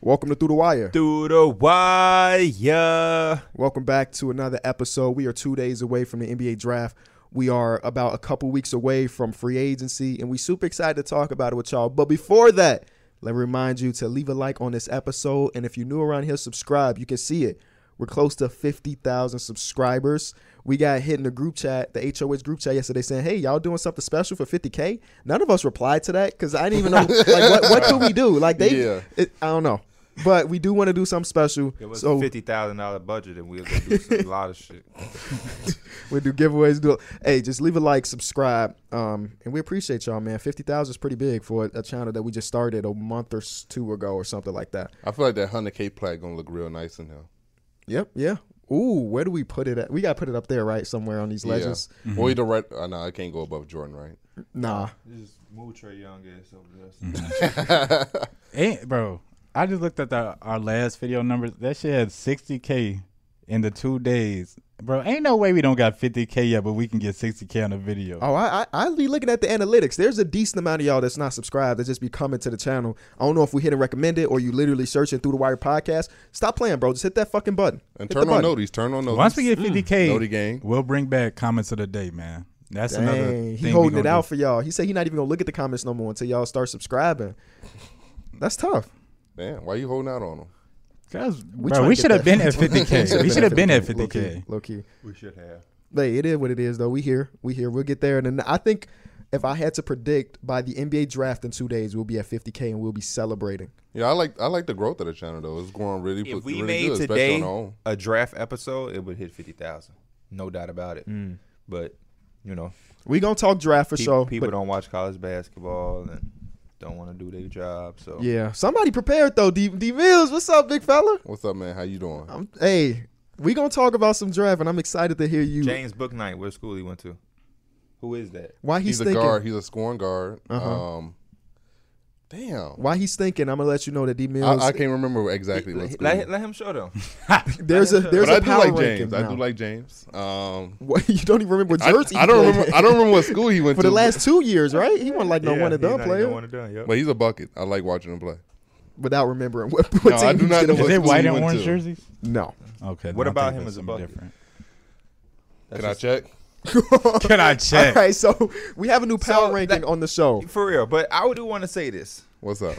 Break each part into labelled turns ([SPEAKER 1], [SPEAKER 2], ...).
[SPEAKER 1] Welcome to Through the Wire.
[SPEAKER 2] Through the wire.
[SPEAKER 1] Welcome back to another episode. We are two days away from the NBA draft. We are about a couple weeks away from free agency, and we super excited to talk about it with y'all. But before that, let me remind you to leave a like on this episode, and if you're new around here, subscribe. You can see it. We're close to 50,000 subscribers. We got hit in the group chat, the HOH group chat yesterday saying, hey, y'all doing something special for 50K? None of us replied to that because I didn't even know, like, what, what could we do? Like, they,
[SPEAKER 3] Yeah.
[SPEAKER 1] it, I don't know. But we do want to do something special.
[SPEAKER 2] It was
[SPEAKER 1] so
[SPEAKER 2] a fifty thousand dollar budget, and we was gonna do some- a lot of shit.
[SPEAKER 1] we do giveaways. Do hey, just leave a like, subscribe, um, and we appreciate y'all, man. Fifty thousand is pretty big for a channel that we just started a month or s- two ago or something like that.
[SPEAKER 3] I feel like that hundred K plaque gonna look real nice in here.
[SPEAKER 1] Yep, yeah. Ooh, where do we put it at? We gotta put it up there, right? Somewhere on these legends.
[SPEAKER 3] Yeah. Or either right. Uh, no, I can't go above Jordan, right?
[SPEAKER 1] Nah,
[SPEAKER 2] Just move Trey Young ass over
[SPEAKER 1] Mm-hmm.
[SPEAKER 4] And, bro, I just looked at the, our last video numbers. That shit had 60K in the two days. Bro, ain't no way we don't got 50K yet, but we can get 60K on the video.
[SPEAKER 1] Oh, I, I I be looking at the analytics. There's a decent amount of y'all that's not subscribed that just be coming to the channel. I don't know if we hit and recommend it or you literally searching through the wire podcast. Stop playing, bro. Just hit that fucking button.
[SPEAKER 3] And
[SPEAKER 1] Hit
[SPEAKER 3] turn
[SPEAKER 1] the
[SPEAKER 3] on
[SPEAKER 1] button.
[SPEAKER 3] notice. Turn on notice.
[SPEAKER 4] Once we
[SPEAKER 1] mm.
[SPEAKER 4] get
[SPEAKER 3] Noti
[SPEAKER 4] 50K,
[SPEAKER 3] gang.
[SPEAKER 4] we'll bring back comments of the day, man. That's another
[SPEAKER 1] Dang,
[SPEAKER 4] thing.
[SPEAKER 1] he
[SPEAKER 4] we
[SPEAKER 1] holding
[SPEAKER 4] gonna
[SPEAKER 1] it
[SPEAKER 4] do.
[SPEAKER 1] out for y'all. He said he not even gonna look at the comments no more until y'all start subscribing. That's tough.
[SPEAKER 3] Damn, why you holding out on him?
[SPEAKER 4] Cause,
[SPEAKER 1] We
[SPEAKER 4] bro,
[SPEAKER 1] tryna
[SPEAKER 4] we
[SPEAKER 1] get
[SPEAKER 4] should have
[SPEAKER 1] that-
[SPEAKER 4] been at 50K. we should have been at 50K.
[SPEAKER 1] Low key, low key.
[SPEAKER 2] We should have.
[SPEAKER 1] Hey, it is what it is though. We here, we here. We'll get there. And then I think if I had to predict by the NBA draft in two days, we'll be at 50k and we'll be celebrating.
[SPEAKER 3] Yeah, I like I like the growth of the channel though. It's growing really,
[SPEAKER 2] If we
[SPEAKER 3] really
[SPEAKER 2] made
[SPEAKER 3] good, especially
[SPEAKER 2] today
[SPEAKER 3] on our own.
[SPEAKER 2] a draft episode, it would hit fifty thousand, no doubt about it. But you know,
[SPEAKER 1] We gonna talk draft for
[SPEAKER 2] pe-
[SPEAKER 1] sure.
[SPEAKER 2] people
[SPEAKER 1] but-
[SPEAKER 2] don't watch college basketball and don't want to do their job. So
[SPEAKER 1] yeah, somebody prepared though. D, D Mills, what's up, big fella?
[SPEAKER 3] What's up, man? How you doing?
[SPEAKER 1] I'm, hey, we gonna talk about some draft, and I'm excited to hear you.
[SPEAKER 2] James Booknight, what school he went to? Who is that?
[SPEAKER 1] why he's,
[SPEAKER 3] He's, a
[SPEAKER 1] thinking?
[SPEAKER 3] guard. He's a scoring guard.
[SPEAKER 1] Uh-huh.
[SPEAKER 3] Um, damn.
[SPEAKER 1] Why he's thinking? I'm gonna let you know that D Mills.
[SPEAKER 3] I, I can't remember exactly what school.
[SPEAKER 2] Let, let him show them.
[SPEAKER 1] there's a there's
[SPEAKER 3] but I
[SPEAKER 1] a
[SPEAKER 3] do
[SPEAKER 1] power
[SPEAKER 3] like
[SPEAKER 1] ranking
[SPEAKER 3] James. I
[SPEAKER 1] now.
[SPEAKER 3] do like James. Um,
[SPEAKER 1] What, you don't even remember what
[SPEAKER 3] I,
[SPEAKER 1] jersey.
[SPEAKER 3] I
[SPEAKER 1] he
[SPEAKER 3] don't
[SPEAKER 1] played
[SPEAKER 3] remember.
[SPEAKER 1] in.
[SPEAKER 3] I don't remember what school he went
[SPEAKER 1] for
[SPEAKER 3] to
[SPEAKER 1] the last two years, right? He wasn't like no
[SPEAKER 2] Yeah,
[SPEAKER 1] one and
[SPEAKER 2] he's
[SPEAKER 1] done
[SPEAKER 2] not even
[SPEAKER 1] player
[SPEAKER 2] one and done, yep.
[SPEAKER 3] But he's a bucket. I like watching him play.
[SPEAKER 1] without remembering what, what
[SPEAKER 3] No,
[SPEAKER 1] team
[SPEAKER 3] I do
[SPEAKER 1] he
[SPEAKER 3] not
[SPEAKER 1] did
[SPEAKER 3] know
[SPEAKER 1] it
[SPEAKER 3] what
[SPEAKER 4] Is
[SPEAKER 1] with.
[SPEAKER 4] it
[SPEAKER 3] school
[SPEAKER 4] white
[SPEAKER 3] he
[SPEAKER 4] and
[SPEAKER 3] went
[SPEAKER 4] orange
[SPEAKER 3] to?
[SPEAKER 4] jerseys?
[SPEAKER 1] No,
[SPEAKER 4] Okay.
[SPEAKER 2] What
[SPEAKER 4] then I
[SPEAKER 2] about
[SPEAKER 4] think
[SPEAKER 2] him
[SPEAKER 4] that's
[SPEAKER 2] as a
[SPEAKER 4] something
[SPEAKER 2] bucket?
[SPEAKER 4] different.
[SPEAKER 2] That's
[SPEAKER 3] Can I
[SPEAKER 2] just-
[SPEAKER 3] check?
[SPEAKER 4] Can I check?
[SPEAKER 1] All right, so we have a new power
[SPEAKER 2] So
[SPEAKER 1] ranking
[SPEAKER 2] that-
[SPEAKER 1] on the show.
[SPEAKER 2] For real, but I do want to say this.
[SPEAKER 3] What's up?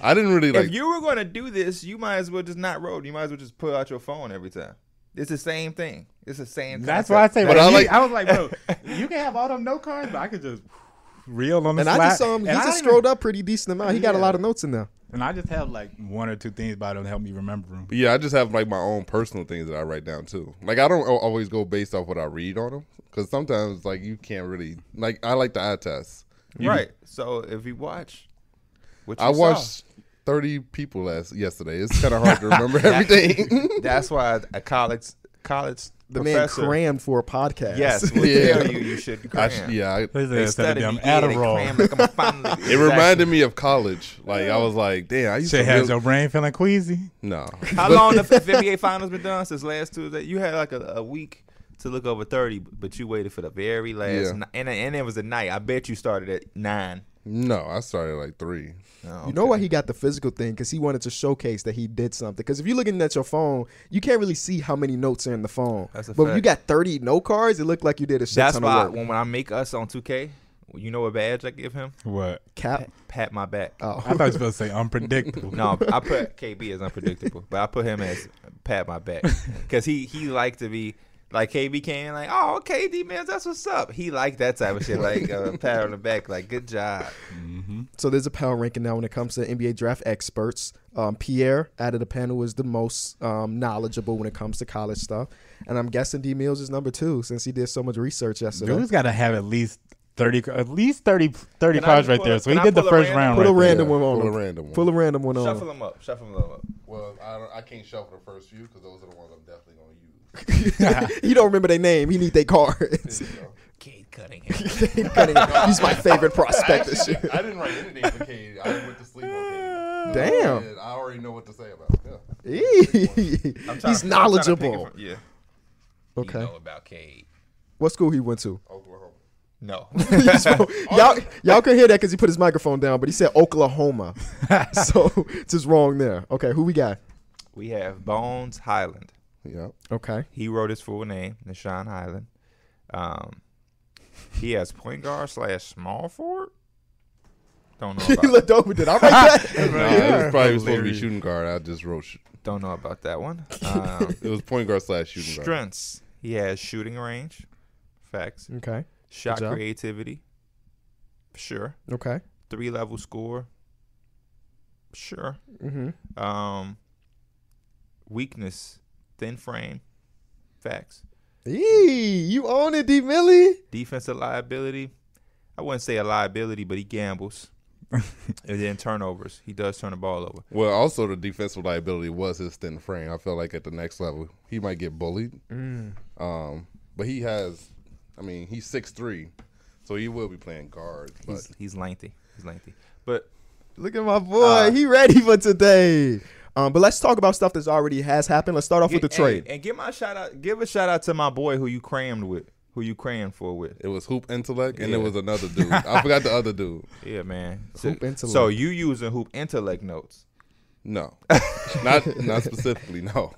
[SPEAKER 3] I didn't really like.
[SPEAKER 2] if you were going to do this, you might as well just not roll. You might as well just pull out your phone every time. It's the same thing. It's the same.
[SPEAKER 4] That's why I
[SPEAKER 2] concept.
[SPEAKER 4] say.
[SPEAKER 3] But
[SPEAKER 4] bro,
[SPEAKER 3] I
[SPEAKER 4] you-
[SPEAKER 3] like-
[SPEAKER 4] I was like, bro, you can have all them note cards, but I could just reel on the
[SPEAKER 1] And
[SPEAKER 4] slide.
[SPEAKER 1] I just saw him. He
[SPEAKER 4] And I
[SPEAKER 1] just
[SPEAKER 4] don't even-
[SPEAKER 1] scrolled up pretty decent amount. He got a
[SPEAKER 2] Yeah.
[SPEAKER 1] lot of notes in there.
[SPEAKER 4] And I just have like one or two things about them to help me remember them.
[SPEAKER 3] Yeah, I just have like my own personal things that I write down too. Like I don't al- always go based off what I read on them because sometimes like you can't really like. I like the eye test.
[SPEAKER 2] right. So if you watch, what you
[SPEAKER 3] I
[SPEAKER 2] saw,
[SPEAKER 3] watched thirty people last yesterday. It's kind of hard to remember everything.
[SPEAKER 2] That's why a college college
[SPEAKER 1] The
[SPEAKER 2] professor,
[SPEAKER 1] man crammed for a podcast.
[SPEAKER 2] Yes, will
[SPEAKER 3] Yeah.
[SPEAKER 2] tell you you should
[SPEAKER 3] I
[SPEAKER 2] cram.
[SPEAKER 3] sh- yeah, I,
[SPEAKER 4] Please
[SPEAKER 2] They
[SPEAKER 4] instead
[SPEAKER 2] study
[SPEAKER 4] of
[SPEAKER 2] them
[SPEAKER 4] them
[SPEAKER 2] Adderall.
[SPEAKER 4] Adderall.
[SPEAKER 2] Like I'm a finally,
[SPEAKER 3] it reminded me of college. Like I was like, damn, I used
[SPEAKER 4] Shit
[SPEAKER 3] to
[SPEAKER 4] has
[SPEAKER 3] really,
[SPEAKER 4] your brain feeling queasy.
[SPEAKER 3] no.
[SPEAKER 2] How long the NBA finals been done since last Tuesday? You had like a, a week to look over thirty, but you waited for the very last.
[SPEAKER 3] Yeah.
[SPEAKER 2] ni- and and it was a night. I bet you started at nine.
[SPEAKER 3] No, I started like three.
[SPEAKER 2] Oh,
[SPEAKER 1] You know why he got the physical thing? Because he wanted to showcase that he did something. Because if you're looking at your phone, you can't really see how many notes are in the phone.
[SPEAKER 2] That's a
[SPEAKER 1] but if
[SPEAKER 2] fact.
[SPEAKER 1] you got 30 note cards, it looked like you did a shit
[SPEAKER 2] That's
[SPEAKER 1] ton
[SPEAKER 2] why
[SPEAKER 1] of work.
[SPEAKER 2] when, when I make us on 2K, you know what badge I give him?
[SPEAKER 4] What?
[SPEAKER 1] Cap.
[SPEAKER 2] Pat my back.
[SPEAKER 1] Oh.
[SPEAKER 4] I thought you were supposed to say unpredictable.
[SPEAKER 2] no, I put KB as unpredictable, but I put him as pat my back because he he liked to be like KB can like oh okay D man that's what's up. He liked that type of shit like uh, pat on the back like good job.
[SPEAKER 1] So there's a power ranking now when it comes to NBA draft experts. Um, Pierre out of the panel is the most um, knowledgeable when it comes to college stuff, and I'm guessing D Mills is number two since he did so much research yesterday.
[SPEAKER 4] Dude's got to have at least thirty, at least 30, 30
[SPEAKER 2] Can I
[SPEAKER 4] cards
[SPEAKER 2] just
[SPEAKER 4] right
[SPEAKER 2] pull
[SPEAKER 4] there.
[SPEAKER 2] a-
[SPEAKER 4] So he
[SPEAKER 2] can I
[SPEAKER 4] did the
[SPEAKER 2] pull a
[SPEAKER 4] first
[SPEAKER 2] random-
[SPEAKER 4] round.
[SPEAKER 1] Put a
[SPEAKER 4] right there.
[SPEAKER 1] random one on
[SPEAKER 3] Pull a
[SPEAKER 1] him.
[SPEAKER 3] random one.
[SPEAKER 1] Pull a random one on.
[SPEAKER 2] Shuffle
[SPEAKER 1] him.
[SPEAKER 2] him up, shuffle him up.
[SPEAKER 3] Well, I, don't- I can't shuffle the first few because those are the ones I'm definitely gonna use.
[SPEAKER 1] he don't remember their name. He need their cards.
[SPEAKER 2] Kate Cunningham.
[SPEAKER 1] He's my favorite prospect. this year.
[SPEAKER 3] I didn't write anything for Cade. I went to sleep on Cade.
[SPEAKER 1] Damn.
[SPEAKER 3] I already know what to say about. Him.
[SPEAKER 1] Eee.
[SPEAKER 2] I'm trying
[SPEAKER 1] He's
[SPEAKER 2] to- I'm trying to pick it
[SPEAKER 1] knowledgeable.
[SPEAKER 2] from- yeah.
[SPEAKER 1] Okay.
[SPEAKER 2] about Kate.
[SPEAKER 1] What school he went to?
[SPEAKER 3] Oklahoma.
[SPEAKER 2] No.
[SPEAKER 1] y'all, y'all can hear that because he put his microphone down, but he said Oklahoma, so it's just wrong there. Okay, who we got?
[SPEAKER 2] we have Bones Highland.
[SPEAKER 3] Yeah.
[SPEAKER 1] Okay,
[SPEAKER 2] He wrote his full name, Nashawn Highland. Um, he has point guard slash small forward. Don't know.
[SPEAKER 1] he
[SPEAKER 2] About,
[SPEAKER 1] looked over. Did I write that?
[SPEAKER 3] Nah, it was probably supposed to be
[SPEAKER 4] Hilarious.
[SPEAKER 3] shooting guard. I just wrote. Sh-
[SPEAKER 2] don't know about that one. Um,
[SPEAKER 3] it was point guard slash shooting guard.
[SPEAKER 2] strengths. He has shooting range. Facts.
[SPEAKER 1] okay,
[SPEAKER 2] Shot
[SPEAKER 1] Mm, job.
[SPEAKER 2] creativity. Sure.
[SPEAKER 1] okay,
[SPEAKER 2] Three level score. Sure.
[SPEAKER 1] mm-hmm.
[SPEAKER 2] Um, weakness. Thin frame. Facts.
[SPEAKER 1] Eee, you own it, D. Millie.
[SPEAKER 2] defensive liability. I wouldn't say a liability, but he gambles. and then turnovers. He does turn the ball over.
[SPEAKER 3] Well, also the defensive liability was his thin frame. I feel like at the next level he might get bullied. Um, but he has, I mean, he's six three, so he will be playing guard. But
[SPEAKER 2] He's he's lengthy. He's lengthy. But
[SPEAKER 1] Look at my boy.
[SPEAKER 2] Uh,
[SPEAKER 1] he ready for today. Um, but let's talk about stuff that's already has happened. Let's start off with the
[SPEAKER 2] and-
[SPEAKER 1] trade.
[SPEAKER 2] And, give my shout out give a shout out to my boy who you crammed with. Who you crammed for with.
[SPEAKER 3] it was hoop intellect, and it
[SPEAKER 2] Yeah.
[SPEAKER 3] was another dude. I forgot the other dude.
[SPEAKER 2] Yeah, man. So,
[SPEAKER 1] Hoop intellect.
[SPEAKER 2] So you using hoop intellect notes.
[SPEAKER 3] No, not not specifically. No,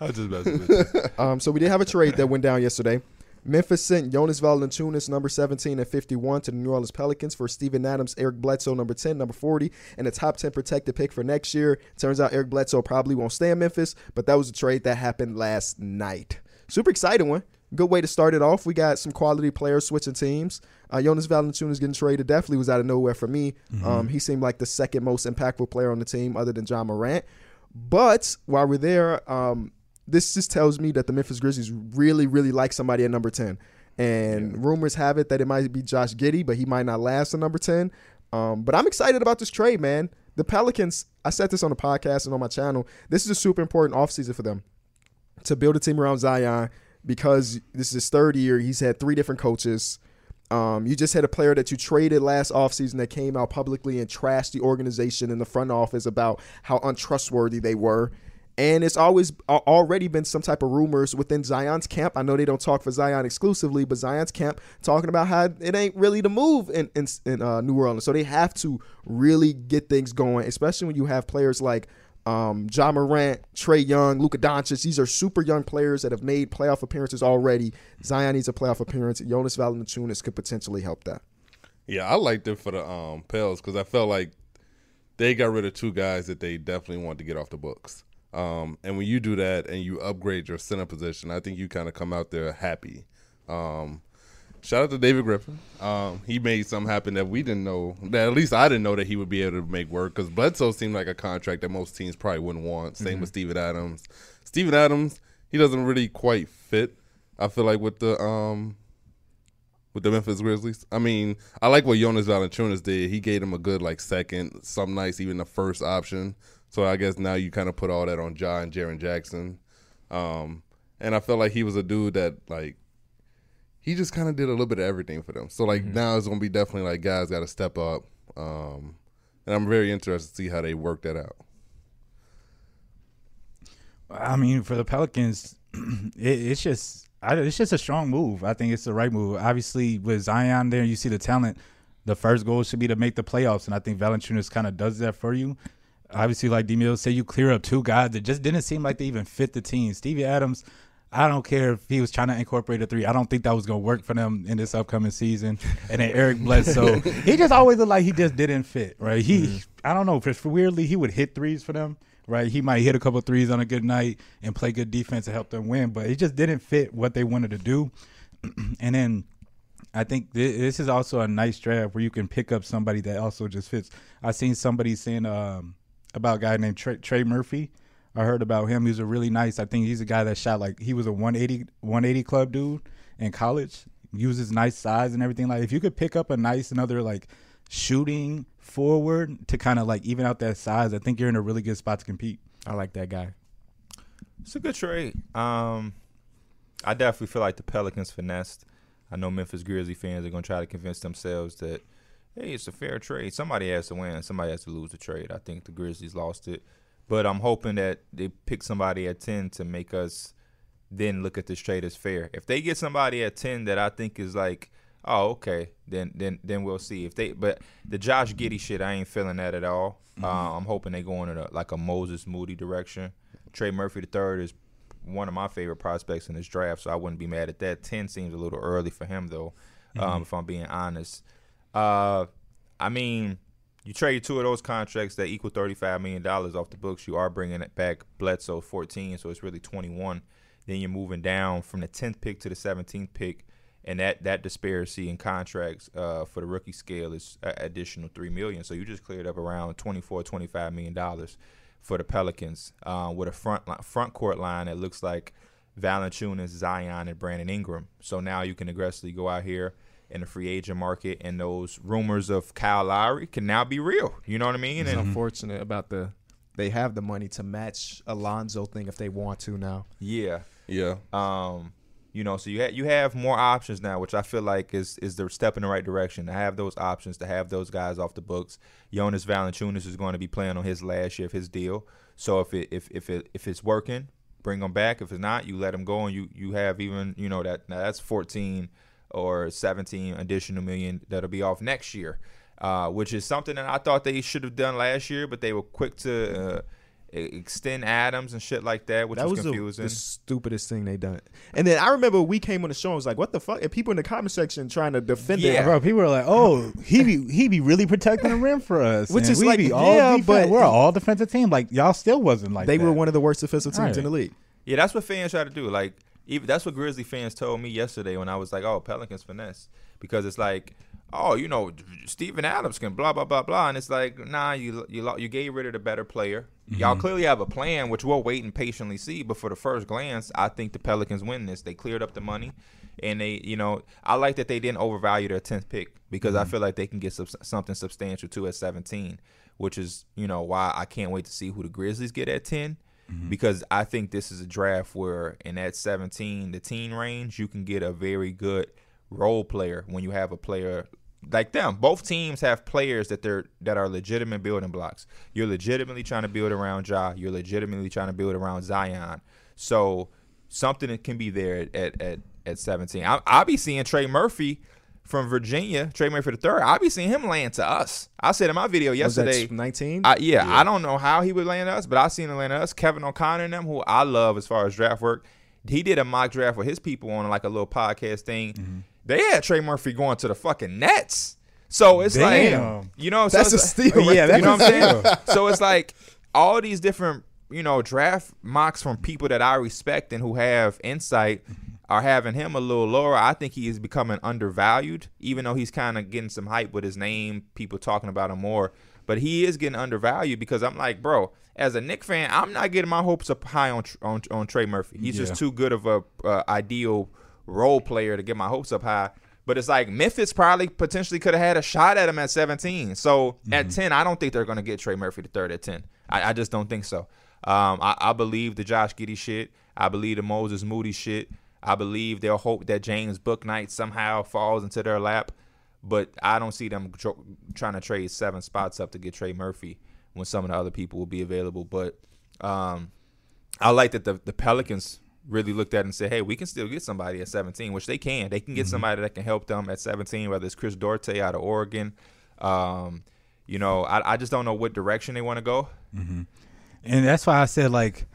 [SPEAKER 2] I was just messing with you.
[SPEAKER 1] Um, so we did have a trade that went down yesterday. Memphis sent Jonas Valanciunas, number 17 and 51, to the New Orleans Pelicans for Steven Adams, Eric Bledsoe, number 10, number 40, and a top 10 protected pick for next year. Turns out Eric Bledsoe probably won't stay in Memphis, but that was a trade that happened last night. Super exciting one. Good way to start it off. We got some quality players switching teams. Uh, Jonas Valanciunas getting traded definitely was out of nowhere for me. Um, he seemed like the second most impactful player on the team, other than John Morant. But while we're there, um, this just tells me that the Memphis Grizzlies really, really like somebody at number 10. And rumors have it that it might be Josh Giddy, but he might not last at number 10. Um, but I'm excited about this trade, man. The Pelicans, I said this on the podcast and on my channel. This is a super important offseason for them to build a team around Zion because this is his third year. He's had three different coaches. Um, you just had a player that you traded last offseason that came out publicly and trashed the organization and the front office about how untrustworthy they were. And it's always a- already been some type of rumors within Zion's camp. I know they don't talk for Zion exclusively, but Zion's camp talking about how it ain't really the move in in, in uh, New Orleans. So they have to really get things going, especially when you have players like um, John Morant, Trey Young, Luka Doncic. These are super young players that have made playoff appearances already. Zion needs a playoff appearance. Jonas Valanciunas could potentially help that.
[SPEAKER 3] yeah, I liked it for the um Pels because I felt like they got rid of two guys that they definitely wanted to get off the books. Um, and when you do that and you upgrade your center position, I think you kind of come out there happy. Um, shout out to David Griffin. Um, he made something happen that we didn't know. That at least I didn't know that he would be able to make work because Bledsoe seemed like a contract that most teams probably wouldn't want. Same with Steven Adams. Steven Adams, he doesn't really quite fit. I feel like with the um, with the Memphis Grizzlies. I mean, I like what Jonas Valanciunas did. He gave them a good like second, some nights even the first option. So I guess now you kind of put all that on John Jaron Jackson. Um, and I felt like he was a dude that like he just kind of did a little bit of everything for them. So like
[SPEAKER 4] Mm-hmm.
[SPEAKER 3] now it's gonna be definitely like guys got to step up. Um, and I'm very interested to see how they work that out.
[SPEAKER 4] I mean, for the Pelicans, it, it's just I, it's just a strong move. I think it's the right move. Obviously, with Zion there, you see the talent. The first goal should be to make the playoffs, and I think Valanciunas kind of does that for you. Obviously, like Demio said, you clear up two guys that just didn't seem like they even fit the team. Stevie Adams, I don't care if he was trying to incorporate a three. I don't think that was going to work for them in this upcoming season. And then Eric Bledsoe, he just always looked like he just didn't fit, right? He, I don't know, just weirdly, he would hit threes for them, right? He might hit a couple threes on a good night and play good defense and help them win, but it just didn't fit what they wanted to do. and then I think thi- this is also a nice draft where you can pick up somebody that also just fits. I seen somebody saying um, about a guy named Trey, Trey Murphy. I heard about him. He's a really nice. I think he's a guy that shot like he was a 180 180 club dude in college. Uses nice size and everything. Like if you could pick up a nice another like shooting forward to kind of like even out that size, I think you're in a really good spot to compete. I like that guy.
[SPEAKER 2] It's a good trade. Um, I definitely feel like the Pelicans finessed. I know Memphis Grizzly fans are gonna try to convince themselves that hey, it's a fair trade. Somebody has to win. Somebody has to lose the trade. I think the Grizzlies lost it, but I'm hoping that they pick somebody at ten to make us then look at this trade as fair. If they get somebody at ten that I think is like oh okay, then then then we'll see if they. But the Josh Giddy shit, I ain't feeling that at all. Uh, I'm hoping they going in a, like a Moses Moody direction. Trey Murphy the third is one of my favorite prospects in this draft, so I wouldn't be mad at that. Ten seems a little early for him though, um, if I'm being honest. Uh, I mean, you trade two of those contracts that equal $35 million off the books. You are bringing it back Bledsoe 14, so it's really 21. Then you're moving down from the 10th pick to the 17th pick, and that, that disparity in contracts uh, for the rookie scale is a- additional $3 million. So you just cleared up around $24, $25 million for the Pelicans uh, with a front, li- front court line that looks like Valanciunas, Zion, and Brandon Ingram. So now you can aggressively go out here in the free agent market, and those rumors of Kyle Lowry can now be real. You know what I mean?
[SPEAKER 1] It's
[SPEAKER 4] Mm-hmm.
[SPEAKER 2] And
[SPEAKER 1] unfortunate about the they have the money to match Alonzo thing if they want to now.
[SPEAKER 2] yeah,
[SPEAKER 3] Yeah.
[SPEAKER 4] Uh,
[SPEAKER 2] um, you know, so you ha- you have more options now, which I feel like is is the step in the right direction to have those options, to have those guys off the books. Jonas Valanciunas is going to be playing on his last year of his deal, so if it if if it if it's working, bring him back. If it's not, you let him go, and you you have even you know that now that's fourteen or seventeen additional million that'll be off next year, uh, which is something that I thought they should have done last year, but they were quick to. Uh, e- Extend Adams and shit like that, which
[SPEAKER 1] that
[SPEAKER 2] was,
[SPEAKER 1] was the-
[SPEAKER 2] confusing.
[SPEAKER 1] the stupidest thing they done. And then I remember we came on the show and was like, "What the fuck?" And people in the comment section trying to defend
[SPEAKER 2] Yeah.
[SPEAKER 1] it.
[SPEAKER 4] Bro, people are like, "Oh, he be he be really protecting the rim for us,"
[SPEAKER 1] Which
[SPEAKER 4] and
[SPEAKER 1] is
[SPEAKER 4] we
[SPEAKER 1] like,
[SPEAKER 4] be all
[SPEAKER 1] yeah,
[SPEAKER 4] defense.
[SPEAKER 1] but-
[SPEAKER 4] we're an all defensive team. Like y'all still wasn't like
[SPEAKER 1] They
[SPEAKER 4] that.
[SPEAKER 1] were one of the worst defensive teams
[SPEAKER 4] Right.
[SPEAKER 1] in the league.
[SPEAKER 2] Yeah, that's what fans try to do. Like, even that's what Grizzly fans told me yesterday when I was like, "Oh, Pelicans finesse," because it's like, "Oh, you know, Steven Adams can blah blah blah blah," and it's like, "Nah, you you lo- you gave rid of the better player. Y'all clearly have a plan, which we'll wait and patiently see. But for the first glance, I think the Pelicans win this. They cleared up the money, and they, you know, I like that they didn't overvalue their tenth pick because I feel like they can get sub- something substantial too at seventeen, which is you know why I can't wait to see who the Grizzlies get at ten because I think this is a draft where in that 17 the teen range you can get a very good role player when you have a player like them. Both teams have players that they're that are legitimate building blocks. You're legitimately trying to build around Ja, you're legitimately trying to build around Zion. So something that can be there at at at, at 17. I I'll be seeing Trey Murphy from Virginia, Trey Murphy the third. I'll be seeing him land to us. I said in my video
[SPEAKER 1] Was that
[SPEAKER 2] yesterday.
[SPEAKER 1] 19?
[SPEAKER 2] I, yeah, I don't know how he would land us, but I seen him land us. Kevin O'Connor and them, who I love as far as draft work, he did a mock draft with his people on like a little podcast thing. They had Trey Murphy going to the fucking Nets. So it's like,
[SPEAKER 4] Damn.
[SPEAKER 2] you know, so
[SPEAKER 1] That's a
[SPEAKER 2] it's
[SPEAKER 1] steal.
[SPEAKER 4] Oh,
[SPEAKER 1] right
[SPEAKER 4] yeah, that-
[SPEAKER 2] you know what I'm
[SPEAKER 4] That's
[SPEAKER 2] saying? so it's like all these different, you know, draft mocks from people that I respect and who have insight are having him a little lower. I think he is becoming undervalued, even though he's kind of getting some hype with his name, people talking about him more. But he is getting undervalued because I'm like, bro, as a Nick fan, I'm not getting my hopes up high on on, on Trey Murphy. He's just
[SPEAKER 4] Yeah.
[SPEAKER 2] too good of a uh, ideal role player to get my hopes up high. But it's like Memphis probably potentially could have had a shot at him at 17. So at 10, I don't think they're going to get Trey Murphy the third at 10. I, I just don't think so. Um, I, I believe the Josh Giddy shit. I believe the Moses Moody shit. I believe they'll hope that James Booknight somehow falls into their lap. But I don't see them tr- trying to trade seven spots up to get Trey Murphy when some of the other people will be available. But um, I like that the, the Pelicans really looked at it and said, hey, we can still get somebody at 17, which they can. They can get somebody that can help them at 17, whether it's Chris Dorte out of Oregon. Um, you know, I, I just don't know what direction they want to go.
[SPEAKER 4] and that's why I said like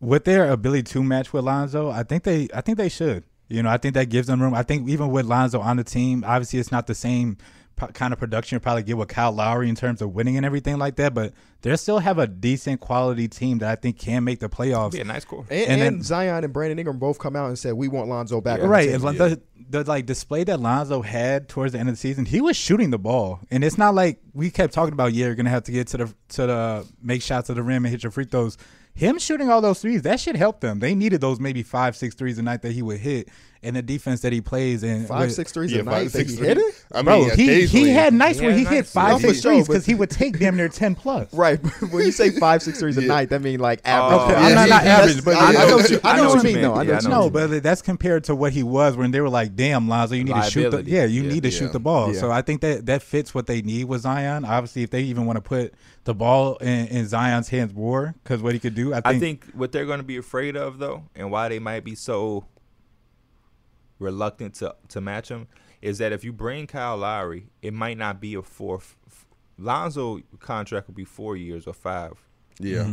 [SPEAKER 4] with their ability to match with Lonzo, I think they I think they should. You know, I think that gives them room. I think even with Lonzo on the team, obviously it's not the same pro- kind of production you probably get with Kyle Lowry in terms of winning and everything like that, but they still have a decent quality team that I think can make the playoffs.
[SPEAKER 2] Be a nice core.
[SPEAKER 1] and,
[SPEAKER 4] and
[SPEAKER 1] and
[SPEAKER 4] then-
[SPEAKER 1] Zion and Brandon Ingram both come out and said, "We want Lonzo back." on the
[SPEAKER 4] Right,
[SPEAKER 1] team."
[SPEAKER 4] and like, the, the like display that Lonzo had towards the end of the season, he was shooting the ball, and it's not like we kept talking about yeah, you're gonna have to get to the to the make shots to the rim and hit your free throws. Him shooting all those threes, that should help them. They needed those maybe five, six threes a night that he would hit, and the defense that he plays and
[SPEAKER 1] Five,
[SPEAKER 4] with-
[SPEAKER 1] six threes
[SPEAKER 3] Yeah,
[SPEAKER 1] a night.
[SPEAKER 3] five,
[SPEAKER 1] that
[SPEAKER 3] six,
[SPEAKER 1] he
[SPEAKER 3] three.
[SPEAKER 1] hit it?
[SPEAKER 3] I mean,
[SPEAKER 4] Bro, he he
[SPEAKER 3] occasionally-
[SPEAKER 4] had nights
[SPEAKER 2] He
[SPEAKER 4] where
[SPEAKER 2] had
[SPEAKER 4] he hit
[SPEAKER 2] nights,
[SPEAKER 4] five,
[SPEAKER 1] yeah. No, for
[SPEAKER 4] six threes
[SPEAKER 1] sure,
[SPEAKER 4] because
[SPEAKER 1] but-
[SPEAKER 4] he would take damn near ten plus.
[SPEAKER 1] Right. but when you say five, six threes a night, that mean like
[SPEAKER 2] Oh,
[SPEAKER 1] average.
[SPEAKER 2] Okay, I'm not-
[SPEAKER 4] not
[SPEAKER 1] that's-
[SPEAKER 4] average, but
[SPEAKER 1] I, I
[SPEAKER 4] yeah.
[SPEAKER 1] know what you, I know what you mean.
[SPEAKER 2] meant.
[SPEAKER 1] though. I
[SPEAKER 2] Yeah,
[SPEAKER 1] know
[SPEAKER 2] I
[SPEAKER 1] what you
[SPEAKER 2] know
[SPEAKER 1] mean.
[SPEAKER 4] No, but that's compared to what he was when they were like, "Damn, Lonzo, you need to shoot the
[SPEAKER 2] Liability.
[SPEAKER 4] yeah, you
[SPEAKER 2] Yeah.
[SPEAKER 4] need to
[SPEAKER 3] Yeah.
[SPEAKER 4] shoot the ball."
[SPEAKER 1] Yeah.
[SPEAKER 4] So I think that that fits what they need with Zion. Obviously, if they even want to put the ball in, in Zion's hands more, because what he could do, I think,
[SPEAKER 2] I think what they're going to be afraid of, though, and why they might be so reluctant to, to match him is that if you bring Kyle Lowry, it might not be a fourth. Lonzo contract will be four years or five.
[SPEAKER 3] Yeah.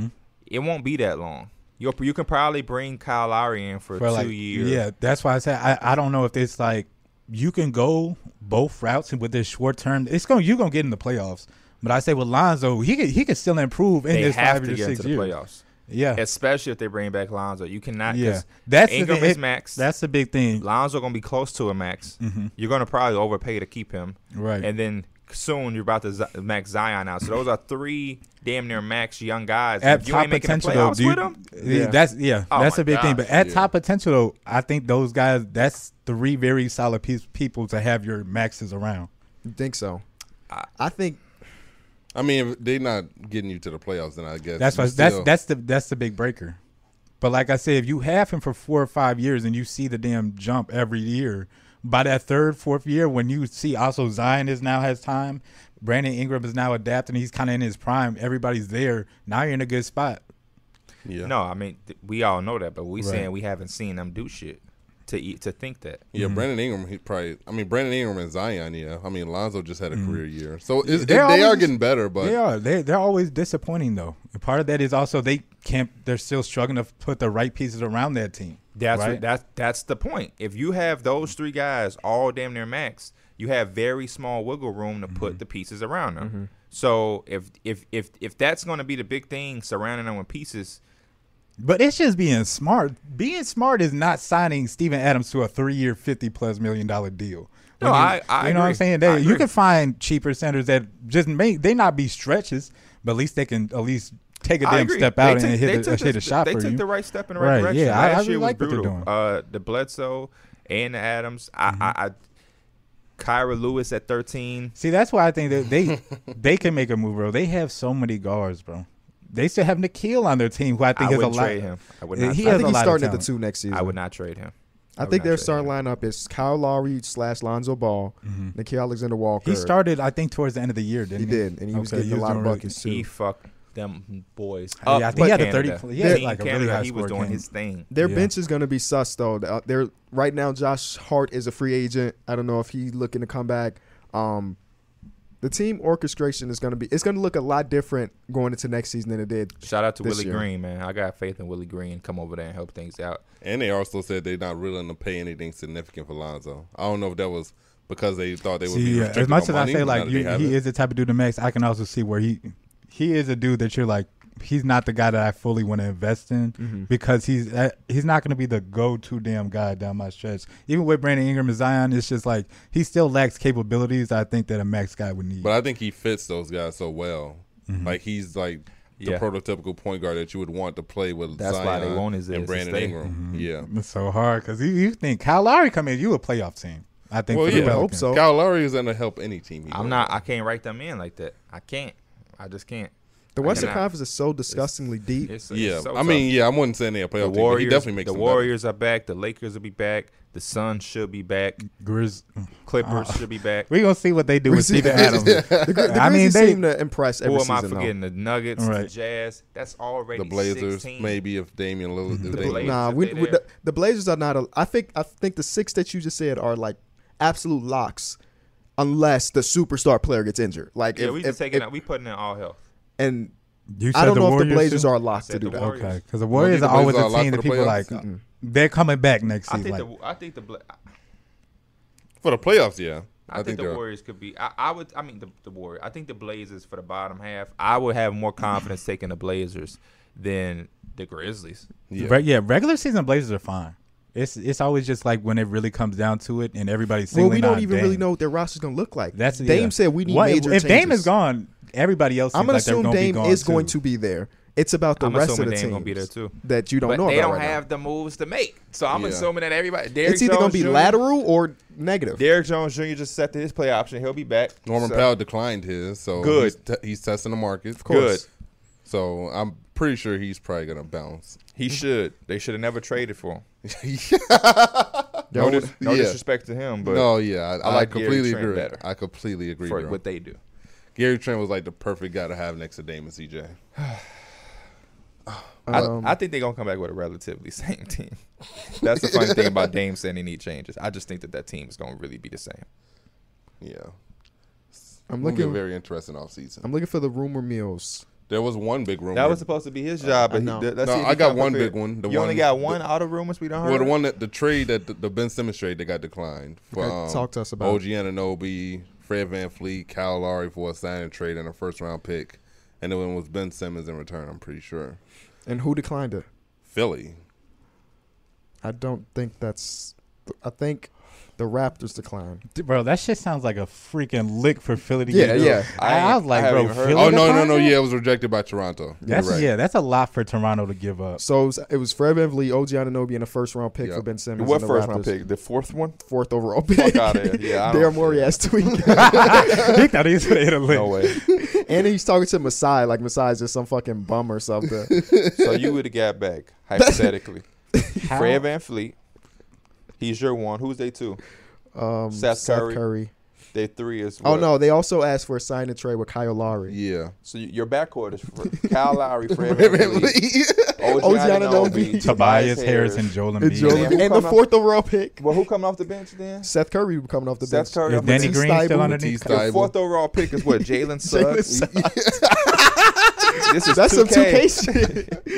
[SPEAKER 2] It won't be that long. You you can probably bring Kyle Lowry in for,
[SPEAKER 4] for
[SPEAKER 2] two
[SPEAKER 4] like
[SPEAKER 2] years.
[SPEAKER 4] Yeah, that's why I said I, I don't know if it's like you can go both routes with this short term. It's going to you're gonna get in the playoffs. But I say with Lonzo, he could, he could still improve in
[SPEAKER 2] they
[SPEAKER 4] this
[SPEAKER 2] have
[SPEAKER 4] five
[SPEAKER 2] to
[SPEAKER 4] or
[SPEAKER 2] get
[SPEAKER 4] six
[SPEAKER 2] into the
[SPEAKER 4] years.
[SPEAKER 2] playoffs,
[SPEAKER 4] Yeah,
[SPEAKER 2] especially if they bring back Lonzo. You cannot.
[SPEAKER 4] yeah.
[SPEAKER 2] Yeah,
[SPEAKER 4] That's the,
[SPEAKER 2] Ingram
[SPEAKER 4] thing.
[SPEAKER 2] is
[SPEAKER 4] It-
[SPEAKER 2] max.
[SPEAKER 4] that's the big thing,
[SPEAKER 2] Lonzo gonna be close to a max. You're gonna probably overpay to keep him,
[SPEAKER 4] right?
[SPEAKER 2] and then soon you're about to Z- max Zion out. So those are three damn near max young guys.
[SPEAKER 4] at
[SPEAKER 2] if you
[SPEAKER 4] top
[SPEAKER 2] ain't making the
[SPEAKER 4] potential though,
[SPEAKER 2] playoffs
[SPEAKER 4] do you,
[SPEAKER 2] with them,
[SPEAKER 4] yeah. that's yeah,
[SPEAKER 2] Oh
[SPEAKER 4] that's
[SPEAKER 2] my
[SPEAKER 4] a big thing.
[SPEAKER 2] gosh,
[SPEAKER 4] But at
[SPEAKER 3] yeah.
[SPEAKER 4] top potential though, I think those guys that's three very solid piece, people to have your maxes around.
[SPEAKER 1] You think so?
[SPEAKER 2] I-
[SPEAKER 1] I think
[SPEAKER 3] I mean, if they're not getting you to the playoffs, then I guess
[SPEAKER 4] That's
[SPEAKER 3] you
[SPEAKER 4] why that's
[SPEAKER 3] still-
[SPEAKER 4] that's the that's the big breaker. But like I said, if you have him for four or five years and you see the damn jump every year, by that third, fourth year, when you see also Zion is now has time, Brandon Ingram is now adapting, he's kind of in his prime. Everybody's there. Now you're in a good spot.
[SPEAKER 3] yeah.
[SPEAKER 2] no. I mean, th- we all know that, but we
[SPEAKER 4] Right.
[SPEAKER 2] saying we haven't seen them do shit to eat to think that.
[SPEAKER 3] Yeah,
[SPEAKER 4] Mm-hmm.
[SPEAKER 3] Brandon Ingram, he probably. I mean, Brandon Ingram and Zion. Yeah, I mean, Lonzo just had a career year, so it's,
[SPEAKER 4] They're
[SPEAKER 3] they are
[SPEAKER 4] Mm-hmm. always-
[SPEAKER 3] getting better. But
[SPEAKER 4] they are they they're always disappointing though. And part of that is also they can't. They're still struggling to put the right pieces around that team.
[SPEAKER 2] That's
[SPEAKER 4] right.
[SPEAKER 2] what, that's that's the point. If you have those three guys all damn near max, you have very small wiggle room to
[SPEAKER 4] Mm-hmm.
[SPEAKER 2] put the pieces around them. So if if if if that's going to be the big thing surrounding them with pieces,
[SPEAKER 4] But it's just being smart. Being smart is not signing Steven Adams to a three-year, fifty-plus million dollar deal.
[SPEAKER 2] No,
[SPEAKER 4] When you,
[SPEAKER 2] I- I
[SPEAKER 4] you know what I'm
[SPEAKER 2] agree.
[SPEAKER 4] saying.
[SPEAKER 2] I
[SPEAKER 4] They, you
[SPEAKER 2] agree.
[SPEAKER 4] can find cheaper centers that just may they not be stretches, but at least they can at least take a
[SPEAKER 2] I
[SPEAKER 4] damn
[SPEAKER 2] agree.
[SPEAKER 4] step
[SPEAKER 2] They
[SPEAKER 4] out
[SPEAKER 2] took-
[SPEAKER 4] and
[SPEAKER 2] they
[SPEAKER 4] hit a,
[SPEAKER 2] took
[SPEAKER 4] hit a shot
[SPEAKER 2] They
[SPEAKER 4] for
[SPEAKER 2] took
[SPEAKER 4] you.
[SPEAKER 2] the right step in the right,
[SPEAKER 4] Right,
[SPEAKER 2] direction.
[SPEAKER 4] yeah, I-
[SPEAKER 2] Last year
[SPEAKER 4] I really
[SPEAKER 2] was
[SPEAKER 4] like what they're
[SPEAKER 2] brutal.
[SPEAKER 4] doing. Mm-hmm.
[SPEAKER 2] Uh, the Bledsoe and the Adams. I, I, I Kyra Lewis at thirteen.
[SPEAKER 4] See, that's why I think that they they can make a move, bro. They have so many guards, bro. They still have Nikhil on their team, who I
[SPEAKER 2] I,
[SPEAKER 4] think is a
[SPEAKER 2] wouldn't
[SPEAKER 4] lot.
[SPEAKER 2] trade him. I would
[SPEAKER 4] Yeah,
[SPEAKER 2] not.
[SPEAKER 4] he
[SPEAKER 2] trade
[SPEAKER 1] I
[SPEAKER 4] has
[SPEAKER 1] think
[SPEAKER 2] him.
[SPEAKER 4] a
[SPEAKER 1] he's
[SPEAKER 4] lot of
[SPEAKER 1] starting at the
[SPEAKER 4] talent.
[SPEAKER 1] two next season.
[SPEAKER 2] I would not trade him.
[SPEAKER 1] I
[SPEAKER 2] would
[SPEAKER 1] think
[SPEAKER 2] not
[SPEAKER 1] their
[SPEAKER 2] trade
[SPEAKER 1] starting
[SPEAKER 2] him.
[SPEAKER 1] lineup is Kyle Lowry slash Lonzo Ball,
[SPEAKER 4] Mhm.
[SPEAKER 1] Nikhil Alexander Walker.
[SPEAKER 4] He started, I think, towards the end of the year, didn't
[SPEAKER 1] He
[SPEAKER 4] he?
[SPEAKER 1] did, and he was
[SPEAKER 4] Okay,
[SPEAKER 1] getting
[SPEAKER 4] he
[SPEAKER 1] a
[SPEAKER 4] was
[SPEAKER 1] lot of
[SPEAKER 4] doing really-
[SPEAKER 1] buckets
[SPEAKER 2] He
[SPEAKER 1] too.
[SPEAKER 2] fucked them boys.
[SPEAKER 4] Yeah,
[SPEAKER 2] Up
[SPEAKER 4] I think he had
[SPEAKER 2] with
[SPEAKER 4] a 30
[SPEAKER 2] Canada.
[SPEAKER 4] he had
[SPEAKER 2] Team
[SPEAKER 4] like a really
[SPEAKER 2] Canada,
[SPEAKER 4] high
[SPEAKER 2] he was
[SPEAKER 4] score
[SPEAKER 2] doing
[SPEAKER 4] game.
[SPEAKER 2] his thing.
[SPEAKER 1] Their
[SPEAKER 4] Yeah.
[SPEAKER 1] bench is going to be sus though. Uh, They're right now. Josh Hart is a free agent. I don't know if he's looking to come back. Um, the team orchestration is going to be. It's going to look a lot different going into next season than it did.
[SPEAKER 2] Shout out to
[SPEAKER 1] this
[SPEAKER 2] Willie
[SPEAKER 1] year.
[SPEAKER 2] Green, man. I got faith in Willie Green. Come over there and help things out.
[SPEAKER 3] and they also said they're not willing to pay anything significant for Lonzo. I don't know if that was because they thought they would
[SPEAKER 4] See,
[SPEAKER 3] be
[SPEAKER 4] yeah,
[SPEAKER 3] restricted
[SPEAKER 4] as much as
[SPEAKER 3] on
[SPEAKER 4] I
[SPEAKER 3] money, but
[SPEAKER 4] say,
[SPEAKER 3] now
[SPEAKER 4] like
[SPEAKER 3] that
[SPEAKER 4] you,
[SPEAKER 3] they have
[SPEAKER 4] he
[SPEAKER 3] it.
[SPEAKER 4] is the type of dude to max. I can also see where he he is a dude that you're like he's not the guy that I fully want to invest in because he's uh, he's not going to be the go-to damn guy down my stretch. Even with Brandon Ingram and Zion, it's just like he still lacks capabilities. I think that a max guy would need.
[SPEAKER 3] But I think he fits those guys so well.
[SPEAKER 4] Mm-hmm.
[SPEAKER 3] Like he's like the
[SPEAKER 2] Yeah.
[SPEAKER 3] prototypical point guard that you would want to play with.
[SPEAKER 2] That's
[SPEAKER 3] Zion
[SPEAKER 2] why they want his ass
[SPEAKER 3] and
[SPEAKER 2] to
[SPEAKER 3] Brandon
[SPEAKER 2] stay.
[SPEAKER 3] Ingram.
[SPEAKER 4] Mm-hmm.
[SPEAKER 3] Yeah.
[SPEAKER 4] it's so hard because you, you think Kyle Lowry come in, you a playoff team. I think.
[SPEAKER 3] Well,
[SPEAKER 4] for the
[SPEAKER 3] yeah, I
[SPEAKER 1] hope
[SPEAKER 4] Pelicans.
[SPEAKER 1] so.
[SPEAKER 3] Kyle Lowry is going to help any team. He
[SPEAKER 2] I'm
[SPEAKER 3] goes
[SPEAKER 2] not.
[SPEAKER 3] on.
[SPEAKER 2] I can't write them in like that. I can't. I just can't.
[SPEAKER 1] The
[SPEAKER 2] I
[SPEAKER 1] Western
[SPEAKER 2] cannot.
[SPEAKER 1] Conference is so disgustingly deep.
[SPEAKER 2] It's, it's
[SPEAKER 3] yeah,
[SPEAKER 2] so
[SPEAKER 3] I mean, yeah, I wouldn't say they're a
[SPEAKER 2] tough.
[SPEAKER 3] playoff
[SPEAKER 2] the
[SPEAKER 3] team. but
[SPEAKER 2] Warriors.
[SPEAKER 3] He definitely makes
[SPEAKER 2] the
[SPEAKER 3] them
[SPEAKER 2] Warriors are back. The Lakers will be back. The Suns should be back.
[SPEAKER 4] Grizz,
[SPEAKER 2] Clippers should be back.
[SPEAKER 4] Uh, we gonna see what they do with
[SPEAKER 1] see
[SPEAKER 4] Steven
[SPEAKER 1] that.
[SPEAKER 4] Adams.
[SPEAKER 1] The, Gri- the
[SPEAKER 4] I mean,
[SPEAKER 1] Grizzlies
[SPEAKER 4] they-
[SPEAKER 1] seem to impress every
[SPEAKER 2] Who am I
[SPEAKER 1] season, though.
[SPEAKER 2] forgetting? The Nuggets, the
[SPEAKER 4] Right.
[SPEAKER 2] Jazz. That's
[SPEAKER 3] better.
[SPEAKER 2] already
[SPEAKER 3] The Blazers,
[SPEAKER 2] 16.
[SPEAKER 3] maybe if Damian Lillard. if
[SPEAKER 1] The,
[SPEAKER 3] they-
[SPEAKER 1] Bla-
[SPEAKER 2] Blazers,
[SPEAKER 1] nah,
[SPEAKER 2] if
[SPEAKER 1] we,
[SPEAKER 2] they
[SPEAKER 1] we-
[SPEAKER 2] there.
[SPEAKER 1] the, the Blazers are not. A, I think I think the six that you just said are like absolute locks, unless the superstar player gets injured. Like
[SPEAKER 2] Yeah,
[SPEAKER 1] if,
[SPEAKER 2] we
[SPEAKER 1] if,
[SPEAKER 2] just taking.
[SPEAKER 1] if-
[SPEAKER 2] out- We putting in all health.
[SPEAKER 1] and
[SPEAKER 4] You
[SPEAKER 1] I
[SPEAKER 4] said
[SPEAKER 1] don't know if the
[SPEAKER 4] Warriors
[SPEAKER 1] Blazers
[SPEAKER 4] too?
[SPEAKER 1] are locks
[SPEAKER 2] I
[SPEAKER 1] to
[SPEAKER 2] said
[SPEAKER 1] do
[SPEAKER 2] the
[SPEAKER 1] that.
[SPEAKER 2] Warriors.
[SPEAKER 4] Okay, because the
[SPEAKER 3] think
[SPEAKER 4] Warriors
[SPEAKER 3] the
[SPEAKER 4] are always
[SPEAKER 3] Blazers are
[SPEAKER 4] a
[SPEAKER 3] locked
[SPEAKER 4] team
[SPEAKER 3] for
[SPEAKER 4] that
[SPEAKER 3] the
[SPEAKER 4] people like.
[SPEAKER 3] playoffs?
[SPEAKER 4] They're coming back next
[SPEAKER 2] I
[SPEAKER 4] season.
[SPEAKER 2] think
[SPEAKER 4] Like,
[SPEAKER 2] the. I think the. Bla-
[SPEAKER 3] for the playoffs, yeah.
[SPEAKER 2] I, think, the
[SPEAKER 3] they're-
[SPEAKER 2] Warriors could be. I, I would. I mean, the, the Warriors. I think the Blazers for the bottom half. I would have more confidence taking the Blazers than the Grizzlies.
[SPEAKER 3] Yeah.
[SPEAKER 4] Re- yeah, regular season Blazers are fine. It's it's always just like when it really comes down to it, and everybody's
[SPEAKER 1] Well,
[SPEAKER 4] singling
[SPEAKER 1] we don't
[SPEAKER 4] out
[SPEAKER 1] even
[SPEAKER 4] Dame.
[SPEAKER 1] really know what their roster's gonna look like.
[SPEAKER 4] That's
[SPEAKER 1] Dame
[SPEAKER 4] yeah.
[SPEAKER 1] said we need
[SPEAKER 4] What-
[SPEAKER 1] major
[SPEAKER 4] If Dame
[SPEAKER 1] changes.
[SPEAKER 4] is gone, everybody else.
[SPEAKER 1] I'm
[SPEAKER 4] Seems
[SPEAKER 1] gonna
[SPEAKER 4] like they're
[SPEAKER 1] assume
[SPEAKER 4] gonna
[SPEAKER 1] Dame
[SPEAKER 4] be gone
[SPEAKER 1] is going
[SPEAKER 4] too.
[SPEAKER 1] to be there. It's about the
[SPEAKER 2] I'm
[SPEAKER 1] rest of
[SPEAKER 2] assuming
[SPEAKER 1] the
[SPEAKER 2] Dame
[SPEAKER 1] team
[SPEAKER 2] gonna be there too.
[SPEAKER 1] that you don't
[SPEAKER 2] but
[SPEAKER 1] know
[SPEAKER 2] they
[SPEAKER 1] about
[SPEAKER 2] don't
[SPEAKER 1] right
[SPEAKER 2] have the moves to make. So I'm
[SPEAKER 3] Yeah.
[SPEAKER 2] assuming that everybody.
[SPEAKER 1] now.
[SPEAKER 2] Derrick
[SPEAKER 1] It's either
[SPEAKER 2] Jones
[SPEAKER 1] gonna be
[SPEAKER 2] Jr.
[SPEAKER 1] lateral or negative.
[SPEAKER 2] Derrick Jones Jr. just set to his play option. He'll be back.
[SPEAKER 3] Norman
[SPEAKER 2] So-
[SPEAKER 3] Powell declined his, so
[SPEAKER 2] Good.
[SPEAKER 3] He's, te- he's testing the market. Of
[SPEAKER 2] course. Good.
[SPEAKER 3] So I'm pretty sure he's probably gonna bounce.
[SPEAKER 2] He should. They should have never traded for him.
[SPEAKER 1] Yo,
[SPEAKER 2] No, dis- no
[SPEAKER 3] yeah.
[SPEAKER 2] disrespect to him, but
[SPEAKER 3] no, yeah, I, I,
[SPEAKER 2] like Gary
[SPEAKER 3] completely
[SPEAKER 2] Trent
[SPEAKER 3] agree.
[SPEAKER 2] better.
[SPEAKER 3] I completely agree.
[SPEAKER 2] for
[SPEAKER 3] bro.
[SPEAKER 2] what they do.
[SPEAKER 3] Gary Trent was like the perfect guy to have next to Damon CJ.
[SPEAKER 2] I,
[SPEAKER 1] Um,
[SPEAKER 2] I think they're gonna come back with a relatively same team. That's the funny thing about Dame saying he need changes. I just think that that team is going to really be the same.
[SPEAKER 3] Yeah.
[SPEAKER 1] I'm
[SPEAKER 3] It's gonna be a
[SPEAKER 1] looking.
[SPEAKER 3] very interesting offseason.
[SPEAKER 1] I'm looking for the rumor meals.
[SPEAKER 3] There was one big rumor.
[SPEAKER 2] That was supposed to be his job, but he,
[SPEAKER 1] know.
[SPEAKER 2] let's see
[SPEAKER 3] No,
[SPEAKER 2] if he
[SPEAKER 3] I got
[SPEAKER 2] comes
[SPEAKER 3] one
[SPEAKER 2] prepared.
[SPEAKER 3] big one. The
[SPEAKER 2] you only
[SPEAKER 3] one-
[SPEAKER 2] got one out of rumors we don't heard.
[SPEAKER 3] well, the
[SPEAKER 2] of?
[SPEAKER 3] one that the trade that the, the Ben Simmons trade that got declined. For,
[SPEAKER 1] Okay,
[SPEAKER 3] um,
[SPEAKER 1] talk to us about
[SPEAKER 3] OG Ananobi, Fred Van Fleet, Kyle Lowry for a sign and trade and a first round pick, and then it was Ben Simmons in return. I'm pretty sure
[SPEAKER 1] And who declined it?
[SPEAKER 3] Philly.
[SPEAKER 1] I don't think that's. I think the Raptors declined.
[SPEAKER 4] Dude, Bro, that shit sounds like a freaking lick for Philly to
[SPEAKER 1] Yeah,
[SPEAKER 4] get.
[SPEAKER 1] yeah.
[SPEAKER 4] I, I was like,
[SPEAKER 2] haven't
[SPEAKER 4] bro,
[SPEAKER 2] even heard
[SPEAKER 4] Philly
[SPEAKER 2] of
[SPEAKER 3] Oh
[SPEAKER 4] to
[SPEAKER 3] no no
[SPEAKER 4] find
[SPEAKER 3] no!
[SPEAKER 4] that?
[SPEAKER 3] Yeah, it was rejected by Toronto. You're
[SPEAKER 4] That's
[SPEAKER 3] right.
[SPEAKER 4] yeah, that's a lot for Toronto to give up.
[SPEAKER 1] So it was, it was Fred VanVleet, OG Ananobi, and a first round pick
[SPEAKER 3] Yeah.
[SPEAKER 1] for Ben
[SPEAKER 2] it.
[SPEAKER 1] Simmons.
[SPEAKER 2] What
[SPEAKER 1] and the
[SPEAKER 2] first round
[SPEAKER 1] Raptors.
[SPEAKER 2] pick? The fourth one?
[SPEAKER 1] Fourth overall pick.
[SPEAKER 2] Fuck out of here. Yeah, I don't
[SPEAKER 1] Daryl
[SPEAKER 2] care.
[SPEAKER 1] Morey ass tweak.
[SPEAKER 4] he thought he was gonna hit a lick.
[SPEAKER 2] No way.
[SPEAKER 1] and he's talking to Masai like Masai's just some fucking bum or something.
[SPEAKER 2] so you would have got back hypothetically.
[SPEAKER 4] How-
[SPEAKER 2] Fred Van Fleet. He's your one. Who's they two?
[SPEAKER 1] Um,
[SPEAKER 2] Seth Curry. They three is.
[SPEAKER 1] Oh
[SPEAKER 2] what?
[SPEAKER 1] no, they also asked for a sign and trade with Kyle Lowry.
[SPEAKER 3] Yeah.
[SPEAKER 2] So y- your backcourt is for Kyle Lowry, Fred Van Fleet,
[SPEAKER 1] OG
[SPEAKER 2] OG
[SPEAKER 1] Anunoby,
[SPEAKER 2] Anunoby,
[SPEAKER 4] Tobias Harris and Joel
[SPEAKER 1] And,
[SPEAKER 4] Embiid.
[SPEAKER 1] Joe-
[SPEAKER 2] Yeah.
[SPEAKER 1] and the fourth overall pick,
[SPEAKER 2] Well, who coming off the bench then?
[SPEAKER 1] Seth Curry coming off the bench.
[SPEAKER 2] Seth Curry.
[SPEAKER 4] Is
[SPEAKER 2] off the
[SPEAKER 4] Danny
[SPEAKER 2] bench.
[SPEAKER 4] Green still
[SPEAKER 3] Matisse
[SPEAKER 4] underneath?
[SPEAKER 2] Your
[SPEAKER 3] Thybulle.
[SPEAKER 2] fourth overall pick is what? Jalen
[SPEAKER 1] Jalen
[SPEAKER 2] Suggs. this is
[SPEAKER 1] That's
[SPEAKER 2] 2K.
[SPEAKER 1] some two K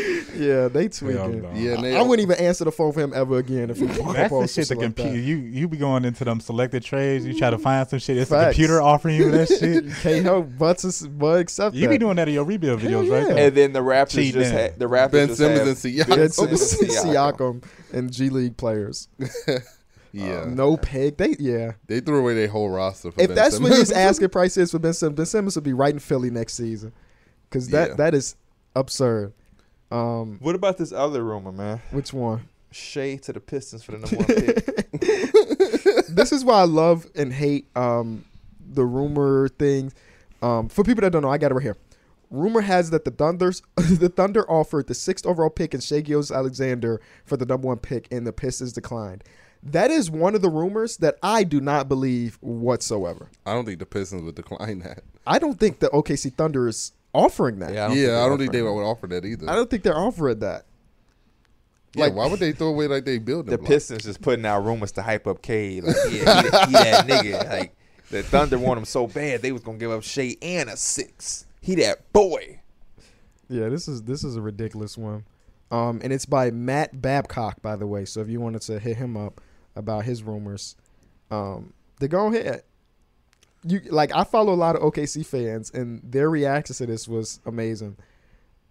[SPEAKER 1] shit. yeah, they tweaking.
[SPEAKER 4] Hell no.
[SPEAKER 3] Yeah, and they-
[SPEAKER 1] I wouldn't even answer the phone for him ever again if he walked up
[SPEAKER 4] That's
[SPEAKER 1] on
[SPEAKER 4] the shit the
[SPEAKER 1] some like Mm-hmm.
[SPEAKER 4] computer. you you be going into them selected trades. You try to find some shit. It's the
[SPEAKER 1] Facts.
[SPEAKER 4] computer offering you that shit.
[SPEAKER 1] that. Can't help but to but accept
[SPEAKER 4] You
[SPEAKER 1] that.
[SPEAKER 4] be doing that in your rebuild
[SPEAKER 1] Hell
[SPEAKER 4] videos, right?
[SPEAKER 1] yeah.
[SPEAKER 4] There.
[SPEAKER 2] And then the Raptors
[SPEAKER 4] Cheating.
[SPEAKER 2] just had the Raptors
[SPEAKER 3] Ben
[SPEAKER 2] just
[SPEAKER 3] Simmons
[SPEAKER 2] have
[SPEAKER 3] and
[SPEAKER 1] Ben
[SPEAKER 3] Siakam.
[SPEAKER 1] Simmons,
[SPEAKER 2] Simmons,
[SPEAKER 1] Siakam, and G League players.
[SPEAKER 3] Yeah.
[SPEAKER 1] Um, No peg. They yeah.
[SPEAKER 3] They threw away their whole roster. For
[SPEAKER 1] if
[SPEAKER 3] ben
[SPEAKER 1] that's
[SPEAKER 3] Simmons.
[SPEAKER 1] what his asking price is for Ben Simmons, Ben Simmons will be right in Philly next season. Cause that
[SPEAKER 3] Yeah.
[SPEAKER 1] that is absurd. Um,
[SPEAKER 2] What about this other rumor, man?
[SPEAKER 1] which one?
[SPEAKER 2] Shea to the Pistons for the number one pick.
[SPEAKER 1] this is why I love and hate um, the rumor things. Um, for people that don't know, I got it right here. Rumor has that the Thunder's the Thunder offered the sixth overall pick and Shea Gilgeous Alexander for the number one pick, and the Pistons declined. That is one of the rumors that I do not believe whatsoever.
[SPEAKER 3] I don't think the Pistons would decline that.
[SPEAKER 1] I don't think the OKC Thunder is offering that.
[SPEAKER 2] Yeah, I don't think
[SPEAKER 3] yeah, I
[SPEAKER 2] they're
[SPEAKER 3] don't think they
[SPEAKER 2] offering
[SPEAKER 3] would offer that either.
[SPEAKER 1] I don't think they're offering that.
[SPEAKER 3] yeah, why would they throw away like they build
[SPEAKER 2] The Pistons just putting out rumors to hype up K. Like, yeah, he, that- he that nigga. Like the Thunder want him so bad they was gonna give up Shea and a six. He that boy.
[SPEAKER 1] Yeah, this is this is a ridiculous one. Um, and it's by Matt Babcock, by the way. So if you wanted to hit him up about his rumors, um, then go ahead. You like I follow a lot of OKC fans, and their reactions to this was amazing.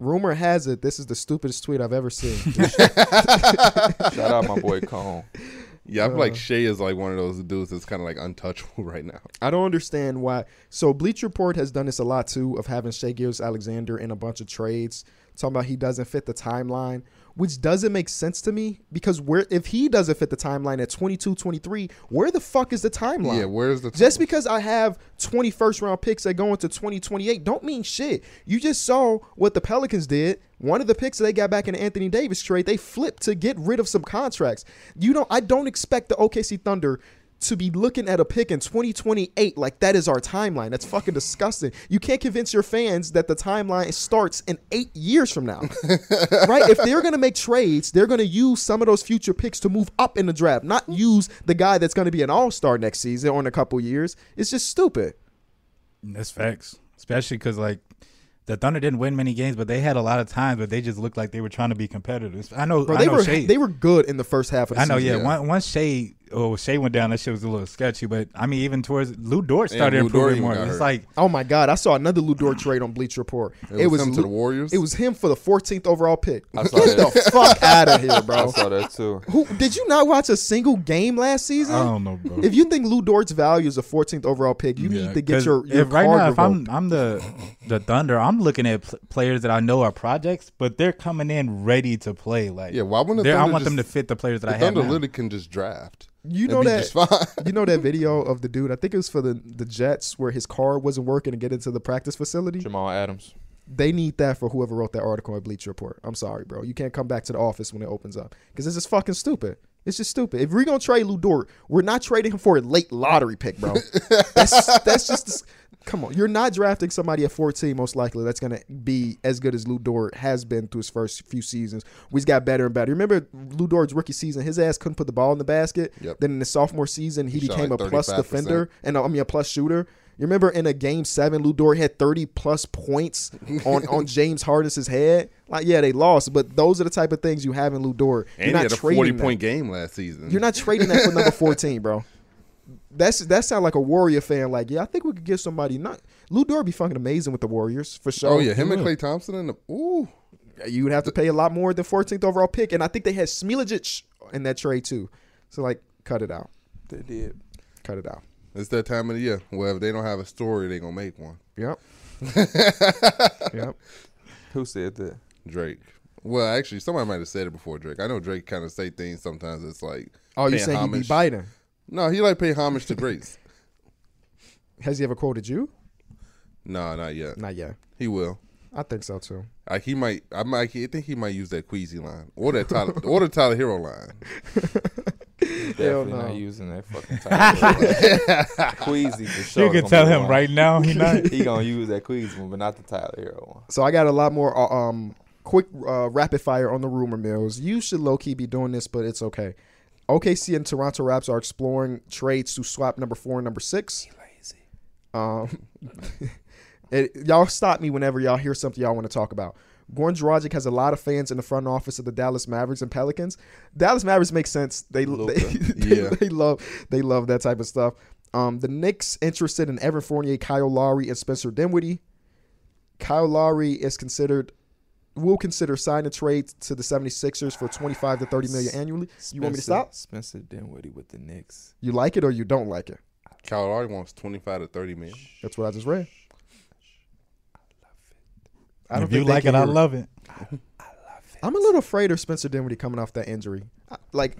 [SPEAKER 1] Rumor has it this is the stupidest tweet I've ever seen.
[SPEAKER 2] Shout out my boy Cone.
[SPEAKER 3] Yeah, I feel
[SPEAKER 1] Uh,
[SPEAKER 3] like Shea is like one of those dudes that's kind of like untouchable right now.
[SPEAKER 1] I don't understand why. So Bleach Report has done this a lot too of having Shea Gillis Alexander in a bunch of trades, talking about he doesn't fit the timeline, which doesn't make sense to me because where if he doesn't fit the timeline at 22, 23, where the fuck is the timeline?
[SPEAKER 3] Yeah, where's the
[SPEAKER 1] Just because I have 20 first round picks that go into 2028 don't mean shit. You just saw what the Pelicans did. One of the picks that they got back in the Anthony Davis trade, they flipped to get rid of some contracts. You don't I don't expect the OKC Thunder to be looking at a pick in 2028 like that is our timeline. That's fucking disgusting. You can't convince your fans that the timeline starts in 8 years from now. right? If they're going to make trades, they're going to use some of those future picks to move up in the draft, not use the guy that's going to be an all star next season or in a couple years. It's just stupid.
[SPEAKER 4] That's facts, especially because like the Thunder didn't win many games, but they had a lot of times, but they just looked like they were trying to be competitive. I know,
[SPEAKER 1] Bro,
[SPEAKER 4] I
[SPEAKER 1] they
[SPEAKER 4] know
[SPEAKER 1] were
[SPEAKER 4] Shea-
[SPEAKER 1] they were good in the first half of the
[SPEAKER 4] I know,
[SPEAKER 1] season.
[SPEAKER 4] yeah.
[SPEAKER 3] yeah.
[SPEAKER 4] Once, once Shea, oh, Shea went down, that shit was a little sketchy. But I mean, even towards Lou Dort
[SPEAKER 3] And
[SPEAKER 4] started
[SPEAKER 3] Lou Dort
[SPEAKER 4] improving
[SPEAKER 3] even
[SPEAKER 4] more.
[SPEAKER 3] got
[SPEAKER 4] It's
[SPEAKER 3] hurt.
[SPEAKER 4] like
[SPEAKER 1] Oh my God! I saw another Lou Dort trade on Bleach Report.
[SPEAKER 3] It was him to the Warriors?
[SPEAKER 1] It was him for the 14th overall pick.
[SPEAKER 2] I
[SPEAKER 1] Get
[SPEAKER 2] saw that.
[SPEAKER 1] the fuck out of here,
[SPEAKER 2] I
[SPEAKER 1] bro.
[SPEAKER 2] saw that too.
[SPEAKER 1] Who did you not watch a single game last season?
[SPEAKER 4] I don't know, bro.
[SPEAKER 1] If you think Lou Dort's value is a 14th overall pick, you
[SPEAKER 4] Yeah,
[SPEAKER 1] need to get
[SPEAKER 4] Uh, 'cause
[SPEAKER 1] your, your
[SPEAKER 4] if right
[SPEAKER 1] card
[SPEAKER 4] now, if
[SPEAKER 1] revoked.
[SPEAKER 4] I'm I'm the the Thunder, I'm looking at pl- players that I know are projects, but they're coming in ready to play. Like
[SPEAKER 3] Yeah, why wouldn't the
[SPEAKER 4] they're- I
[SPEAKER 3] Thunder
[SPEAKER 4] want them to
[SPEAKER 3] just-
[SPEAKER 4] fit the players that
[SPEAKER 3] the
[SPEAKER 4] I have.
[SPEAKER 3] Thunder
[SPEAKER 4] now.
[SPEAKER 3] literally can just draft?
[SPEAKER 1] You
[SPEAKER 3] and
[SPEAKER 1] know
[SPEAKER 3] be
[SPEAKER 1] that-
[SPEAKER 3] just fine.
[SPEAKER 1] You know that video of the dude? I think it was for the the Jets where his car wasn't working to get into the practice facility.
[SPEAKER 2] Jamal Adams.
[SPEAKER 1] They need that for whoever wrote that article at Bleach Report. I'm sorry, bro. You can't come back to the office when it opens up because this is fucking stupid. It's just stupid. If we're gonna trade Lou Dort, we're not trading him for a late lottery pick, bro. that's that's just come on. You're not drafting somebody at 14 most likely that's gonna be as good as Lou Dort has been through his first few seasons. We've got better and better. Remember Lou Dort's rookie season, his ass couldn't put the ball in the basket.
[SPEAKER 3] Yep.
[SPEAKER 1] Then in the sophomore season, he,
[SPEAKER 3] He shot
[SPEAKER 1] became
[SPEAKER 3] like
[SPEAKER 1] a plus
[SPEAKER 3] 35%.
[SPEAKER 1] defender and I mean a plus shooter. You remember in a game seven, Lou Dort had 30 plus points on, on James Harden's head. Like, yeah, they lost, but those are the type of things you have in Lou Dort. You're
[SPEAKER 3] And he
[SPEAKER 1] not
[SPEAKER 3] had a
[SPEAKER 1] trading
[SPEAKER 3] forty
[SPEAKER 1] that.
[SPEAKER 3] point game last season.
[SPEAKER 1] You're not trading that for number 14, bro. That's that sound like a Warrior fan. Like, yeah, I think we could get somebody. Not Lou Dort be fucking amazing with the Warriors for sure.
[SPEAKER 3] Oh yeah, him and
[SPEAKER 1] Clay.
[SPEAKER 3] Clay Thompson and the ooh.
[SPEAKER 1] You would have to pay a lot more than 14th overall pick, and I think they had Smilajic in that trade too. So like, cut it out.
[SPEAKER 2] They did.
[SPEAKER 1] Cut it out.
[SPEAKER 3] It's that time of the year where if they don't have a story, they gonna make one.
[SPEAKER 1] Yep. yep.
[SPEAKER 2] Who said that?
[SPEAKER 3] Drake. Well, actually, somebody might have said it before Drake. I know Drake kind of say things sometimes. It's like,
[SPEAKER 1] Oh, you
[SPEAKER 3] paying
[SPEAKER 1] saying he
[SPEAKER 3] homage.
[SPEAKER 1] beat Biden?
[SPEAKER 3] No, he like pay homage to greats.
[SPEAKER 1] Has he ever quoted you?
[SPEAKER 3] no, not yet.
[SPEAKER 1] Not yet.
[SPEAKER 3] He will.
[SPEAKER 1] I think so too.
[SPEAKER 3] Like he might. I might. I think he might use that Queasy line or that Tyler or the Tyler Hero line.
[SPEAKER 2] Definitely
[SPEAKER 1] no.
[SPEAKER 2] not using that fucking title. Queasy for sure.
[SPEAKER 4] you can
[SPEAKER 2] gonna
[SPEAKER 4] tell
[SPEAKER 2] be
[SPEAKER 4] him
[SPEAKER 2] one.
[SPEAKER 4] right now he not.
[SPEAKER 2] He gonna use that Queasy one, but not the Tyler Hero one.
[SPEAKER 1] So I got a lot more uh, um quick uh, rapid fire on the rumor mills. You should low key be doing this, but it's okay. OKC and Toronto Raps are exploring trades to swap number four and number six. Um, it, y'all stop me whenever y'all hear something y'all want to talk about. Goran Dragic has a lot of fans in the front office of the Dallas Mavericks and Pelicans. Dallas Mavericks makes sense. They
[SPEAKER 2] Luka.
[SPEAKER 1] they, they,
[SPEAKER 3] Yeah.
[SPEAKER 1] they love they love that type of stuff. Um, the Knicks interested in Evan Fournier, Kyle Lowry, and Spencer Dinwiddie. Kyle Lowry is considered will consider signing a trade to the 76ers for 25 to 30 million annually. you want me to stop?
[SPEAKER 2] Spencer Dinwiddie with the Knicks.
[SPEAKER 1] You like it or you don't like it?
[SPEAKER 3] Kyle Lowry wants twenty five to thirty million.
[SPEAKER 1] That's what I just read. I don't
[SPEAKER 4] If you
[SPEAKER 1] think they
[SPEAKER 4] like
[SPEAKER 1] can
[SPEAKER 4] it, I
[SPEAKER 1] hear
[SPEAKER 4] love it.
[SPEAKER 1] I'm a little afraid of Spencer Dinwiddie coming off that injury. I- Like,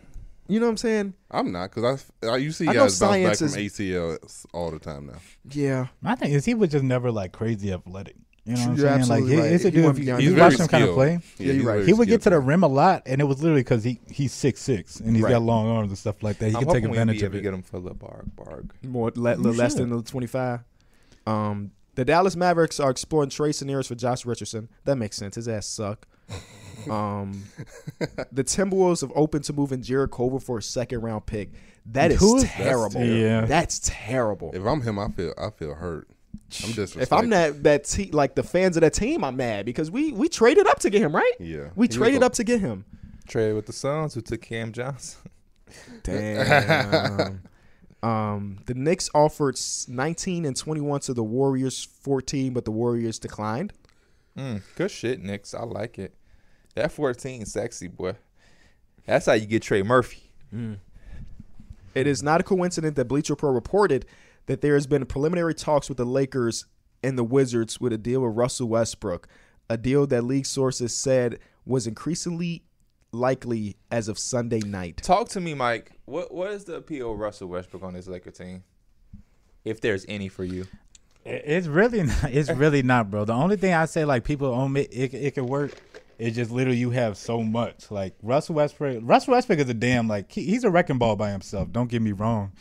[SPEAKER 1] you know what I'm saying?
[SPEAKER 3] I'm not because I, I you see
[SPEAKER 1] I know
[SPEAKER 3] guys bounce back
[SPEAKER 1] science
[SPEAKER 3] from
[SPEAKER 1] is-
[SPEAKER 3] ACLs all the time now.
[SPEAKER 1] Yeah.
[SPEAKER 4] My thing is he was just never like crazy athletic. You know what I'm
[SPEAKER 1] You're
[SPEAKER 4] saying? Like
[SPEAKER 1] absolutely
[SPEAKER 4] he-
[SPEAKER 1] right.
[SPEAKER 4] it's a
[SPEAKER 1] He
[SPEAKER 4] dude.
[SPEAKER 1] wasn't
[SPEAKER 4] If you,
[SPEAKER 1] beyond
[SPEAKER 4] you
[SPEAKER 1] his
[SPEAKER 4] watch
[SPEAKER 1] years.
[SPEAKER 4] him kind of
[SPEAKER 3] skilled.
[SPEAKER 4] play,
[SPEAKER 1] Yeah, you're
[SPEAKER 3] he's
[SPEAKER 1] right.
[SPEAKER 3] very
[SPEAKER 4] he would get to
[SPEAKER 3] skilled.
[SPEAKER 4] the rim a lot, and it was literally because he he's six six and he's
[SPEAKER 1] Right.
[SPEAKER 4] got long arms and stuff like that. He
[SPEAKER 2] I'm
[SPEAKER 4] can take
[SPEAKER 2] hoping we
[SPEAKER 4] advantage
[SPEAKER 2] be able
[SPEAKER 4] of
[SPEAKER 2] to
[SPEAKER 4] it.
[SPEAKER 2] get him for the Barg Barg.
[SPEAKER 1] More le- le-
[SPEAKER 4] You
[SPEAKER 1] less
[SPEAKER 4] should.
[SPEAKER 1] than the 25. Um, the Dallas Mavericks are exploring trade scenarios for Josh Richardson. That makes sense. His ass suck. Um, the Timberwolves have opened to moving Jared Culver for a second round pick. That is,
[SPEAKER 4] Who is-
[SPEAKER 1] terrible.
[SPEAKER 4] That's terrible. Yeah.
[SPEAKER 1] That's terrible.
[SPEAKER 3] If I'm him, I feel I feel hurt. I'm just
[SPEAKER 1] If I'm that that te- like the fans of that team, I'm mad because we we traded up to get him, right?
[SPEAKER 3] Yeah.
[SPEAKER 1] we
[SPEAKER 3] He was
[SPEAKER 1] traded
[SPEAKER 3] a-
[SPEAKER 1] up to get him.
[SPEAKER 2] Trade with the Suns who took Cam Johnson.
[SPEAKER 1] Damn. um, the Knicks offered s- 19 and 21 to the Warriors 14, but the Warriors declined.
[SPEAKER 2] Mm, good shit, Knicks. I like it. That 14 sexy boy. That's how you get Trey Murphy.
[SPEAKER 1] It is not a coincidence that Bleacher Pro reported that there has been preliminary talks with the Lakers and the Wizards with a deal with Russell Westbrook, a deal that league sources said was increasingly likely as of Sunday night.
[SPEAKER 2] Talk to me, Mike. What what is the appeal of Russell Westbrook on this Laker team? If there's any for you.
[SPEAKER 4] It- It's really not, it's really not, bro. The only thing I say like people own it, it, it could work. It's just literally you have so much. Like Russell Westbrook, Russell Westbrook is a damn like he, he's a wrecking ball by himself. Don't get me wrong,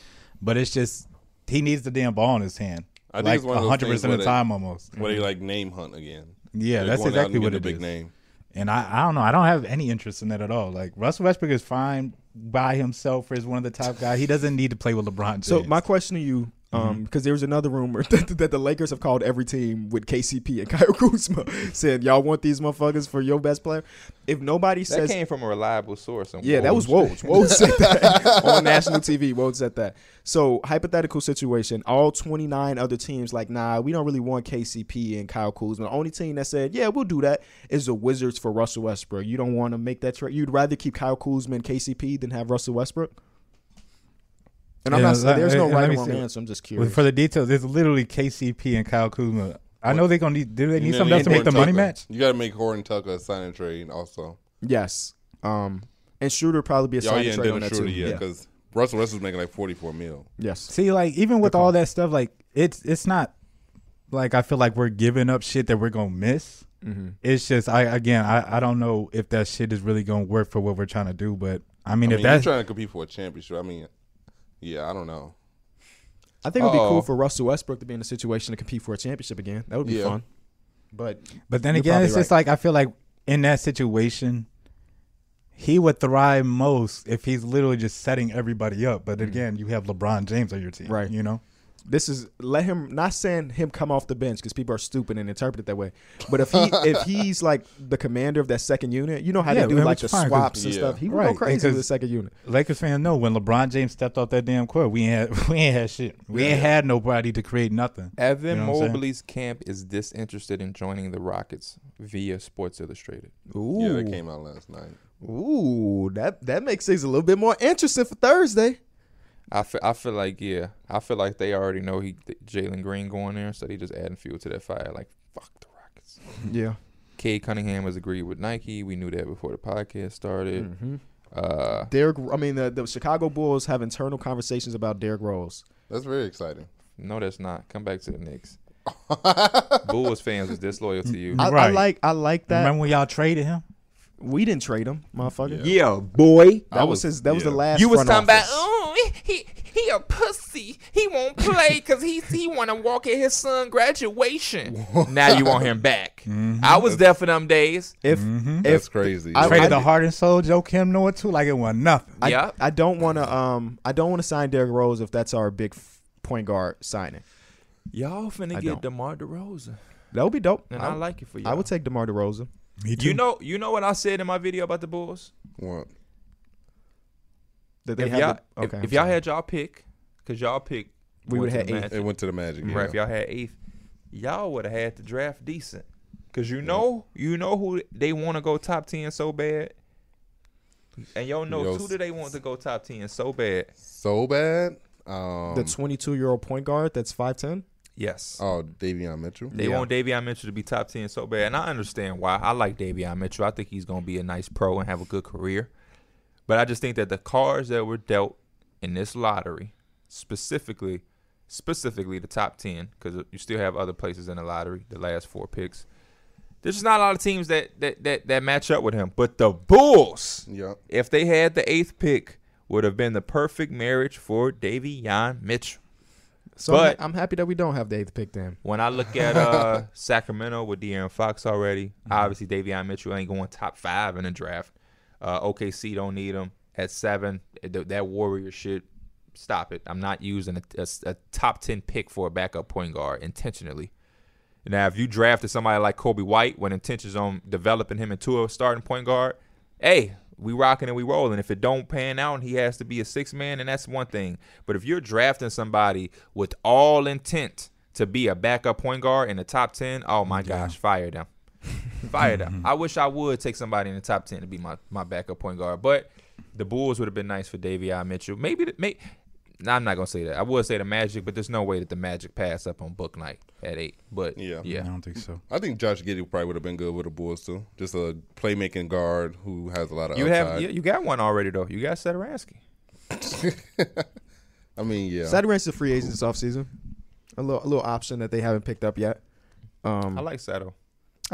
[SPEAKER 4] but it's just he needs the damn ball in his hand.
[SPEAKER 3] I think
[SPEAKER 4] like
[SPEAKER 3] it's one of those
[SPEAKER 4] hundred percent of
[SPEAKER 3] things
[SPEAKER 4] the
[SPEAKER 3] where they-
[SPEAKER 4] time almost.
[SPEAKER 3] What they like name hunt again?
[SPEAKER 4] Yeah,
[SPEAKER 3] They're
[SPEAKER 4] that's
[SPEAKER 3] going out
[SPEAKER 4] exactly
[SPEAKER 3] and
[SPEAKER 4] what
[SPEAKER 3] getting
[SPEAKER 4] it
[SPEAKER 3] a big
[SPEAKER 4] is.
[SPEAKER 3] name.
[SPEAKER 4] And I, I don't know. I don't have any interest in that at all. Like Russell Westbrook is fine by himself. Is one of the top guys. He doesn't need to play with LeBron James.
[SPEAKER 1] So my question to you, because there was another rumor that, that the Lakers have called every team with KCP and Kyle Kuzma, saying y'all want these motherfuckers for your best player. If nobody
[SPEAKER 2] That
[SPEAKER 1] says,
[SPEAKER 2] came from a reliable source. I'm
[SPEAKER 1] yeah, that was
[SPEAKER 2] quoting.
[SPEAKER 1] Woj. Woj said that on national TV. Woj said that. So hypothetical situation, all 29 other teams like, nah, we don't really want KCP and Kyle Kuzma. The only team that said, yeah, we'll do that is the Wizards for Russell Westbrook. You don't want to make that trade. You'd rather keep Kyle Kuzma and KCP than have Russell Westbrook. And I'm
[SPEAKER 4] Yeah,
[SPEAKER 1] not saying
[SPEAKER 4] let-
[SPEAKER 1] there's no
[SPEAKER 4] let- let
[SPEAKER 1] right or
[SPEAKER 4] me
[SPEAKER 1] wrong
[SPEAKER 4] see.
[SPEAKER 1] answer. I'm just
[SPEAKER 4] Well,
[SPEAKER 1] curious.
[SPEAKER 4] for the details, it's literally KCP and Kyle Kuzma. I know they're gonna need. Do they need
[SPEAKER 3] You
[SPEAKER 4] something
[SPEAKER 3] gotta
[SPEAKER 4] else to make the
[SPEAKER 3] Horton
[SPEAKER 4] money
[SPEAKER 3] Tucker.
[SPEAKER 4] match?
[SPEAKER 3] You got to make Horton Tucker a sign and trade also.
[SPEAKER 1] Yes. Um, and Shooter would probably be a
[SPEAKER 3] Y'all
[SPEAKER 1] sign
[SPEAKER 3] yeah,
[SPEAKER 1] and
[SPEAKER 3] and
[SPEAKER 1] trade on that
[SPEAKER 3] didn't
[SPEAKER 1] too.
[SPEAKER 3] shoot yeah because Russell Russell's making like forty four mil.
[SPEAKER 1] Yes.
[SPEAKER 4] See, like even with all that stuff, like it's it's not like I feel like we're giving up shit that we're gonna miss.
[SPEAKER 1] Mm-hmm.
[SPEAKER 4] It's just I again I I don't know if that shit is really gonna work for what we're trying to do, but I mean,
[SPEAKER 3] I
[SPEAKER 4] if
[SPEAKER 3] mean, you're
[SPEAKER 4] that's
[SPEAKER 3] trying to compete for a championship. I mean, yeah, I don't know.
[SPEAKER 1] I think it would be
[SPEAKER 2] Uh-oh.
[SPEAKER 3] Oh.
[SPEAKER 1] cool for Russell Westbrook to be in a situation to compete for a championship again. That would be
[SPEAKER 3] Yeah.
[SPEAKER 1] fun. But
[SPEAKER 4] But then
[SPEAKER 1] You're
[SPEAKER 4] again,
[SPEAKER 1] probably
[SPEAKER 4] it's just like I feel like in that situation, he would thrive most if he's literally just setting everybody up. But again, you have LeBron James on your team,
[SPEAKER 1] Mm-hmm. Right.
[SPEAKER 4] You know,
[SPEAKER 1] this is let him not saying him come off the bench because people are stupid and interpret it that way. But if he if he's like the commander of that second unit, you know how
[SPEAKER 4] Yeah,
[SPEAKER 1] they do
[SPEAKER 4] and
[SPEAKER 1] like
[SPEAKER 4] which
[SPEAKER 1] the
[SPEAKER 4] is fine 'cause-
[SPEAKER 1] swaps and
[SPEAKER 3] yeah.
[SPEAKER 1] stuff. He would
[SPEAKER 4] Right,
[SPEAKER 1] go
[SPEAKER 4] and
[SPEAKER 1] crazy with
[SPEAKER 4] 'cause-
[SPEAKER 1] the second unit.
[SPEAKER 4] Lakers fans know when LeBron James stepped off that damn court, we ain't had we ain't had shit. We ain't had nobody to create nothing.
[SPEAKER 2] Evan
[SPEAKER 4] You know what I'm saying?
[SPEAKER 2] Mobley's camp is disinterested in joining the Rockets via Sports Illustrated.
[SPEAKER 1] Ooh,
[SPEAKER 3] Yeah, that came out last night.
[SPEAKER 1] ooh, that that makes things a little bit more interesting for Thursday.
[SPEAKER 2] I feel, I feel like yeah, I feel like they already know he that Jalen Green going there, so they just adding fuel to that fire. Like fuck the Rockets.
[SPEAKER 1] Yeah,
[SPEAKER 2] Cade Cunningham has agreed with Nike. We knew that before the podcast started.
[SPEAKER 1] mm-hmm.
[SPEAKER 2] Uh,
[SPEAKER 1] Derek. I mean, the, the Chicago Bulls have internal conversations about Derrick Rose.
[SPEAKER 3] That's very exciting.
[SPEAKER 2] no, that's not. Come back to the Knicks. Bulls fans was disloyal to you.
[SPEAKER 1] I, I
[SPEAKER 4] Right.
[SPEAKER 1] like I like that.
[SPEAKER 4] Remember when y'all traded him?
[SPEAKER 1] we didn't trade him, motherfucker.
[SPEAKER 2] Yeah, boy.
[SPEAKER 1] That
[SPEAKER 3] I
[SPEAKER 1] was,
[SPEAKER 3] was-
[SPEAKER 1] his. That was
[SPEAKER 3] yeah.
[SPEAKER 1] the last.
[SPEAKER 2] You was
[SPEAKER 1] front
[SPEAKER 2] talking about
[SPEAKER 1] office.
[SPEAKER 2] oh he he a pussy. He won't play because he he want to walk at his son graduation. now you want him back.
[SPEAKER 1] Mm-hmm.
[SPEAKER 2] I was there for them days.
[SPEAKER 1] if
[SPEAKER 2] Mm-hmm.
[SPEAKER 3] That's
[SPEAKER 1] if
[SPEAKER 3] crazy.
[SPEAKER 1] I-
[SPEAKER 4] Traded
[SPEAKER 1] I-
[SPEAKER 4] the heart and soul, Joe Kim Noah too, like it wasn't nothing.
[SPEAKER 1] I,
[SPEAKER 2] Yup.
[SPEAKER 1] I don't want to um I don't want to sign Derrick Rose if that's our big f- point guard signing.
[SPEAKER 2] Y'all finna
[SPEAKER 1] I
[SPEAKER 2] get
[SPEAKER 1] don't.
[SPEAKER 2] Demar Derozan,
[SPEAKER 1] That would be dope.
[SPEAKER 2] and
[SPEAKER 1] I,
[SPEAKER 2] I, like it for you.
[SPEAKER 1] I would take DeMar DeRozan.
[SPEAKER 4] Me too.
[SPEAKER 2] You know, you know what I said in my video about the Bulls.
[SPEAKER 3] What?
[SPEAKER 1] That they
[SPEAKER 2] If
[SPEAKER 1] have
[SPEAKER 2] y'all,
[SPEAKER 1] the- okay,
[SPEAKER 2] if,
[SPEAKER 1] I'm
[SPEAKER 2] if y'all
[SPEAKER 1] sorry.
[SPEAKER 2] had y'all pick, cause y'all pick,
[SPEAKER 1] We
[SPEAKER 2] went
[SPEAKER 1] would've
[SPEAKER 2] to the
[SPEAKER 1] had
[SPEAKER 3] It went to the Magic.
[SPEAKER 2] Magic,
[SPEAKER 3] Yeah.
[SPEAKER 2] Right, if y'all had eighth, y'all would have had to draft decent. Cause you know, you know who they want to go top ten so bad, and y'all know
[SPEAKER 3] Yo,
[SPEAKER 2] who do they want to go top ten so bad.
[SPEAKER 3] So bad. Um,
[SPEAKER 1] the 22 year old point guard that's 5'10.
[SPEAKER 2] Yes.
[SPEAKER 3] oh, Davion Mitchell.
[SPEAKER 2] They
[SPEAKER 1] Yeah.
[SPEAKER 2] want Davion Mitchell to be top ten so bad, and I understand why. I like Davion Mitchell. I think he's gonna be a nice pro and have a good career. But I just think that the cards that were dealt in this lottery, specifically, specifically the top ten, because you still have other places in the lottery, the last four picks. There's just not a lot of teams that that that, that match up with him. But the Bulls,
[SPEAKER 3] Yep.
[SPEAKER 2] if they had the eighth pick, would have been the perfect marriage for Davion Mitchell.
[SPEAKER 1] So I'm-
[SPEAKER 2] But-
[SPEAKER 1] I'm, happy that we don't have the eighth pick then.
[SPEAKER 2] When I look at uh, Sacramento with De'Aaron Fox already, obviously Davion Mitchell ain't going top five in the draft. Uh, OKC don't need him at seven. th- That Warrior shit, stop it. I'm not using a, a s- a top ten pick for a backup point guard intentionally. Now, if you drafted somebody like Kobe White when intentions on developing him into a starting point guard, hey, we rocking and we rolling. If it don't pan out and he has to be a six man, and that's one thing. But if you're drafting somebody with all intent to be a backup point guard in the top ten, oh my gosh, fire them. Fire them. I wish I would take somebody in the top ten to be my, my backup point guard. But the Bulls would have been nice for Davion Mitchell. Maybe the, may, nah, I'm not gonna say that. I would say the Magic, but there's no way that the Magic pass up on Book Night at eight. But
[SPEAKER 3] Yeah.
[SPEAKER 4] I
[SPEAKER 2] yeah.
[SPEAKER 4] don't think so.
[SPEAKER 3] I think Josh Giddy probably would have been good with the Bulls too. Just a playmaking guard who has a lot of
[SPEAKER 1] Oh,
[SPEAKER 2] You
[SPEAKER 3] upside.
[SPEAKER 2] have you, you got one already though. You got Saturansky.
[SPEAKER 3] I mean, yeah.
[SPEAKER 1] Saturday is a free agent this offseason. A little a little option that they haven't picked up yet. Um,
[SPEAKER 2] I
[SPEAKER 1] I,
[SPEAKER 2] like Sato.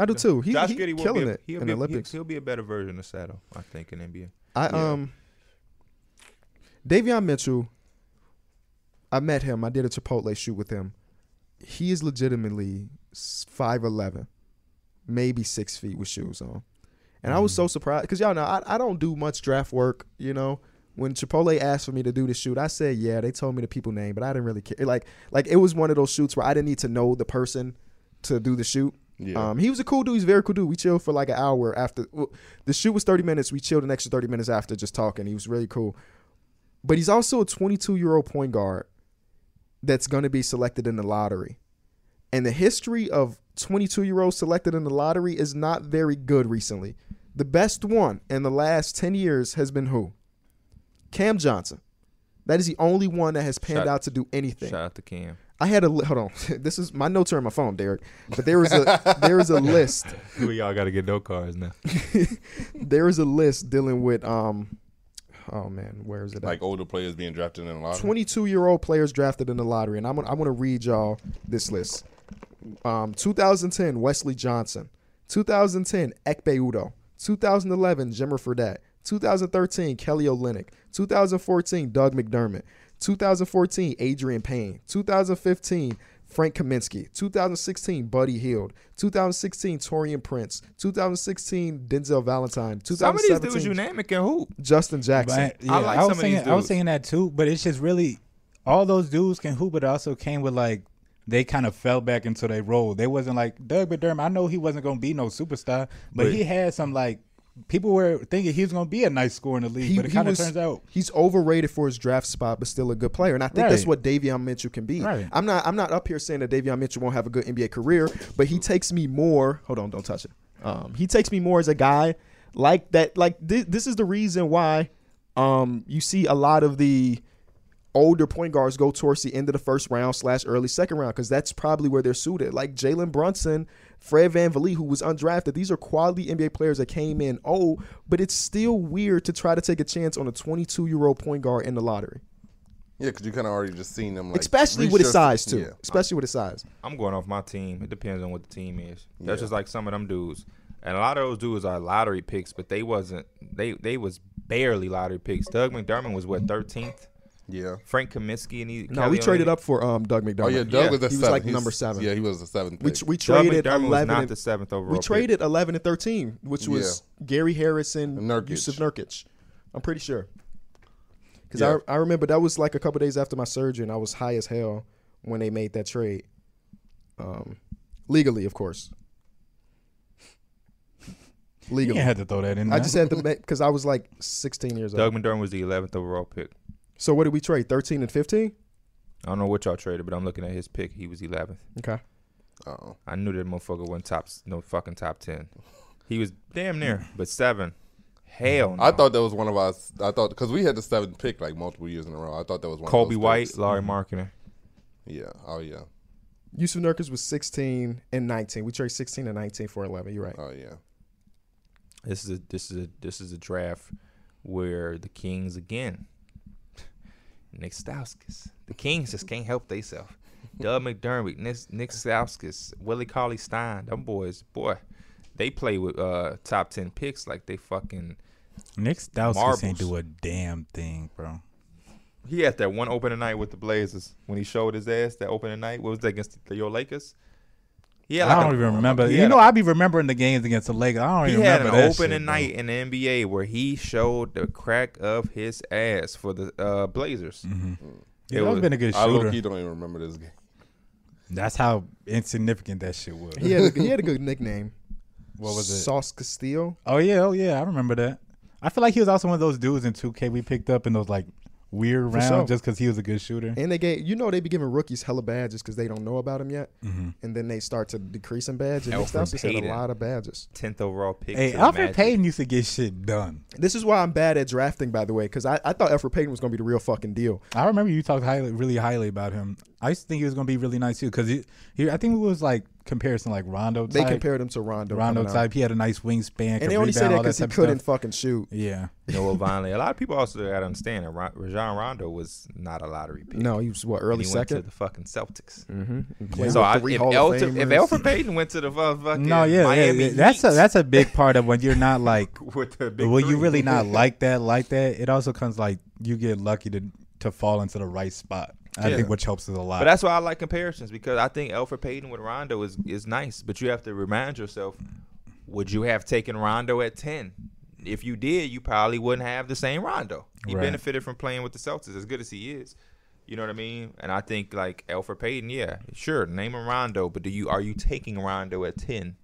[SPEAKER 1] do too. He,
[SPEAKER 2] Josh
[SPEAKER 1] he
[SPEAKER 2] Giddey will
[SPEAKER 1] killing
[SPEAKER 2] be a,
[SPEAKER 1] it
[SPEAKER 2] he'll
[SPEAKER 1] in
[SPEAKER 2] be,
[SPEAKER 1] the
[SPEAKER 2] a-
[SPEAKER 1] Olympics.
[SPEAKER 2] He'll, he'll be a better version of Sato, I think, in NBA.
[SPEAKER 1] I
[SPEAKER 3] Yeah.
[SPEAKER 1] um Davion Mitchell, I met him. I did a Chipotle shoot with him. He is legitimately five eleven, maybe six feet with shoes on, and I was so surprised because y'all know I, I don't do much draft work. You know, when Chipotle asked for me to do the shoot, I said yeah. They told me the people name, but I didn't really care. Like like it was one of those shoots where I didn't need to know the person to do the shoot.
[SPEAKER 3] Yeah.
[SPEAKER 1] Um, he was a cool dude. He's a very cool dude. We chilled for like an hour after well, the shoot was thirty minutes. We chilled an extra thirty minutes after just talking. He was really cool, but he's also a twenty-two year old point guard that's going to be selected in the lottery, and the history of twenty-two year olds selected in the lottery is not very good recently. The best one in the last ten years has been who? Cam Johnson. That is the only one that has panned
[SPEAKER 2] Shout-
[SPEAKER 1] out to do anything.
[SPEAKER 2] Shout out to Cam.
[SPEAKER 1] I had a li- hold on. this is my notes are on my phone, Derek. But there was a there was a list.
[SPEAKER 2] we all got to get no cards now.
[SPEAKER 1] There is a list dealing with um oh man, where is it?
[SPEAKER 3] like older players being drafted in a lot.
[SPEAKER 1] 22 year old players drafted in the lottery, and I'm gonna, I want to read y'all this list. Um, 2010 Wesley Johnson, 2010 Ekpe Udo, 2011 Jimmer Fredette, 2013, Kelly Olynyk. 2014, Doug McDermott. 2014, Adrian Payne. 2015, Frank Kaminsky. 2016, Buddy Hield. 2016, Torian Prince. 2016, Denzel Valentine.
[SPEAKER 2] Some of these
[SPEAKER 1] 2017,
[SPEAKER 2] dudes you name it can hoop.
[SPEAKER 1] Justin Jackson.
[SPEAKER 4] But, yeah, I,
[SPEAKER 2] like some
[SPEAKER 4] was
[SPEAKER 2] of
[SPEAKER 4] saying
[SPEAKER 2] these
[SPEAKER 4] I was
[SPEAKER 2] dudes.
[SPEAKER 4] saying that too, but it's just really all those dudes can hoop, but it also came with like they kind of fell back into their role. They wasn't like Doug McDermott. I know he wasn't gonna be no superstar, but,
[SPEAKER 3] But-
[SPEAKER 4] he had some like people were thinking he was gonna be a nice scorer in the league,
[SPEAKER 1] He-
[SPEAKER 4] but it
[SPEAKER 1] he
[SPEAKER 4] kind of
[SPEAKER 1] was-
[SPEAKER 4] turns out
[SPEAKER 1] he's overrated for his draft spot, but still a good player. And I think that's
[SPEAKER 4] Right.
[SPEAKER 1] what Davion Mitchell can be.
[SPEAKER 4] Right.
[SPEAKER 1] I'm not I'm not up here saying that Davion Mitchell won't have a good NBA career, but he takes me more. Hold on, don't touch it. Um, he takes me more as a guy like that. Like thi- this is the reason why um, you see a lot of the older point guards go towards the end of the first round slash early second round because that's probably where they're suited. Like Jalen Brunson, Fred Van Vliet, who was undrafted. These are quality NBA players that came in old, but it's still weird to try to take a chance on a 22 year old point guard in the lottery,
[SPEAKER 3] Yeah, because you kind of already just seen them, like,
[SPEAKER 1] especially
[SPEAKER 3] reach
[SPEAKER 1] with his
[SPEAKER 3] their-
[SPEAKER 1] size too.
[SPEAKER 3] Yeah.
[SPEAKER 1] Especially with his size.
[SPEAKER 2] I'm going off my team. It depends on what the team is. That's
[SPEAKER 3] Yeah.
[SPEAKER 2] just like some of them dudes. And a lot of those dudes are lottery picks, but they wasn't they they was barely lottery picks. Doug McDermott was what, thirteenth?
[SPEAKER 3] Yeah.
[SPEAKER 2] Frank Kaminsky and he
[SPEAKER 1] No,
[SPEAKER 2] Kelly
[SPEAKER 1] we traded
[SPEAKER 2] Olynyk.
[SPEAKER 1] up for um, Doug McDermott.
[SPEAKER 3] Oh yeah, Doug
[SPEAKER 2] Yeah,
[SPEAKER 3] was a
[SPEAKER 1] he was,
[SPEAKER 3] seven.
[SPEAKER 1] like,
[SPEAKER 3] He's-
[SPEAKER 1] number seven.
[SPEAKER 3] Yeah, he was a seventh.
[SPEAKER 1] we,
[SPEAKER 3] pick.
[SPEAKER 1] tr- we
[SPEAKER 2] Doug
[SPEAKER 1] traded
[SPEAKER 2] McDermott was
[SPEAKER 1] 11.
[SPEAKER 2] not
[SPEAKER 1] and-
[SPEAKER 2] the seventh overall.
[SPEAKER 1] we
[SPEAKER 2] pick.
[SPEAKER 1] traded 11 and 13, which was Gary Harrison,
[SPEAKER 3] And Nurkic.
[SPEAKER 1] Yusuf Nurkic. I'm pretty sure. Because
[SPEAKER 3] Yeah.
[SPEAKER 1] I, I remember that was like a couple days after my surgery, and I was high as hell when they made that trade. Um, legally, of course.
[SPEAKER 4] you
[SPEAKER 1] Legally.
[SPEAKER 4] had to throw that in.
[SPEAKER 1] I
[SPEAKER 4] there.
[SPEAKER 1] just had to make, because I was like 16 years
[SPEAKER 2] Doug
[SPEAKER 1] old.
[SPEAKER 2] McDermott was the eleventh overall pick.
[SPEAKER 1] So what did we trade? 13 and 15?
[SPEAKER 2] I don't know what y'all traded, but I'm looking at his pick. He was eleventh.
[SPEAKER 1] Okay.
[SPEAKER 3] Oh,
[SPEAKER 2] I knew that motherfucker wasn't top no fucking top ten. He was damn near, but seven. Hell no.
[SPEAKER 3] I thought that was one of our. I thought because we had the seventh pick like multiple years in a row. I thought that was one.
[SPEAKER 2] Kobe
[SPEAKER 3] of those Mm-hmm.
[SPEAKER 2] White,
[SPEAKER 3] picks.
[SPEAKER 2] Larry Markkinen.
[SPEAKER 3] Yeah. Oh yeah.
[SPEAKER 1] Yusuf Nurkic was 16 and 19. We traded 16 and 19 for 11. You're
[SPEAKER 4] Uh,
[SPEAKER 1] right.
[SPEAKER 3] Oh yeah.
[SPEAKER 2] This is a this is a this is a draft where the Kings again. Nick Stauskas. The Kings just can't help themselves. Doug McDermott, Nick, Nick Stauskas, Willie Cauley Stein, them boys, boy, they play with uh, top ten picks like they fucking.
[SPEAKER 4] Nick Stauskas
[SPEAKER 2] Marbles.
[SPEAKER 4] ain't do a damn thing, bro.
[SPEAKER 2] He had that one opening night with the Blazers when he showed his ass that opening night. What was that against the, your Lakers? Yeah,
[SPEAKER 4] I don't even remember.
[SPEAKER 2] he
[SPEAKER 4] You
[SPEAKER 2] had
[SPEAKER 4] know,
[SPEAKER 2] a-
[SPEAKER 4] I be remembering the games against the Lakers. I don't
[SPEAKER 2] He
[SPEAKER 4] even
[SPEAKER 2] had an
[SPEAKER 4] remember that
[SPEAKER 2] opening
[SPEAKER 4] shit, bro.
[SPEAKER 2] night in the NBA where he showed the crack of his ass for the uh, Blazers.
[SPEAKER 4] Mm-hmm. Yeah,
[SPEAKER 2] It
[SPEAKER 4] that
[SPEAKER 2] was-
[SPEAKER 4] was been a good
[SPEAKER 3] I low
[SPEAKER 4] shooter.
[SPEAKER 3] key don't even remember this game.
[SPEAKER 4] That's how insignificant that shit was.
[SPEAKER 1] He had a, he had a good nickname.
[SPEAKER 4] What was it?
[SPEAKER 1] Sauce Castillo.
[SPEAKER 4] Oh yeah, oh yeah, I remember that. I feel like he was also one of those dudes in 2K we picked up in those like weird rounds
[SPEAKER 1] sure.
[SPEAKER 4] just because he was a good shooter.
[SPEAKER 1] And they gave, you know, they be giving rookies hella badges because they don't know about them yet,
[SPEAKER 4] Mm-hmm.
[SPEAKER 1] and then they start to decrease in badges. And Nick
[SPEAKER 2] Alfred
[SPEAKER 1] Stauskas had a
[SPEAKER 2] Payton.
[SPEAKER 1] lot of badges.
[SPEAKER 2] Tenth overall pick.
[SPEAKER 4] Hey,
[SPEAKER 2] to the
[SPEAKER 4] Alfred
[SPEAKER 2] Magic.
[SPEAKER 4] Payton used to get shit done.
[SPEAKER 1] This is why I'm bad at drafting, by the way, because I, I thought Alfred Payton was gonna be the real fucking deal.
[SPEAKER 4] I remember you talked highly, really highly about him. I used to think he was gonna be really nice too because he, he, I think it was like comparison like Rondo.
[SPEAKER 1] They
[SPEAKER 4] type.
[SPEAKER 1] compared him to Rondo.
[SPEAKER 4] Rondo
[SPEAKER 1] coming out.
[SPEAKER 4] type. He had a nice wingspan. could
[SPEAKER 1] and they only say
[SPEAKER 4] rebound,
[SPEAKER 1] that
[SPEAKER 4] all
[SPEAKER 1] because he
[SPEAKER 4] type of stuff.
[SPEAKER 1] couldn't fucking shoot.
[SPEAKER 4] Yeah,
[SPEAKER 2] Noah Vonleh. A lot of people also gotta understand that Ron- Rajon Rondo was not a lottery pick.
[SPEAKER 1] No, he was what
[SPEAKER 2] And
[SPEAKER 1] early
[SPEAKER 2] he went to
[SPEAKER 1] second.
[SPEAKER 2] the fucking Celtics.
[SPEAKER 4] Mm-hmm.
[SPEAKER 1] Played
[SPEAKER 2] So
[SPEAKER 1] with
[SPEAKER 2] I,
[SPEAKER 1] three
[SPEAKER 2] if,
[SPEAKER 1] Hall of
[SPEAKER 2] Elton, if
[SPEAKER 1] Famers.
[SPEAKER 2] Alfred Payton went to the fu- fucking
[SPEAKER 4] no, yeah, yeah,
[SPEAKER 2] Miami
[SPEAKER 4] yeah. That's a
[SPEAKER 2] Heat
[SPEAKER 4] that's a big part of when you're not like
[SPEAKER 2] with the big
[SPEAKER 4] Well, you
[SPEAKER 2] three.
[SPEAKER 4] really not like that, like that. It also comes like you get lucky to to fall into the right spot. I
[SPEAKER 2] Yeah.
[SPEAKER 4] think which helps us a lot.
[SPEAKER 2] But that's why I like comparisons because I think Alfred Payton with Rondo is is nice, but you have to remind yourself: Would you have taken Rondo at ten? If you did, you probably wouldn't have the same Rondo. He
[SPEAKER 4] Right.
[SPEAKER 2] benefited from playing with the Celtics, as good as he is. You know what I mean? And I think like Alfred Payton, yeah, sure, name him Rondo, but do you are you taking Rondo at 10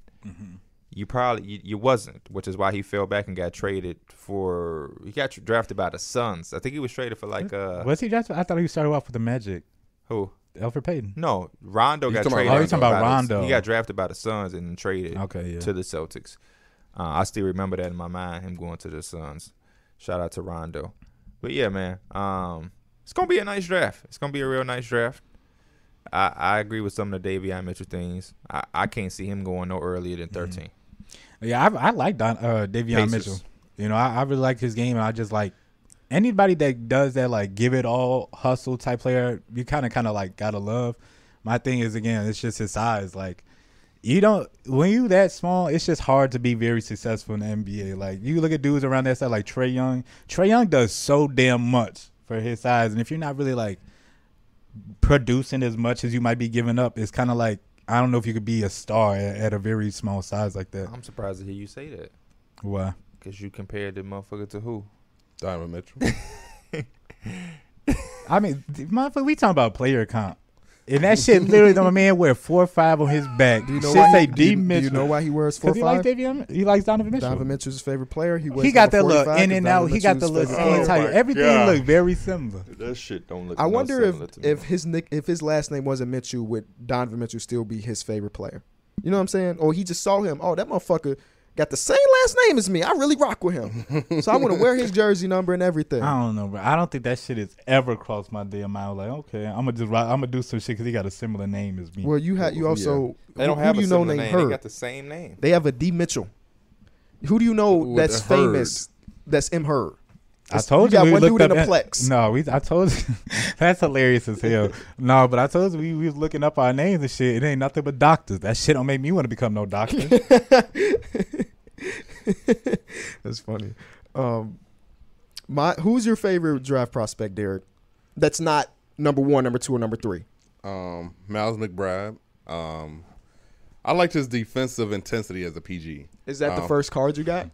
[SPEAKER 2] You probably you, you wasn't, which is why he fell back and got traded for. He got drafted by the Suns. I think he was traded for like uh
[SPEAKER 4] was he just? I thought he started off with the Magic.
[SPEAKER 2] who
[SPEAKER 4] Alfred Payton.
[SPEAKER 2] no, Rondo
[SPEAKER 3] You
[SPEAKER 2] got
[SPEAKER 3] talking about
[SPEAKER 2] traded.
[SPEAKER 3] Rondo. Oh, you talking
[SPEAKER 4] about
[SPEAKER 2] by the-
[SPEAKER 4] Rondo.
[SPEAKER 2] he got drafted by the Suns and then traded
[SPEAKER 4] Okay, yeah.
[SPEAKER 2] to the Celtics. Uh, I still remember that in my mind, him going to the Suns. Shout out to Rondo. But yeah, man, um, it's gonna be a nice draft. It's gonna be a real nice draft. I, I agree with some of the Davion Mitchell things. I, I can't see him going no earlier than
[SPEAKER 1] Mm-hmm.
[SPEAKER 2] 13
[SPEAKER 4] Yeah, I, I like Don uh, Davion
[SPEAKER 2] Pacers.
[SPEAKER 4] Mitchell. You know, I, I really like his game, and I just like anybody that does that, like give it all hustle type player. You kind of, kind of like gotta love. My thing is again, it's just his size. Like you don't when you that small, it's just hard to be very successful in the NBA. Like you look at dudes around that side, like Trey Young. Trey Young does so damn much for his size, and if you're not really like producing as much as you might be giving up, it's kind of like I don't know if you could be a star at, at a very small size like that.
[SPEAKER 2] I'm surprised to hear you say that
[SPEAKER 4] Why?
[SPEAKER 2] because you compared the motherfucker to who?
[SPEAKER 3] Donovan Mitchell.
[SPEAKER 4] I mean, th- motherfucker, we talking about player comp. And that shit literally, my man wear four or five on his back.
[SPEAKER 1] Do you know
[SPEAKER 4] shit
[SPEAKER 1] why?
[SPEAKER 4] say
[SPEAKER 1] He, do,
[SPEAKER 4] D
[SPEAKER 1] you, do
[SPEAKER 4] Mitchell.
[SPEAKER 1] you know why he wears four
[SPEAKER 4] Because he likes
[SPEAKER 1] five?
[SPEAKER 4] Davion, he likes Donovan Mitchell.
[SPEAKER 1] Donovan Mitchell's his favorite player. He, wears
[SPEAKER 4] he got that
[SPEAKER 1] number
[SPEAKER 4] look
[SPEAKER 1] 45
[SPEAKER 4] in
[SPEAKER 1] 'cause
[SPEAKER 4] and out.
[SPEAKER 1] Donovan
[SPEAKER 4] He got the
[SPEAKER 1] Mitchell's
[SPEAKER 4] look
[SPEAKER 1] favorite
[SPEAKER 3] Oh
[SPEAKER 4] skin
[SPEAKER 1] player.
[SPEAKER 4] tight.
[SPEAKER 3] my
[SPEAKER 4] Everything
[SPEAKER 3] God.
[SPEAKER 4] look very similar.
[SPEAKER 3] that shit don't look.
[SPEAKER 1] I wonder
[SPEAKER 2] No, similar
[SPEAKER 1] if
[SPEAKER 2] to me.
[SPEAKER 1] if his nick if his last name wasn't Mitchell, would Donovan Mitchell still be his favorite player? You know what I'm saying? Or he just saw him. Oh, that motherfucker got the same last name as me. I really rock with him, so I want to wear his jersey number and everything.
[SPEAKER 4] I don't know, bro. I don't think that shit has ever crossed my damn mind. Like, okay, I'm gonna just ride, I'm gonna do some shit because he got a similar name as me.
[SPEAKER 1] Well, you had you
[SPEAKER 3] Yeah.
[SPEAKER 1] also
[SPEAKER 2] They don't
[SPEAKER 1] who,
[SPEAKER 2] have
[SPEAKER 1] who
[SPEAKER 2] a
[SPEAKER 1] you know
[SPEAKER 2] similar
[SPEAKER 1] named
[SPEAKER 2] name. They
[SPEAKER 1] Hurd.
[SPEAKER 2] got the same name.
[SPEAKER 1] They have a D Mitchell. Who do you know
[SPEAKER 3] With
[SPEAKER 1] that's
[SPEAKER 3] the Hurd.
[SPEAKER 1] famous? That's M Hurd.
[SPEAKER 4] I told
[SPEAKER 1] you
[SPEAKER 4] you,
[SPEAKER 1] got
[SPEAKER 4] we
[SPEAKER 1] one
[SPEAKER 4] looked
[SPEAKER 1] dude in
[SPEAKER 4] up
[SPEAKER 1] a
[SPEAKER 4] an-
[SPEAKER 1] plex.
[SPEAKER 4] No, we. I told you that's hilarious as hell. no, but I told you we, we was looking up our names and shit. It ain't nothing but doctors. That shit don't make me want to become no doctor.
[SPEAKER 1] That's funny. Um, my who's your favorite draft prospect, Derek? That's not number one, number two, or number three.
[SPEAKER 3] Um, Miles McBride. Um, I liked his defensive intensity as a PG.
[SPEAKER 1] Is that the
[SPEAKER 3] Um,
[SPEAKER 1] first card you got?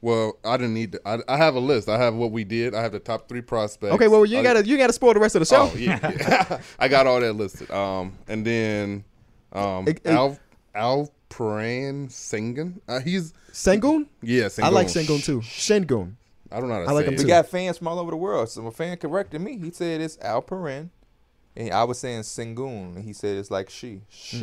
[SPEAKER 3] Well, I didn't need. To, I, I have a list. I have what we did. I have the top three prospects.
[SPEAKER 1] Okay, well you
[SPEAKER 3] I-
[SPEAKER 1] gotta you gotta spoil the rest of the show.
[SPEAKER 3] Oh yeah, yeah. I got all that listed. Um, and then, um,
[SPEAKER 1] It- it-
[SPEAKER 3] Al Al Pran Sengun. Uh, he's
[SPEAKER 1] Sengun?
[SPEAKER 3] yeah. Sengun.
[SPEAKER 1] I like Sengun too. Sengun.
[SPEAKER 3] I don't know. How to
[SPEAKER 1] I like
[SPEAKER 3] say
[SPEAKER 1] him
[SPEAKER 3] it.
[SPEAKER 2] We
[SPEAKER 1] too.
[SPEAKER 2] got fans from all over the world. So a fan corrected me. He said it's Alperin. And I was saying Singoon. And he said it's like
[SPEAKER 1] Mm.
[SPEAKER 2] she.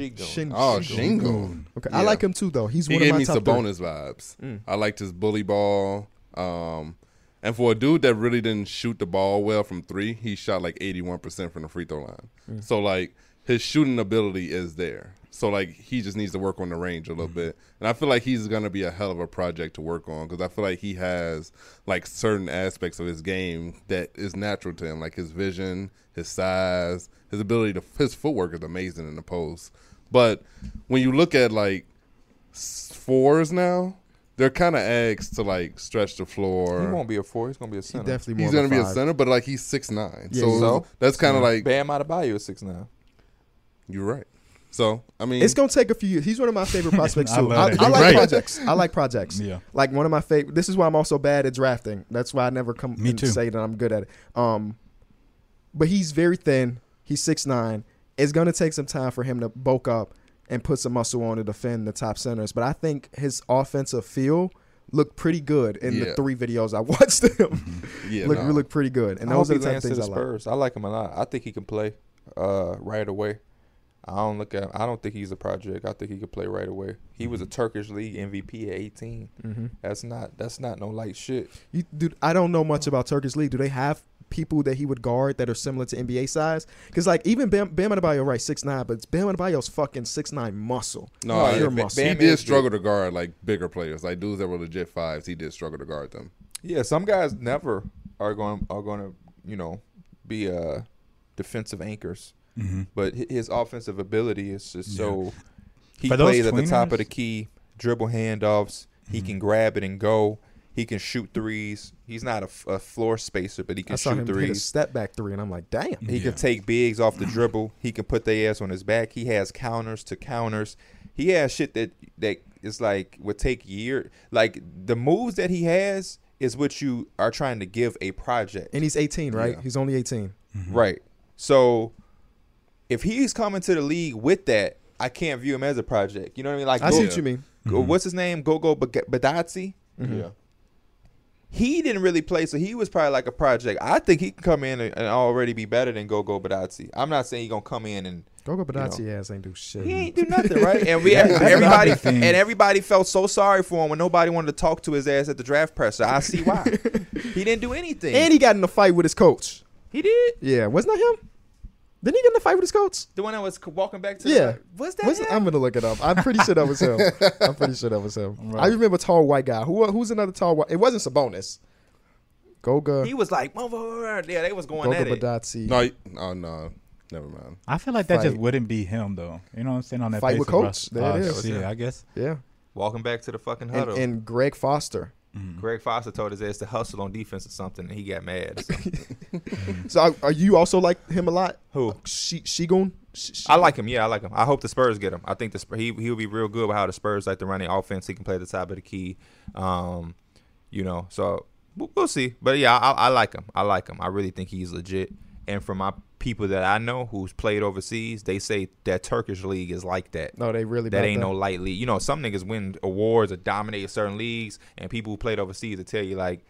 [SPEAKER 2] Shigun.
[SPEAKER 1] Shin-
[SPEAKER 3] Oh,
[SPEAKER 1] Sengun.
[SPEAKER 3] Shingun.
[SPEAKER 1] Okay, I
[SPEAKER 3] Yeah.
[SPEAKER 1] like him too though. He's
[SPEAKER 3] He
[SPEAKER 1] one of
[SPEAKER 3] gave
[SPEAKER 1] my
[SPEAKER 3] me
[SPEAKER 1] top three.
[SPEAKER 3] Sabonis vibes. I liked his bully ball. Um, and for a dude that really didn't shoot the ball well from three, he shot like eighty-one percent from the free throw line. So like his shooting ability is there. So like he just needs to work on the range a little bit. And I feel like he's gonna be a hell of a project to work on because I feel like he has like certain aspects of his game that is natural to him, like his vision, his size, his ability to his footwork is amazing in the post. But when you look at like s- fours now, they're kind of eggs to like stretch the floor.
[SPEAKER 2] He won't be a four. He's going to be a
[SPEAKER 1] He
[SPEAKER 2] center.
[SPEAKER 1] definitely more
[SPEAKER 3] He's
[SPEAKER 1] of
[SPEAKER 3] gonna be a
[SPEAKER 1] five.
[SPEAKER 3] center, but like he's six nine,
[SPEAKER 1] Yeah,
[SPEAKER 3] so,
[SPEAKER 2] so-
[SPEAKER 3] that's kind of like
[SPEAKER 2] Bam out of bio is 6'9".
[SPEAKER 3] you're right. So I mean,
[SPEAKER 1] It's gonna take a few years. He's one of my favorite prospects
[SPEAKER 4] I
[SPEAKER 1] too. I,
[SPEAKER 4] love that.
[SPEAKER 1] I like
[SPEAKER 3] Right.
[SPEAKER 1] projects. I like projects.
[SPEAKER 4] Yeah.
[SPEAKER 1] Like one of my favorite. This is why I'm also bad at drafting. That's why I never come
[SPEAKER 4] Me
[SPEAKER 1] and
[SPEAKER 4] too.
[SPEAKER 1] say that I'm good at it. Um, but he's very thin. He's six nine. It's gonna take some time for him to bulk up and put some muscle on to defend the top centers. But I think his offensive feel looked pretty good in the
[SPEAKER 3] Yeah.
[SPEAKER 1] three videos I watched him.
[SPEAKER 3] yeah,
[SPEAKER 1] look,
[SPEAKER 3] no.
[SPEAKER 1] look pretty good. And
[SPEAKER 2] I hope
[SPEAKER 1] those
[SPEAKER 2] he
[SPEAKER 1] are the type of
[SPEAKER 2] lands to
[SPEAKER 1] things
[SPEAKER 2] the
[SPEAKER 1] I like.
[SPEAKER 2] Spurs. I like him a lot. I think he can play uh, right away. I don't look at. I don't think he's a project. I think he could play right away. He was a Turkish league MVP at 18.
[SPEAKER 1] Mm-hmm.
[SPEAKER 2] That's not. That's not no light shit.
[SPEAKER 1] You, dude, I don't know much about Turkish league. Do they have people that he would guard that are similar to NBA size? Because like even Bam, Bam Adebayo, right, six nine, but Bam Adebayo's fucking six nine muscle.
[SPEAKER 3] no,
[SPEAKER 2] Oh,
[SPEAKER 3] I-
[SPEAKER 1] Pure
[SPEAKER 2] Ba-
[SPEAKER 1] muscle.
[SPEAKER 3] he
[SPEAKER 2] Bam
[SPEAKER 3] did
[SPEAKER 2] is
[SPEAKER 3] struggle to guard like bigger players, like dudes that were legit fives. He did struggle to guard them.
[SPEAKER 2] Yeah, some guys never are going are going to you know be uh, defensive anchors,
[SPEAKER 4] Mhm.
[SPEAKER 2] but hi- his offensive ability is just so. He
[SPEAKER 4] For those
[SPEAKER 2] plays at the top
[SPEAKER 4] tweeners-
[SPEAKER 2] of the key, dribble handoffs. He
[SPEAKER 1] Mm-hmm.
[SPEAKER 2] can grab it and go. He can shoot threes. He's not a, f- a floor spacer, but he
[SPEAKER 1] I
[SPEAKER 2] can
[SPEAKER 1] saw him
[SPEAKER 2] shoot
[SPEAKER 1] hit a
[SPEAKER 2] threes.
[SPEAKER 1] step back three, and I'm like, damn.
[SPEAKER 2] He
[SPEAKER 4] Yeah.
[SPEAKER 2] can take bigs off the dribble. He can put their ass on his back. He has counters to counters. He has shit that that is like would take year. Like the moves that he has is what you are trying to give a project,
[SPEAKER 1] And he's 18, right?
[SPEAKER 3] Yeah.
[SPEAKER 1] He's only 18.
[SPEAKER 2] right? So if he's coming to the league with that, I can't view him as a project. You know what I mean? Like
[SPEAKER 1] I see
[SPEAKER 2] Go-
[SPEAKER 1] what you mean.
[SPEAKER 2] Go- what's his name? Gogo Bag- Badazzi.
[SPEAKER 1] Mm-hmm.
[SPEAKER 3] Yeah,
[SPEAKER 2] He didn't really play, so he was probably like a project. I think he can come in and and already be better than Gogo Badazzi. I'm not saying he's gonna come in and
[SPEAKER 1] Gogo Badazzi
[SPEAKER 2] You
[SPEAKER 1] ass ain't do shit.
[SPEAKER 2] He ain't do nothing, right? And we everybody and everybody felt so sorry for him when nobody wanted to talk to his ass at the draft presser. I see why. he didn't do anything.
[SPEAKER 1] and he got in a fight with his coach.
[SPEAKER 2] he did.
[SPEAKER 1] Yeah, wasn't that him? Didn't he get in a fight with his coach?
[SPEAKER 2] The one that was c- walking back to
[SPEAKER 1] Yeah.
[SPEAKER 2] the was that
[SPEAKER 1] Was-
[SPEAKER 2] him?
[SPEAKER 1] I'm gonna look it up. I'm pretty sure that was him. I'm pretty sure that was him.
[SPEAKER 4] Right.
[SPEAKER 1] I remember a tall white guy. Who who's another tall white? It wasn't Sabonis. Goga.
[SPEAKER 2] he was like, "Motherfucker." yeah, they was going
[SPEAKER 1] Goga
[SPEAKER 2] at it.
[SPEAKER 1] Badazzi.
[SPEAKER 3] no, he- oh no, Never mind.
[SPEAKER 4] I feel like that just
[SPEAKER 1] Fight.
[SPEAKER 4] wouldn't be him though. You know what I'm saying on that
[SPEAKER 1] Fight
[SPEAKER 4] face
[SPEAKER 1] with
[SPEAKER 4] of
[SPEAKER 1] Coach.
[SPEAKER 4] Russ-
[SPEAKER 1] There
[SPEAKER 4] oh,
[SPEAKER 1] it is.
[SPEAKER 4] shit, I guess.
[SPEAKER 1] Yeah,
[SPEAKER 2] Walking back to the fucking
[SPEAKER 1] and,
[SPEAKER 2] huddle.
[SPEAKER 1] and Greg Foster.
[SPEAKER 2] Greg Foster told his ass to hustle on defense or something, and he got mad. So.
[SPEAKER 1] So are- are you also like him a lot?
[SPEAKER 2] Who?
[SPEAKER 1] She Shigun. Sh- sh-
[SPEAKER 2] I like him. Yeah, I like him. I hope the Spurs get him. I think the Spurs, he he'll be real good with how the Spurs like the running offense. He can play at the top of the key. Um, you know, so we- we'll see. But yeah, I, I like him. I like him. I really think he's legit. And from my people that I know who's played overseas, they say that Turkish league is like that.
[SPEAKER 1] No, they really
[SPEAKER 2] That
[SPEAKER 1] about
[SPEAKER 2] ain't no light league. You know, some niggas win awards or dominate certain leagues, and people who played overseas will tell you like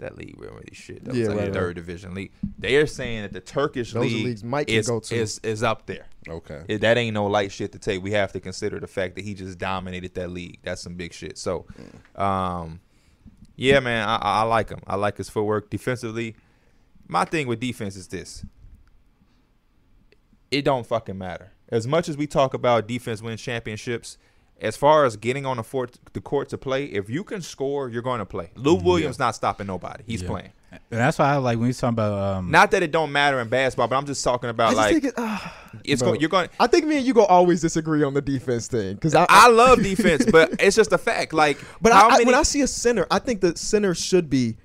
[SPEAKER 2] that league wasn't really shit. That
[SPEAKER 1] Yeah,
[SPEAKER 2] was like
[SPEAKER 1] right,
[SPEAKER 2] a third division league. They're saying that the Turkish
[SPEAKER 1] Those are
[SPEAKER 2] league
[SPEAKER 1] leagues Mike can
[SPEAKER 2] is,
[SPEAKER 1] go to.
[SPEAKER 2] is is up there.
[SPEAKER 3] Okay.
[SPEAKER 2] It, that ain't no light shit to take. We have to consider the fact that he just dominated that league. That's some big shit. So, um, yeah, man, I, I I like him. I like his footwork defensively. My thing with defense is this: it don't fucking matter. As much as we talk about defense win championships, as far as getting on the, fort, the court to play, if you can score, you're going to play. Lou Williams not stopping nobody. He's
[SPEAKER 4] Yeah.
[SPEAKER 2] playing.
[SPEAKER 4] And that's why I like when you talking about um
[SPEAKER 2] Not that it don't matter in basketball, but I'm just talking
[SPEAKER 1] I
[SPEAKER 2] about
[SPEAKER 1] just
[SPEAKER 2] like
[SPEAKER 1] think it, ah.
[SPEAKER 2] it's
[SPEAKER 1] Bro.
[SPEAKER 2] going. You're going.
[SPEAKER 1] I think me and you go always disagree on the defense thing because I,
[SPEAKER 2] I love defense, but it's just a fact. Like,
[SPEAKER 1] But
[SPEAKER 2] how
[SPEAKER 1] I, I,
[SPEAKER 2] many?
[SPEAKER 1] when I see a center, I think the center should be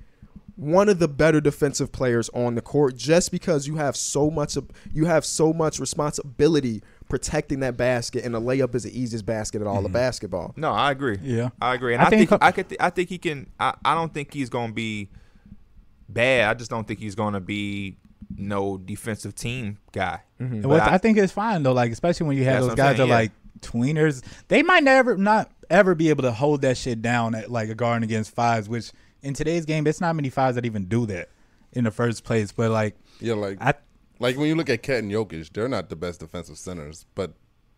[SPEAKER 1] one of the better defensive players on the court, just because you have so much of- you have so much responsibility protecting that basket, and a layup is the easiest basket in all
[SPEAKER 2] Mm-hmm.
[SPEAKER 1] of basketball.
[SPEAKER 2] no, I agree.
[SPEAKER 4] Yeah.
[SPEAKER 2] I agree, and I,
[SPEAKER 4] I
[SPEAKER 2] think,
[SPEAKER 4] think-
[SPEAKER 2] I could. Th- I think he can. I, I don't think he's gonna be bad. I just don't think he's gonna be no defensive team guy. But
[SPEAKER 4] Mm-hmm. Well,
[SPEAKER 2] I-
[SPEAKER 4] I, think it's fine though. Like especially when you have
[SPEAKER 2] That's
[SPEAKER 4] those
[SPEAKER 2] what I'm
[SPEAKER 4] guys
[SPEAKER 2] saying,
[SPEAKER 4] that
[SPEAKER 2] yeah.
[SPEAKER 4] are like tweeners, they might never not ever be able to hold that shit down at like a guard against fives. Which in today's game, it's not many fives that even do that in the first place. But like,
[SPEAKER 3] Yeah, like
[SPEAKER 4] I
[SPEAKER 3] like when you look at Kat and Jokic, they're not the best defensive centers, but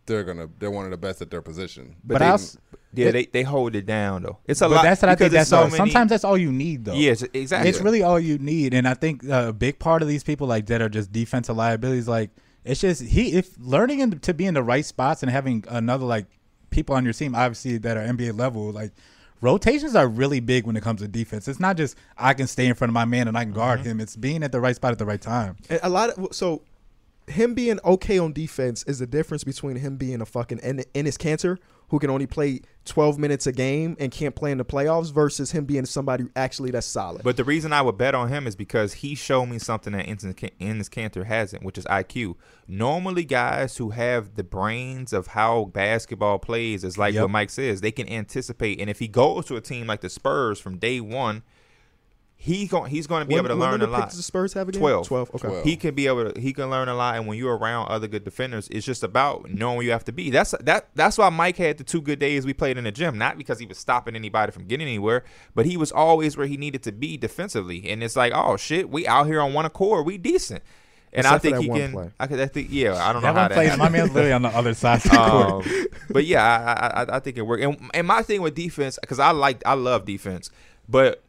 [SPEAKER 3] they're gonna they're one of the best at their position.
[SPEAKER 4] but, I also,
[SPEAKER 2] yeah, they, they hold it down though. It's a
[SPEAKER 4] but
[SPEAKER 2] lot.
[SPEAKER 4] that's what I
[SPEAKER 2] because
[SPEAKER 4] think.
[SPEAKER 2] it's
[SPEAKER 4] That's
[SPEAKER 2] so
[SPEAKER 4] all.
[SPEAKER 2] many-
[SPEAKER 4] Sometimes that's all you need though.
[SPEAKER 2] Yes, exactly.
[SPEAKER 4] It's really all you need, and I think uh, a big part of these people like that are just defensive liabilities. Like it's just he if learning in, to be in the right spots and having another like people on your team, obviously that are NBA level. Like rotations are really big when it comes to defense. It's not just I can stay in front of my man and I can guard him. It's being at the right spot at the right time.
[SPEAKER 1] And a lot of so him being okay on defense is the difference between him being a fucking En- Ennis Cantor who can only play 12 minutes a game and can't play in the playoffs versus him being somebody actually that's solid.
[SPEAKER 2] But the reason I would bet on him is because he showed me something that Ennis Can- Ennis Cantor hasn't, which is IQ. Normally, guys who have the brains of how basketball plays is like
[SPEAKER 4] Yep.
[SPEAKER 2] what Mike says. They can anticipate, and if he goes to a team like the Spurs from day one, he's going he's going to be
[SPEAKER 1] When-
[SPEAKER 2] able to
[SPEAKER 1] when
[SPEAKER 2] learn
[SPEAKER 1] the
[SPEAKER 2] a lot.
[SPEAKER 1] Pictures the Spurs have again?
[SPEAKER 2] 12.
[SPEAKER 1] 12. Okay.
[SPEAKER 3] 12.
[SPEAKER 2] He can be able to he can learn a lot and when you're around other good defenders, it's just about knowing where you have to be. That's that that's why Mike had the two good days we played in the gym, not because he was stopping anybody from getting anywhere, but he was always where he needed to be defensively. And it's like, oh shit, we out here on one accord, we decent. And
[SPEAKER 1] Except
[SPEAKER 2] I
[SPEAKER 1] for
[SPEAKER 2] think
[SPEAKER 1] that
[SPEAKER 2] he
[SPEAKER 1] one
[SPEAKER 2] can
[SPEAKER 1] play.
[SPEAKER 2] I could I think yeah, I don't know how
[SPEAKER 4] That one
[SPEAKER 2] that
[SPEAKER 4] plays.
[SPEAKER 2] happened.
[SPEAKER 4] My man's literally on the other side. Of the court.
[SPEAKER 2] Um, but yeah, I, I- I I think it worked. And, and my thing with defense, because I like I love defense, but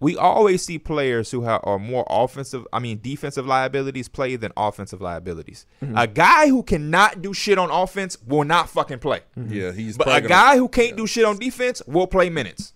[SPEAKER 2] we always see players who have, are more offensive. I mean, defensive liabilities play than offensive liabilities.
[SPEAKER 3] Mm-hmm.
[SPEAKER 2] A guy who cannot do shit on offense will not fucking play.
[SPEAKER 3] Yeah, Mm-hmm.
[SPEAKER 2] Mm-hmm.
[SPEAKER 3] he's
[SPEAKER 2] But a
[SPEAKER 3] probably gonna-
[SPEAKER 2] guy who can't do shit on defense will play minutes.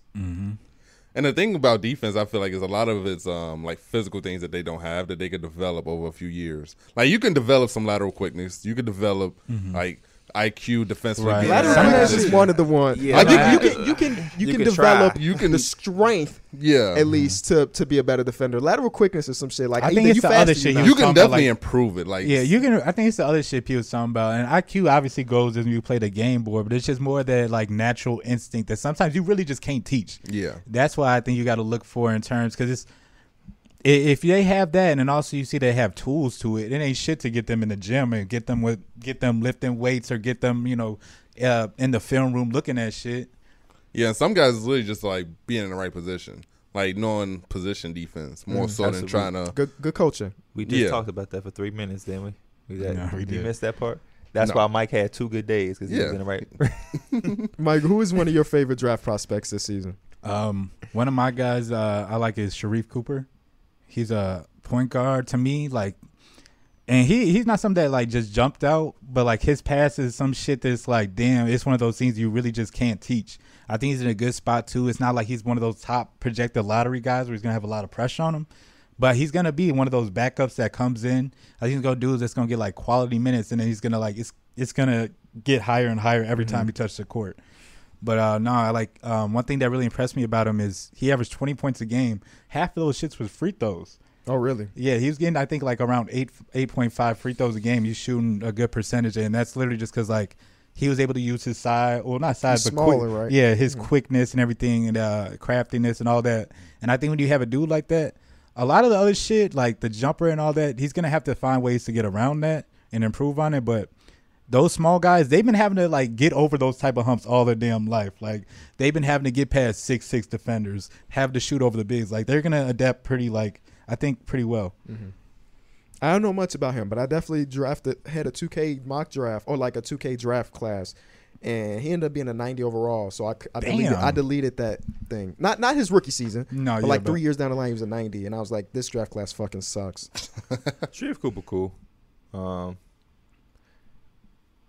[SPEAKER 3] And the thing about defense, I feel like, is a lot of it's um like physical things that they don't have that they could develop over a few years. Like you can develop some lateral quickness, you can develop
[SPEAKER 2] Mm-hmm.
[SPEAKER 3] like IQ defensively.
[SPEAKER 4] Right.
[SPEAKER 3] being in
[SPEAKER 1] Lateral
[SPEAKER 3] the right
[SPEAKER 1] quickness
[SPEAKER 3] position.
[SPEAKER 1] is one of the one.
[SPEAKER 2] Yeah,
[SPEAKER 1] I think
[SPEAKER 2] like-
[SPEAKER 1] you can you can you,
[SPEAKER 2] You
[SPEAKER 1] can,
[SPEAKER 2] can
[SPEAKER 1] develop
[SPEAKER 2] try.
[SPEAKER 1] you
[SPEAKER 3] You
[SPEAKER 1] can
[SPEAKER 3] can-
[SPEAKER 1] the strength
[SPEAKER 3] Yeah,
[SPEAKER 1] at least to to be a better defender. Lateral quickness is some shit like
[SPEAKER 4] I
[SPEAKER 1] either
[SPEAKER 4] think it's
[SPEAKER 1] you
[SPEAKER 4] the
[SPEAKER 1] fast
[SPEAKER 4] other
[SPEAKER 1] or you
[SPEAKER 4] shit
[SPEAKER 1] not.
[SPEAKER 4] was
[SPEAKER 3] you can
[SPEAKER 4] talking about,
[SPEAKER 3] definitely
[SPEAKER 4] like-
[SPEAKER 3] improve it. Like
[SPEAKER 4] Yeah, you can. I think it's the other shit he was talking about, and IQ obviously goes when you play the game board, but it's just more that like natural instinct that sometimes you really just can't teach.
[SPEAKER 3] yeah.
[SPEAKER 4] That's why I think you got to look for in terms because it's i- if they have that, and then also you see they have tools to it. It ain't shit to get them in the gym and get them with get them lifting weights or get them you know uh, in the film room looking at shit.
[SPEAKER 3] Yeah, and some guys is literally just like being in the right position, like knowing position defense more so
[SPEAKER 2] Mm, absolutely.
[SPEAKER 3] than
[SPEAKER 4] Uh.
[SPEAKER 3] trying to.
[SPEAKER 1] Good good coaching.
[SPEAKER 2] We
[SPEAKER 3] just Yeah. talked
[SPEAKER 2] about that for three minutes, didn't we? We,
[SPEAKER 4] got- No, we you did. missed
[SPEAKER 2] that part. That's
[SPEAKER 3] No. why
[SPEAKER 2] Mike had two good days because
[SPEAKER 3] he was Yeah. in the
[SPEAKER 2] right.
[SPEAKER 1] Mike, who is one of your favorite draft prospects this season?
[SPEAKER 4] Um, one of my guys uh, I like is Sharif Cooper. He's a point guard to me, like, and he he's not something that like just jumped out, but like his pass is some shit that's like, damn, it's one of those things you really just can't teach. I think he's in a good spot too. It's not like he's one of those top projected lottery guys where he's gonna have a lot of pressure on him, But he's gonna be one of those backups that comes in. I think he's gonna do is that's gonna get like quality minutes, and then he's gonna like it's it's gonna get higher and higher every time he touches the court. But uh, no, I like um, one thing that really impressed me about him is he averaged 20 points a game. Half of those shits was free throws.
[SPEAKER 1] Oh, really?
[SPEAKER 4] Yeah, he was getting I think like around eight eight point five free throws a game. He's shooting a good percentage, and that's literally just because like he was able to use his size, well not size,
[SPEAKER 1] He's
[SPEAKER 4] but quick-
[SPEAKER 1] smaller, right?
[SPEAKER 4] yeah, his quickness and everything, and uh, craftiness and all that. And I think when you have a dude like that, a lot of the other shit like the jumper and all that, he's gonna have to find ways to get around that and improve on it, but. Those small guys, they've been having to like get over those type of humps all their damn life. Like they've been having to get past six six defenders, have to shoot over the bigs. Like they're gonna adapt pretty like I think pretty well.
[SPEAKER 1] Mm-hmm. I don't know much about him, but I definitely drafted had a 2K mock draft or like a 2K draft class, and he ended up being a 90 overall. So I, I, deleted,
[SPEAKER 4] Damn.
[SPEAKER 1] I deleted that thing. Not not his rookie season,
[SPEAKER 4] No,
[SPEAKER 1] Oh, but
[SPEAKER 4] yeah,
[SPEAKER 1] like
[SPEAKER 4] but-
[SPEAKER 1] three years down the line, he was a 90, and I was like, this draft class fucking sucks.
[SPEAKER 2] Shreve Cooper cool. Um,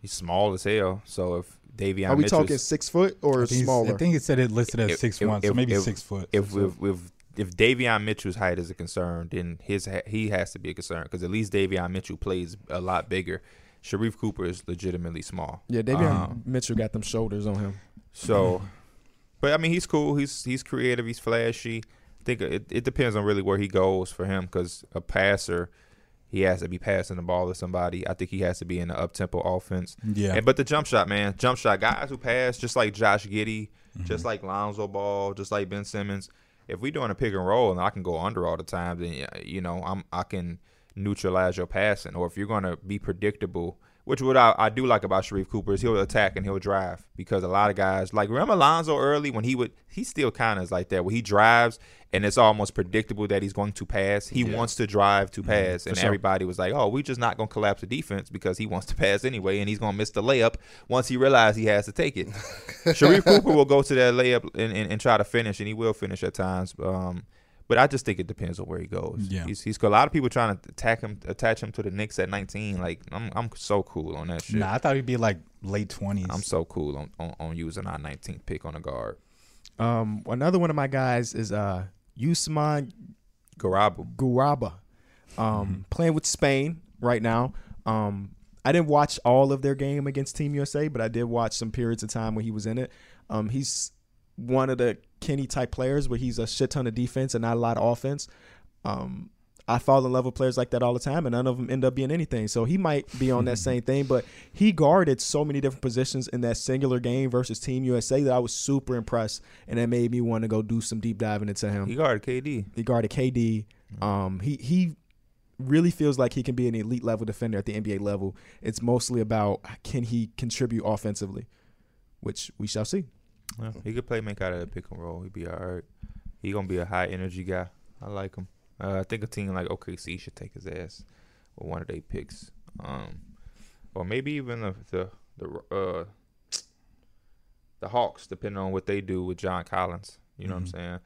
[SPEAKER 2] he's small as hell. So if Davion
[SPEAKER 1] Are we
[SPEAKER 2] Mitchell's-
[SPEAKER 1] talking six foot or
[SPEAKER 4] I think, it's-
[SPEAKER 1] smaller?
[SPEAKER 4] I think it said it listed as
[SPEAKER 2] If-
[SPEAKER 4] six
[SPEAKER 2] if-
[SPEAKER 4] one, so
[SPEAKER 2] if-
[SPEAKER 4] maybe
[SPEAKER 2] if-
[SPEAKER 4] six foot.
[SPEAKER 2] if
[SPEAKER 4] So-
[SPEAKER 2] if if, if Davion Mitchell's height is a concern, then his ha- he has to be a concern because at least Davion Mitchell plays a lot bigger. Sharif Cooper is legitimately small.
[SPEAKER 1] yeah, Davion
[SPEAKER 2] Um,
[SPEAKER 1] Mitchell got them shoulders on him.
[SPEAKER 2] So, but I mean, he's cool. He's he's creative. He's flashy. I think it, it depends on really where he goes for him because a passer, he has to be passing the ball to somebody. I think he has to be in the up tempo offense.
[SPEAKER 4] yeah,
[SPEAKER 2] And, but the jump shot, man, jump shot guys who pass, just like Josh Giddy, just like Lonzo Ball, just like Ben Simmons. If we doing a pick and roll and I can go under all the time, then yeah, you know I'm I can neutralize your passing. Or if you're gonna be predictable, which what I, I do like about Sharif Cooper is he'll attack and he'll drive because a lot of guys like remember Lonzo early when he would he still kind of is like that where he drives and it's almost predictable that he's going to pass. He wants to drive to pass, and
[SPEAKER 4] sure.
[SPEAKER 2] everybody was like, "Oh, we're just not going to collapse the defense because he wants to pass anyway, and he's going to miss the layup once he realizes he has to take it." Sharif Cooper will go to that layup and, and, and try to finish, and he will finish at times. Um, but I just think it depends on where he goes.
[SPEAKER 4] Yeah.
[SPEAKER 2] he's, he's got a lot of people trying to attack him, attach him to the Knicks at 19. Like I'm, I'm so cool on that shit.
[SPEAKER 4] nah, I thought he'd be like late twenties.
[SPEAKER 2] I'm so cool on, on, on using our 19th pick on a guard.
[SPEAKER 1] Um, another one of my guys is uh, Usman
[SPEAKER 2] Garabu.
[SPEAKER 1] Guraba, um, playing with Spain right now. Um, I didn't watch all of their game against Team USA, but I did watch some periods of time when he was in it. Um, he's one of the Kenny type players where he's a shit ton of defense and not a lot of offense. Um, I fall in love with players like that all the time, and none of them end up being anything. So he might be on that same thing, but he guarded so many different positions in that singular game versus Team USA that I was super impressed, and that made me want to go do some deep diving into him
[SPEAKER 2] He guarded KD.
[SPEAKER 1] he guarded KD.
[SPEAKER 2] Mm-hmm.
[SPEAKER 1] Um, he he really feels like he can be an elite level defender at the NBA level. It's mostly about can he contribute offensively, which we shall see.
[SPEAKER 2] Yeah, he could play make out of the pick and roll. He'd be all right. He gonna be a high energy guy. I like him. Uh, I think a team like OKC should take his ass with one of their picks, um, or maybe even the the the, uh, the Hawks, depending on what they do with John Collins. You know what I'm saying?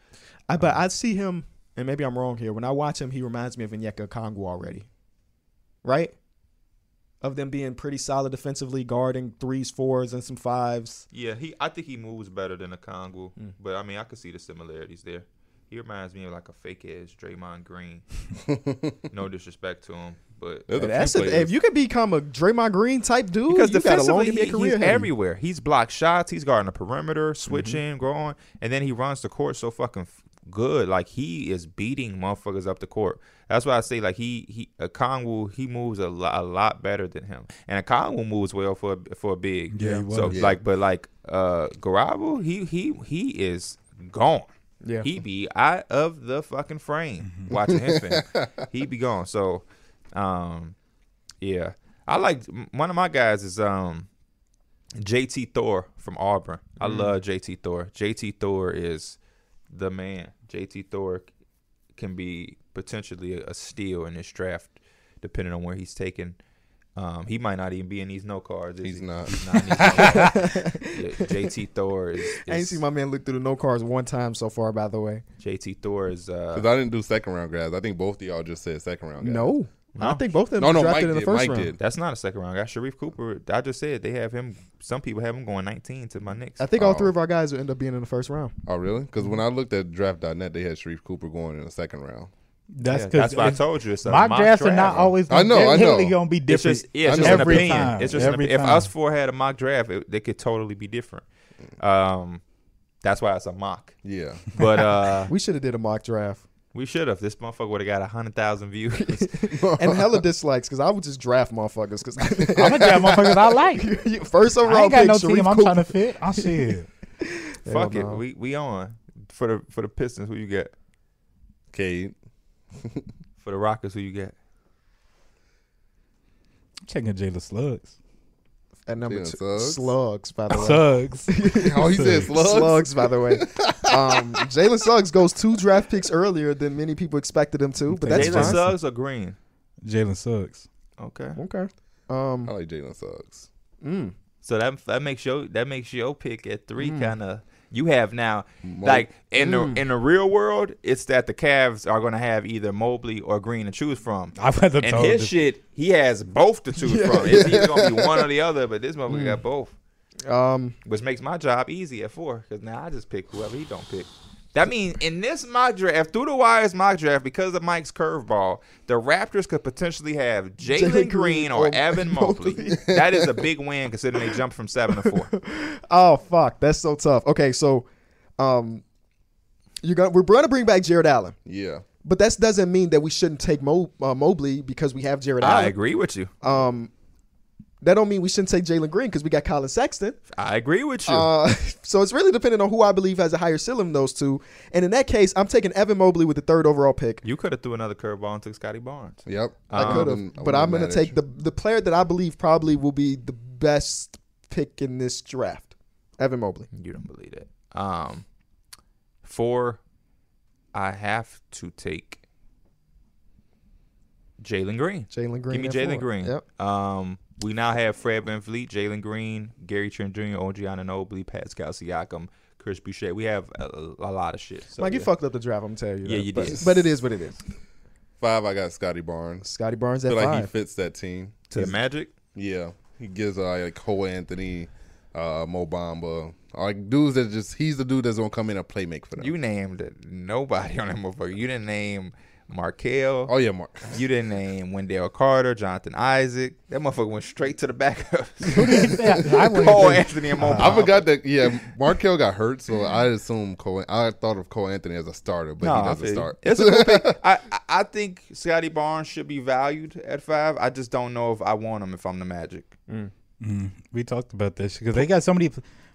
[SPEAKER 1] I, but I see him, and maybe I'm wrong here. When I watch him, he reminds me of Onyeka Kongwu already, right? Of them being pretty solid defensively, guarding threes, fours, and some fives.
[SPEAKER 2] Yeah, he. I think he moves better than a Kongu,
[SPEAKER 1] Mm.
[SPEAKER 2] but I mean, I could see the similarities there. He reminds me of like a fake ass Draymond Green. no disrespect to him, but
[SPEAKER 3] They're the
[SPEAKER 1] That's
[SPEAKER 3] few
[SPEAKER 1] a,
[SPEAKER 3] players.
[SPEAKER 1] if you can become a Draymond Green type dude,
[SPEAKER 2] because
[SPEAKER 1] you got a long
[SPEAKER 2] defensively,
[SPEAKER 1] NBA
[SPEAKER 2] he-
[SPEAKER 1] career. ahead
[SPEAKER 2] he's
[SPEAKER 1] of you.
[SPEAKER 2] everywhere. He's blocked shots. He's guarding the perimeter, switching, growing, and then he runs the court so fucking f- good. Like he is beating motherfuckers up the court. That's why I say like he he a Kongwu he moves a lot a lot better than him, and a Kongwu moves well for a, for a big.
[SPEAKER 4] Yeah, he
[SPEAKER 2] so
[SPEAKER 4] was.
[SPEAKER 2] like but like uh Garabu, he he he is gone.
[SPEAKER 1] Yeah.
[SPEAKER 2] He be out of the fucking frame
[SPEAKER 1] Mm-hmm.
[SPEAKER 2] watching him film. he be gone. So, um, yeah, I like one of my guys is um, JT Thor from Auburn. I
[SPEAKER 1] Mm.
[SPEAKER 2] love JT Thor. JT Thor is the man. JT Thor c- can be potentially a steal in this draft, depending on where he's taken. Um, he might not even be in these no cards. is
[SPEAKER 3] He's
[SPEAKER 2] he?
[SPEAKER 3] not.
[SPEAKER 2] He's not in these no cards. Yeah, JT Thor is.
[SPEAKER 1] I ain't
[SPEAKER 2] is-
[SPEAKER 1] seen my man look through the no cards one time so far. By the way,
[SPEAKER 2] JT Thor is. Uh,
[SPEAKER 3] Because I didn't do second round guys. I think both of y'all just said second round guys.
[SPEAKER 1] no, I
[SPEAKER 2] No.
[SPEAKER 1] think both of them
[SPEAKER 3] No, no,
[SPEAKER 1] drafted
[SPEAKER 3] Mike
[SPEAKER 1] in the
[SPEAKER 3] did.
[SPEAKER 1] first
[SPEAKER 3] Mike
[SPEAKER 1] round.
[SPEAKER 3] did.
[SPEAKER 2] That's not a second round guy. Sharif Cooper. I just said they have him. Some people have him going 19 to my Knicks.
[SPEAKER 1] I think all
[SPEAKER 3] Oh.
[SPEAKER 1] three of our guys will end up being in the first round.
[SPEAKER 3] Oh, really? Because when I looked at draft.net, they had Sharif Cooper going in the second round.
[SPEAKER 4] That's
[SPEAKER 2] Yeah,
[SPEAKER 4] because
[SPEAKER 2] that's why I told you. It's a
[SPEAKER 4] mock drafts are not
[SPEAKER 2] draft.
[SPEAKER 4] always.
[SPEAKER 3] I know, I know.
[SPEAKER 4] They're gonna be
[SPEAKER 2] It's
[SPEAKER 4] different.
[SPEAKER 2] just, yeah, it's
[SPEAKER 3] I
[SPEAKER 2] just an
[SPEAKER 3] know.
[SPEAKER 4] every
[SPEAKER 2] opinion.
[SPEAKER 4] time.
[SPEAKER 2] It's just an
[SPEAKER 4] Every
[SPEAKER 2] opinion.
[SPEAKER 4] time.
[SPEAKER 2] if us four had a mock draft, it, they could totally be different. Um, that's why it's a mock.
[SPEAKER 3] Yeah.
[SPEAKER 2] But uh,
[SPEAKER 1] We should have did a mock draft.
[SPEAKER 2] we should have. This motherfucker would have got hundred thousand views.
[SPEAKER 1] And hella dislikes because I would just draft motherfuckers because
[SPEAKER 4] I'm gonna draft motherfuckers I like.
[SPEAKER 1] first
[SPEAKER 4] I
[SPEAKER 1] overall
[SPEAKER 4] ain't got
[SPEAKER 1] pick.
[SPEAKER 4] no
[SPEAKER 1] Sharif
[SPEAKER 4] team. I'm
[SPEAKER 1] Cooper.
[SPEAKER 4] trying to fit. Oh, I see
[SPEAKER 2] Fuck it.
[SPEAKER 1] no.
[SPEAKER 2] We we on for the for the Pistons. Who you got?
[SPEAKER 3] Cade.
[SPEAKER 2] For the Rockets, who you got?
[SPEAKER 4] Checking Jalen Slugs.
[SPEAKER 1] At number
[SPEAKER 3] Yeah,
[SPEAKER 1] two,
[SPEAKER 3] Suggs.
[SPEAKER 1] slugs by the way.
[SPEAKER 4] Suggs.
[SPEAKER 3] Oh, he said
[SPEAKER 1] Slugs,
[SPEAKER 3] slugs.
[SPEAKER 1] by the way. Um, Jalen Suggs goes two draft picks earlier than many people expected him to, but that's
[SPEAKER 2] Jalen
[SPEAKER 1] fine.
[SPEAKER 2] Suggs or Green?
[SPEAKER 4] Jalen Suggs.
[SPEAKER 2] Okay.
[SPEAKER 1] Okay. Um,
[SPEAKER 3] I like Jalen Suggs.
[SPEAKER 1] mm.
[SPEAKER 2] So that that makes your that makes your pick at three
[SPEAKER 4] Hmm.
[SPEAKER 1] Mm.
[SPEAKER 2] kind of you have now
[SPEAKER 3] Mo-
[SPEAKER 2] like in
[SPEAKER 1] Mm.
[SPEAKER 2] the in the real world it's that the Cavs are gonna have either Mobley or Green to choose from.
[SPEAKER 4] I've had to
[SPEAKER 2] And
[SPEAKER 4] told
[SPEAKER 2] his
[SPEAKER 4] this.
[SPEAKER 2] shit he has both to choose from. It's either gonna be one or the other, but this motherfucker got both,
[SPEAKER 1] Um,
[SPEAKER 2] which makes my job easy at four because now I just pick whoever he don't pick. That means in this mock draft, through the wires mock draft, because of Mike's curveball, the Raptors could potentially have Jalen Green or Evan Mobley. that is a big win considering they jumped from seven to four.
[SPEAKER 1] oh fuck, that's so tough. Okay, so um, you're gonna we're gonna bring back Jared Allen,
[SPEAKER 3] Yeah.
[SPEAKER 1] but that doesn't mean that we shouldn't take Mo, uh, Mobley because we have Jared
[SPEAKER 2] I
[SPEAKER 1] Allen.
[SPEAKER 2] agree with you.
[SPEAKER 1] Um, that don't mean we shouldn't take Jalen Green because we got Colin Sexton.
[SPEAKER 2] I agree with you.
[SPEAKER 1] Uh, so it's really dependent on who I believe has a higher ceiling than those two. And in that case, I'm taking Evan Mobley with the third overall pick.
[SPEAKER 2] you could have threw another curveball and took Scotty Barnes.
[SPEAKER 3] Yep.
[SPEAKER 2] Um,
[SPEAKER 3] Um,
[SPEAKER 1] I could have,
[SPEAKER 3] wouldn't- I
[SPEAKER 1] but I'm going
[SPEAKER 3] wouldn't
[SPEAKER 1] to
[SPEAKER 3] mad
[SPEAKER 1] take
[SPEAKER 3] at
[SPEAKER 1] the the player that I believe probably will be the best pick in this draft, Evan Mobley.
[SPEAKER 2] You don't believe it. Um, four, I have to take Jalen Green.
[SPEAKER 1] Jalen Green.
[SPEAKER 2] Give
[SPEAKER 1] at
[SPEAKER 2] me Jalen
[SPEAKER 1] four.
[SPEAKER 2] Green.
[SPEAKER 1] Yep.
[SPEAKER 2] Um, we now have Fred VanVleet, Jalen Green, Gary Trent Jr., OG Ananobi, Pascal Siakam, Chris Boucher. We have a, a lot of shit. So
[SPEAKER 1] Mike, you
[SPEAKER 2] yeah.
[SPEAKER 1] fucked up the draft. I'm telling you.
[SPEAKER 2] Yeah,
[SPEAKER 1] that.
[SPEAKER 2] you
[SPEAKER 1] but,
[SPEAKER 2] did.
[SPEAKER 1] But it is what it is.
[SPEAKER 3] you. Five, I got Scotty Barnes.
[SPEAKER 1] Scotty Barnes
[SPEAKER 3] I
[SPEAKER 1] at
[SPEAKER 3] feel like he
[SPEAKER 1] five.
[SPEAKER 3] fits that team.
[SPEAKER 2] to the Magic.
[SPEAKER 3] Yeah. He gives uh, like Cole Anthony, uh, Mo Bamba. Like dudes that just, he's the dude that's going to come in and play make for them.
[SPEAKER 2] You named nobody on that motherfucker. You didn't name Markel.
[SPEAKER 3] oh, yeah, Mark.
[SPEAKER 2] You didn't name Wendell Carter, Jonathan Isaac. That motherfucker went straight to the backup.
[SPEAKER 4] I wouldn't
[SPEAKER 2] Cole
[SPEAKER 4] think-
[SPEAKER 2] Anthony and Mo.
[SPEAKER 3] I
[SPEAKER 2] Bamba.
[SPEAKER 3] forgot that. Yeah, Markel got hurt, so I assume Cole. I thought of Cole Anthony as a starter, but
[SPEAKER 2] Nah,
[SPEAKER 3] he
[SPEAKER 2] I
[SPEAKER 3] doesn't
[SPEAKER 2] feel you.
[SPEAKER 3] start.
[SPEAKER 2] It's a good pick. I, I- I think Scotty Barnes should be valued at five. I just don't know if I want him if I'm the Magic.
[SPEAKER 4] Mm, we talked about this because they got so many,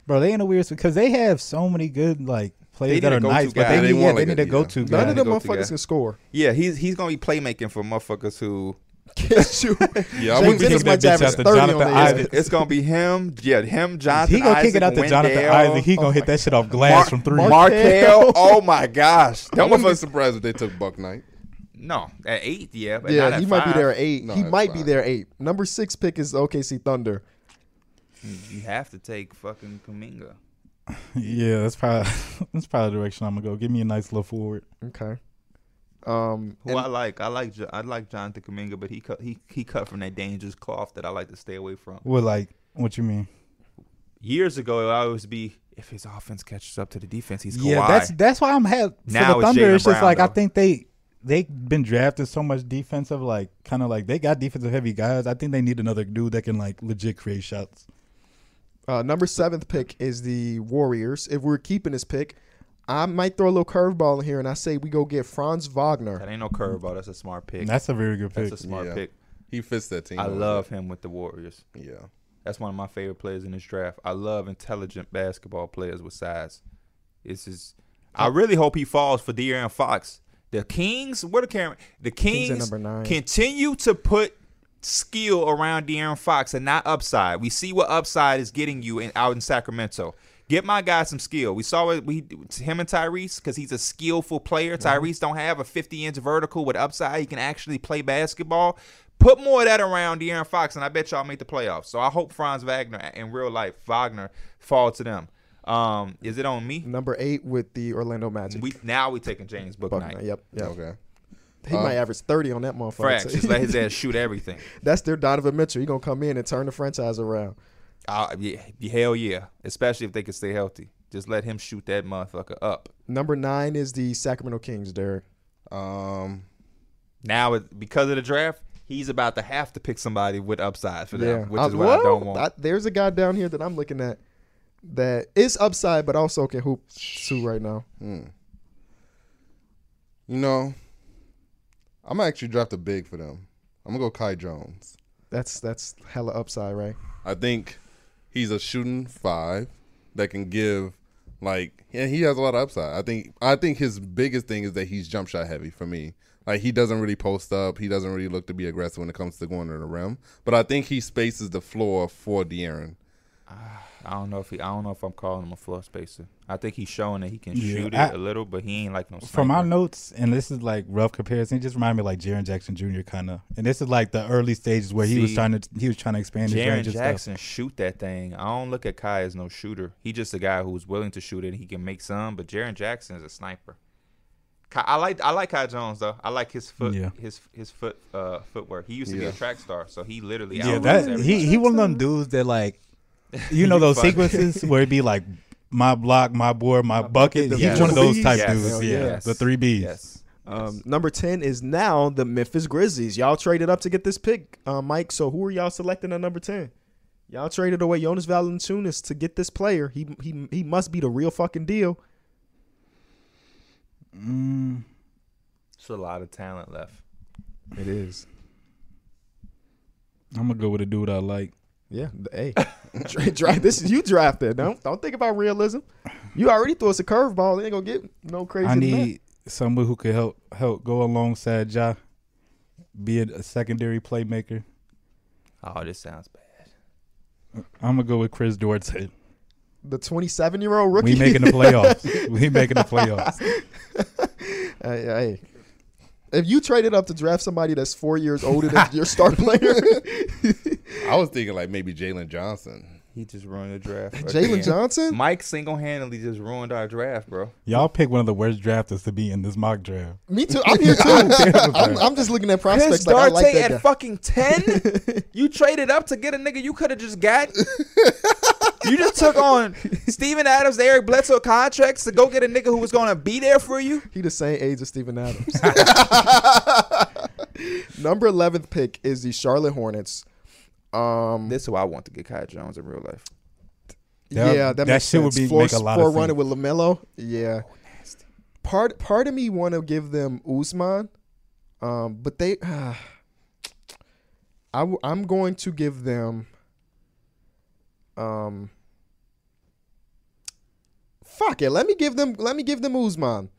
[SPEAKER 4] bro. They in the weird because they have so many good like
[SPEAKER 2] They
[SPEAKER 4] players
[SPEAKER 2] need
[SPEAKER 4] that
[SPEAKER 2] a
[SPEAKER 4] are
[SPEAKER 2] go-to
[SPEAKER 4] nice,
[SPEAKER 2] guy.
[SPEAKER 4] but they,
[SPEAKER 3] They want
[SPEAKER 4] need, yeah,
[SPEAKER 3] a
[SPEAKER 4] they
[SPEAKER 3] good-
[SPEAKER 4] need a
[SPEAKER 3] yeah.
[SPEAKER 4] go to
[SPEAKER 1] None
[SPEAKER 4] guy.
[SPEAKER 1] of them
[SPEAKER 2] Go to guy.
[SPEAKER 1] motherfuckers can score.
[SPEAKER 2] Yeah, he's he's gonna be playmaking for motherfuckers who
[SPEAKER 1] Get you.
[SPEAKER 3] Yeah, I
[SPEAKER 1] Jay
[SPEAKER 3] wouldn't be
[SPEAKER 1] Dennis
[SPEAKER 4] surprised
[SPEAKER 1] might
[SPEAKER 4] if
[SPEAKER 1] average
[SPEAKER 4] it's after
[SPEAKER 1] 30 on
[SPEAKER 4] Jonathan
[SPEAKER 1] the
[SPEAKER 4] Isaac.
[SPEAKER 1] year.
[SPEAKER 2] it's gonna be him. Yeah, him, Jonathan.
[SPEAKER 4] He gonna
[SPEAKER 2] Isaac,
[SPEAKER 4] kick it out to Jonathan
[SPEAKER 2] Wendell,
[SPEAKER 4] Isaac. He gonna hit that shit off Oh glass
[SPEAKER 2] Mar-
[SPEAKER 4] from three.
[SPEAKER 2] Markel. Oh my gosh,
[SPEAKER 3] I
[SPEAKER 2] that
[SPEAKER 3] wouldn't be
[SPEAKER 2] motherfucker.
[SPEAKER 3] surprised if they took Buck Knight.
[SPEAKER 2] No, at eight, yeah, but not
[SPEAKER 1] Yeah,
[SPEAKER 2] at
[SPEAKER 1] he might be
[SPEAKER 2] five.
[SPEAKER 1] there at eight.
[SPEAKER 3] No,
[SPEAKER 1] he
[SPEAKER 3] that's
[SPEAKER 1] might be
[SPEAKER 3] fine.
[SPEAKER 1] there at eight. Number six pick is OKC Thunder.
[SPEAKER 2] You have to take fucking Kuminga.
[SPEAKER 4] yeah, that's probably that's probably the direction I'm gonna go. Give me a nice little forward.
[SPEAKER 1] Okay. Um,
[SPEAKER 2] Who I like, I like, Jo- I like Jonathan Kuminga, but he cut, he he cut from that dangerous cloth that I like to stay away from.
[SPEAKER 4] Well, like what you mean?
[SPEAKER 2] Years ago, it would always be if his offense catches up to the defense, he's Kawhi.
[SPEAKER 4] Yeah, that's that's why I'm had for
[SPEAKER 2] Now
[SPEAKER 4] the
[SPEAKER 2] it's
[SPEAKER 4] Thunder.
[SPEAKER 2] Jaylen
[SPEAKER 4] It's just
[SPEAKER 2] Brown,
[SPEAKER 4] like I
[SPEAKER 2] though.
[SPEAKER 4] think they they've been drafting so much defensive, like kind of like they got defensive heavy guys. I think they need another dude that can like legit create shots.
[SPEAKER 1] uh, number seventh pick is the Warriors. If we're keeping this pick, I might throw a little curveball in here and I say we go get Franz Wagner.
[SPEAKER 2] that ain't no curveball. That's a smart pick.
[SPEAKER 4] And that's a very good
[SPEAKER 2] That's
[SPEAKER 4] pick.
[SPEAKER 2] a smart
[SPEAKER 3] Yeah.
[SPEAKER 2] pick.
[SPEAKER 3] He fits that team.
[SPEAKER 2] I love him with the Warriors.
[SPEAKER 3] Yeah,
[SPEAKER 2] That's one of my favorite players in this draft. I love intelligent basketball players with size. It's just, I really hope he falls for De'Aaron Fox. The Kings, where the camera? The Kings,
[SPEAKER 1] Kings at number nine.
[SPEAKER 2] continue to put skill around De'Aaron Fox and not upside. We see what upside is getting you in, out in Sacramento. Get my guy some skill. We saw it. We him and Tyrese because he's a skillful player. Tyrese don't have a 50 inch vertical with upside. He can actually play basketball. Put more of that around De'Aaron Fox, and I bet y'all make the playoffs. So I hope Franz Wagner in real life Wagner fall to them. Um, is it on me?
[SPEAKER 1] Number eight with the Orlando Magic.
[SPEAKER 2] We now we taking James Book
[SPEAKER 1] Buckner.
[SPEAKER 2] night. Uh,
[SPEAKER 1] Yep. yep.
[SPEAKER 3] Okay.
[SPEAKER 1] He might average thirty on that motherfucker.
[SPEAKER 2] Frax, just let
[SPEAKER 1] too.
[SPEAKER 2] his ass shoot everything.
[SPEAKER 1] That's their Donovan Mitchell. He gonna come in and turn the franchise around.
[SPEAKER 2] Uh, yeah, hell yeah. Especially if they can stay healthy. Just let him shoot that motherfucker up.
[SPEAKER 1] Number nine is the Sacramento Kings. Derek.
[SPEAKER 3] Um,
[SPEAKER 2] Now, it, because of the draft, he's about to have to pick somebody with upside for them, which
[SPEAKER 1] I-
[SPEAKER 2] is what I
[SPEAKER 1] well,
[SPEAKER 2] don't want.
[SPEAKER 1] I- there's a guy down here that I'm looking at that is upside, but also can hoop too right now.
[SPEAKER 3] You know, I'm gonna actually draft a big for them. I'm gonna go Kai Jones.
[SPEAKER 1] That's that's hella upside, right?
[SPEAKER 3] I think he's a shooting five that can give like and he has a lot of upside. I think I think his biggest thing is that he's jump shot heavy for me. Like he doesn't really post up. He doesn't really look to be aggressive when it comes to going to the rim. But I think he spaces the floor for De'Aaron.
[SPEAKER 2] I don't know if he. I don't know if I'm calling him a floor spacer. I think he's showing that he can
[SPEAKER 4] Yeah,
[SPEAKER 2] shoot it
[SPEAKER 4] I-
[SPEAKER 2] a little, but he ain't like no. Sniper.
[SPEAKER 4] From our notes, and this is like rough comparison. It just reminded me like Jaron Jackson Jr. kind of, and this is like the early stages where he was
[SPEAKER 2] See,
[SPEAKER 4] trying to he was trying to expand his
[SPEAKER 2] Jaren
[SPEAKER 4] range. and stuff.
[SPEAKER 2] Jackson shoot that thing. I don't look at Kai as no shooter. He just a guy who's willing to shoot it. He can make some, but Jaren Jackson is a sniper. Kai, I like I like Kai Jones though. I like his foot
[SPEAKER 4] Yeah.
[SPEAKER 2] his his foot uh footwork. He used to be
[SPEAKER 3] Yeah.
[SPEAKER 2] a track star, so he literally
[SPEAKER 4] Yeah,
[SPEAKER 2] outruns
[SPEAKER 4] that
[SPEAKER 2] everybody.
[SPEAKER 4] he he one of them dudes that like, you know those
[SPEAKER 2] Fuck.
[SPEAKER 4] sequences where it be like my block, my board, my bucket.
[SPEAKER 1] the
[SPEAKER 4] He's
[SPEAKER 2] yes.
[SPEAKER 4] one of those
[SPEAKER 1] Bs.
[SPEAKER 4] type
[SPEAKER 2] Yes. Oh,
[SPEAKER 4] dudes.
[SPEAKER 1] Hell
[SPEAKER 4] Yeah,
[SPEAKER 2] yes.
[SPEAKER 4] the three Bs.
[SPEAKER 2] Yes.
[SPEAKER 1] Um, number ten is now the Memphis Grizzlies. Y'all traded up to get this pick, uh, Mike. So who are y'all selecting at number ten? Y'all traded away Jonas Valanciunas to get this player. He he he must be the real fucking deal.
[SPEAKER 4] Mm.
[SPEAKER 2] It's a lot of talent left.
[SPEAKER 1] It is.
[SPEAKER 4] I'm gonna go with a dude I like.
[SPEAKER 1] Yeah. th- Hey, Dra- dra- this is you drafted. Don't don't think about realism. You already threw us a curveball. It Ain't gonna get no crazy.
[SPEAKER 4] I
[SPEAKER 1] than that.
[SPEAKER 4] need someone who could help help go alongside Ja, be a, a secondary playmaker.
[SPEAKER 2] Oh, this sounds bad.
[SPEAKER 4] I'm gonna go with Chris Duarte.
[SPEAKER 1] the 27 year old rookie.
[SPEAKER 4] We making the playoffs. we making the playoffs.
[SPEAKER 1] Hey, hey. If you traded up to draft somebody that's four years older than your star player,
[SPEAKER 3] I was thinking like maybe Jalen Johnson.
[SPEAKER 2] He just ruined the draft. again.
[SPEAKER 1] Jalen Johnson,
[SPEAKER 2] Mike single handedly just ruined our draft, bro.
[SPEAKER 4] Y'all pick one of the worst drafters to be in this mock draft.
[SPEAKER 1] me too. I'm here too. I'm, I'm just looking at prospects. Like, I like that guy.
[SPEAKER 2] fucking ten. you traded up to get a nigga you could have just got. you just took on Steven Adams, Eric Bledsoe contracts to go get a nigga who was gonna be there for you.
[SPEAKER 1] he the same age as Steven Adams. Number 11th pick is the Charlotte Hornets. Um,
[SPEAKER 2] This is why I want to get Kai Jones in real life.
[SPEAKER 4] That-
[SPEAKER 1] yeah, that,
[SPEAKER 4] that
[SPEAKER 1] makes
[SPEAKER 4] shit would
[SPEAKER 1] sense.
[SPEAKER 4] be-
[SPEAKER 1] Floor-
[SPEAKER 4] make a lot of
[SPEAKER 1] floor running
[SPEAKER 4] sense. Oh,
[SPEAKER 1] with Lamelo. Yeah, part part of me want to give them Usman, um, but they, uh, I w- I'm going to give them, um, fuck it. Let me give them. Let me give them Usman.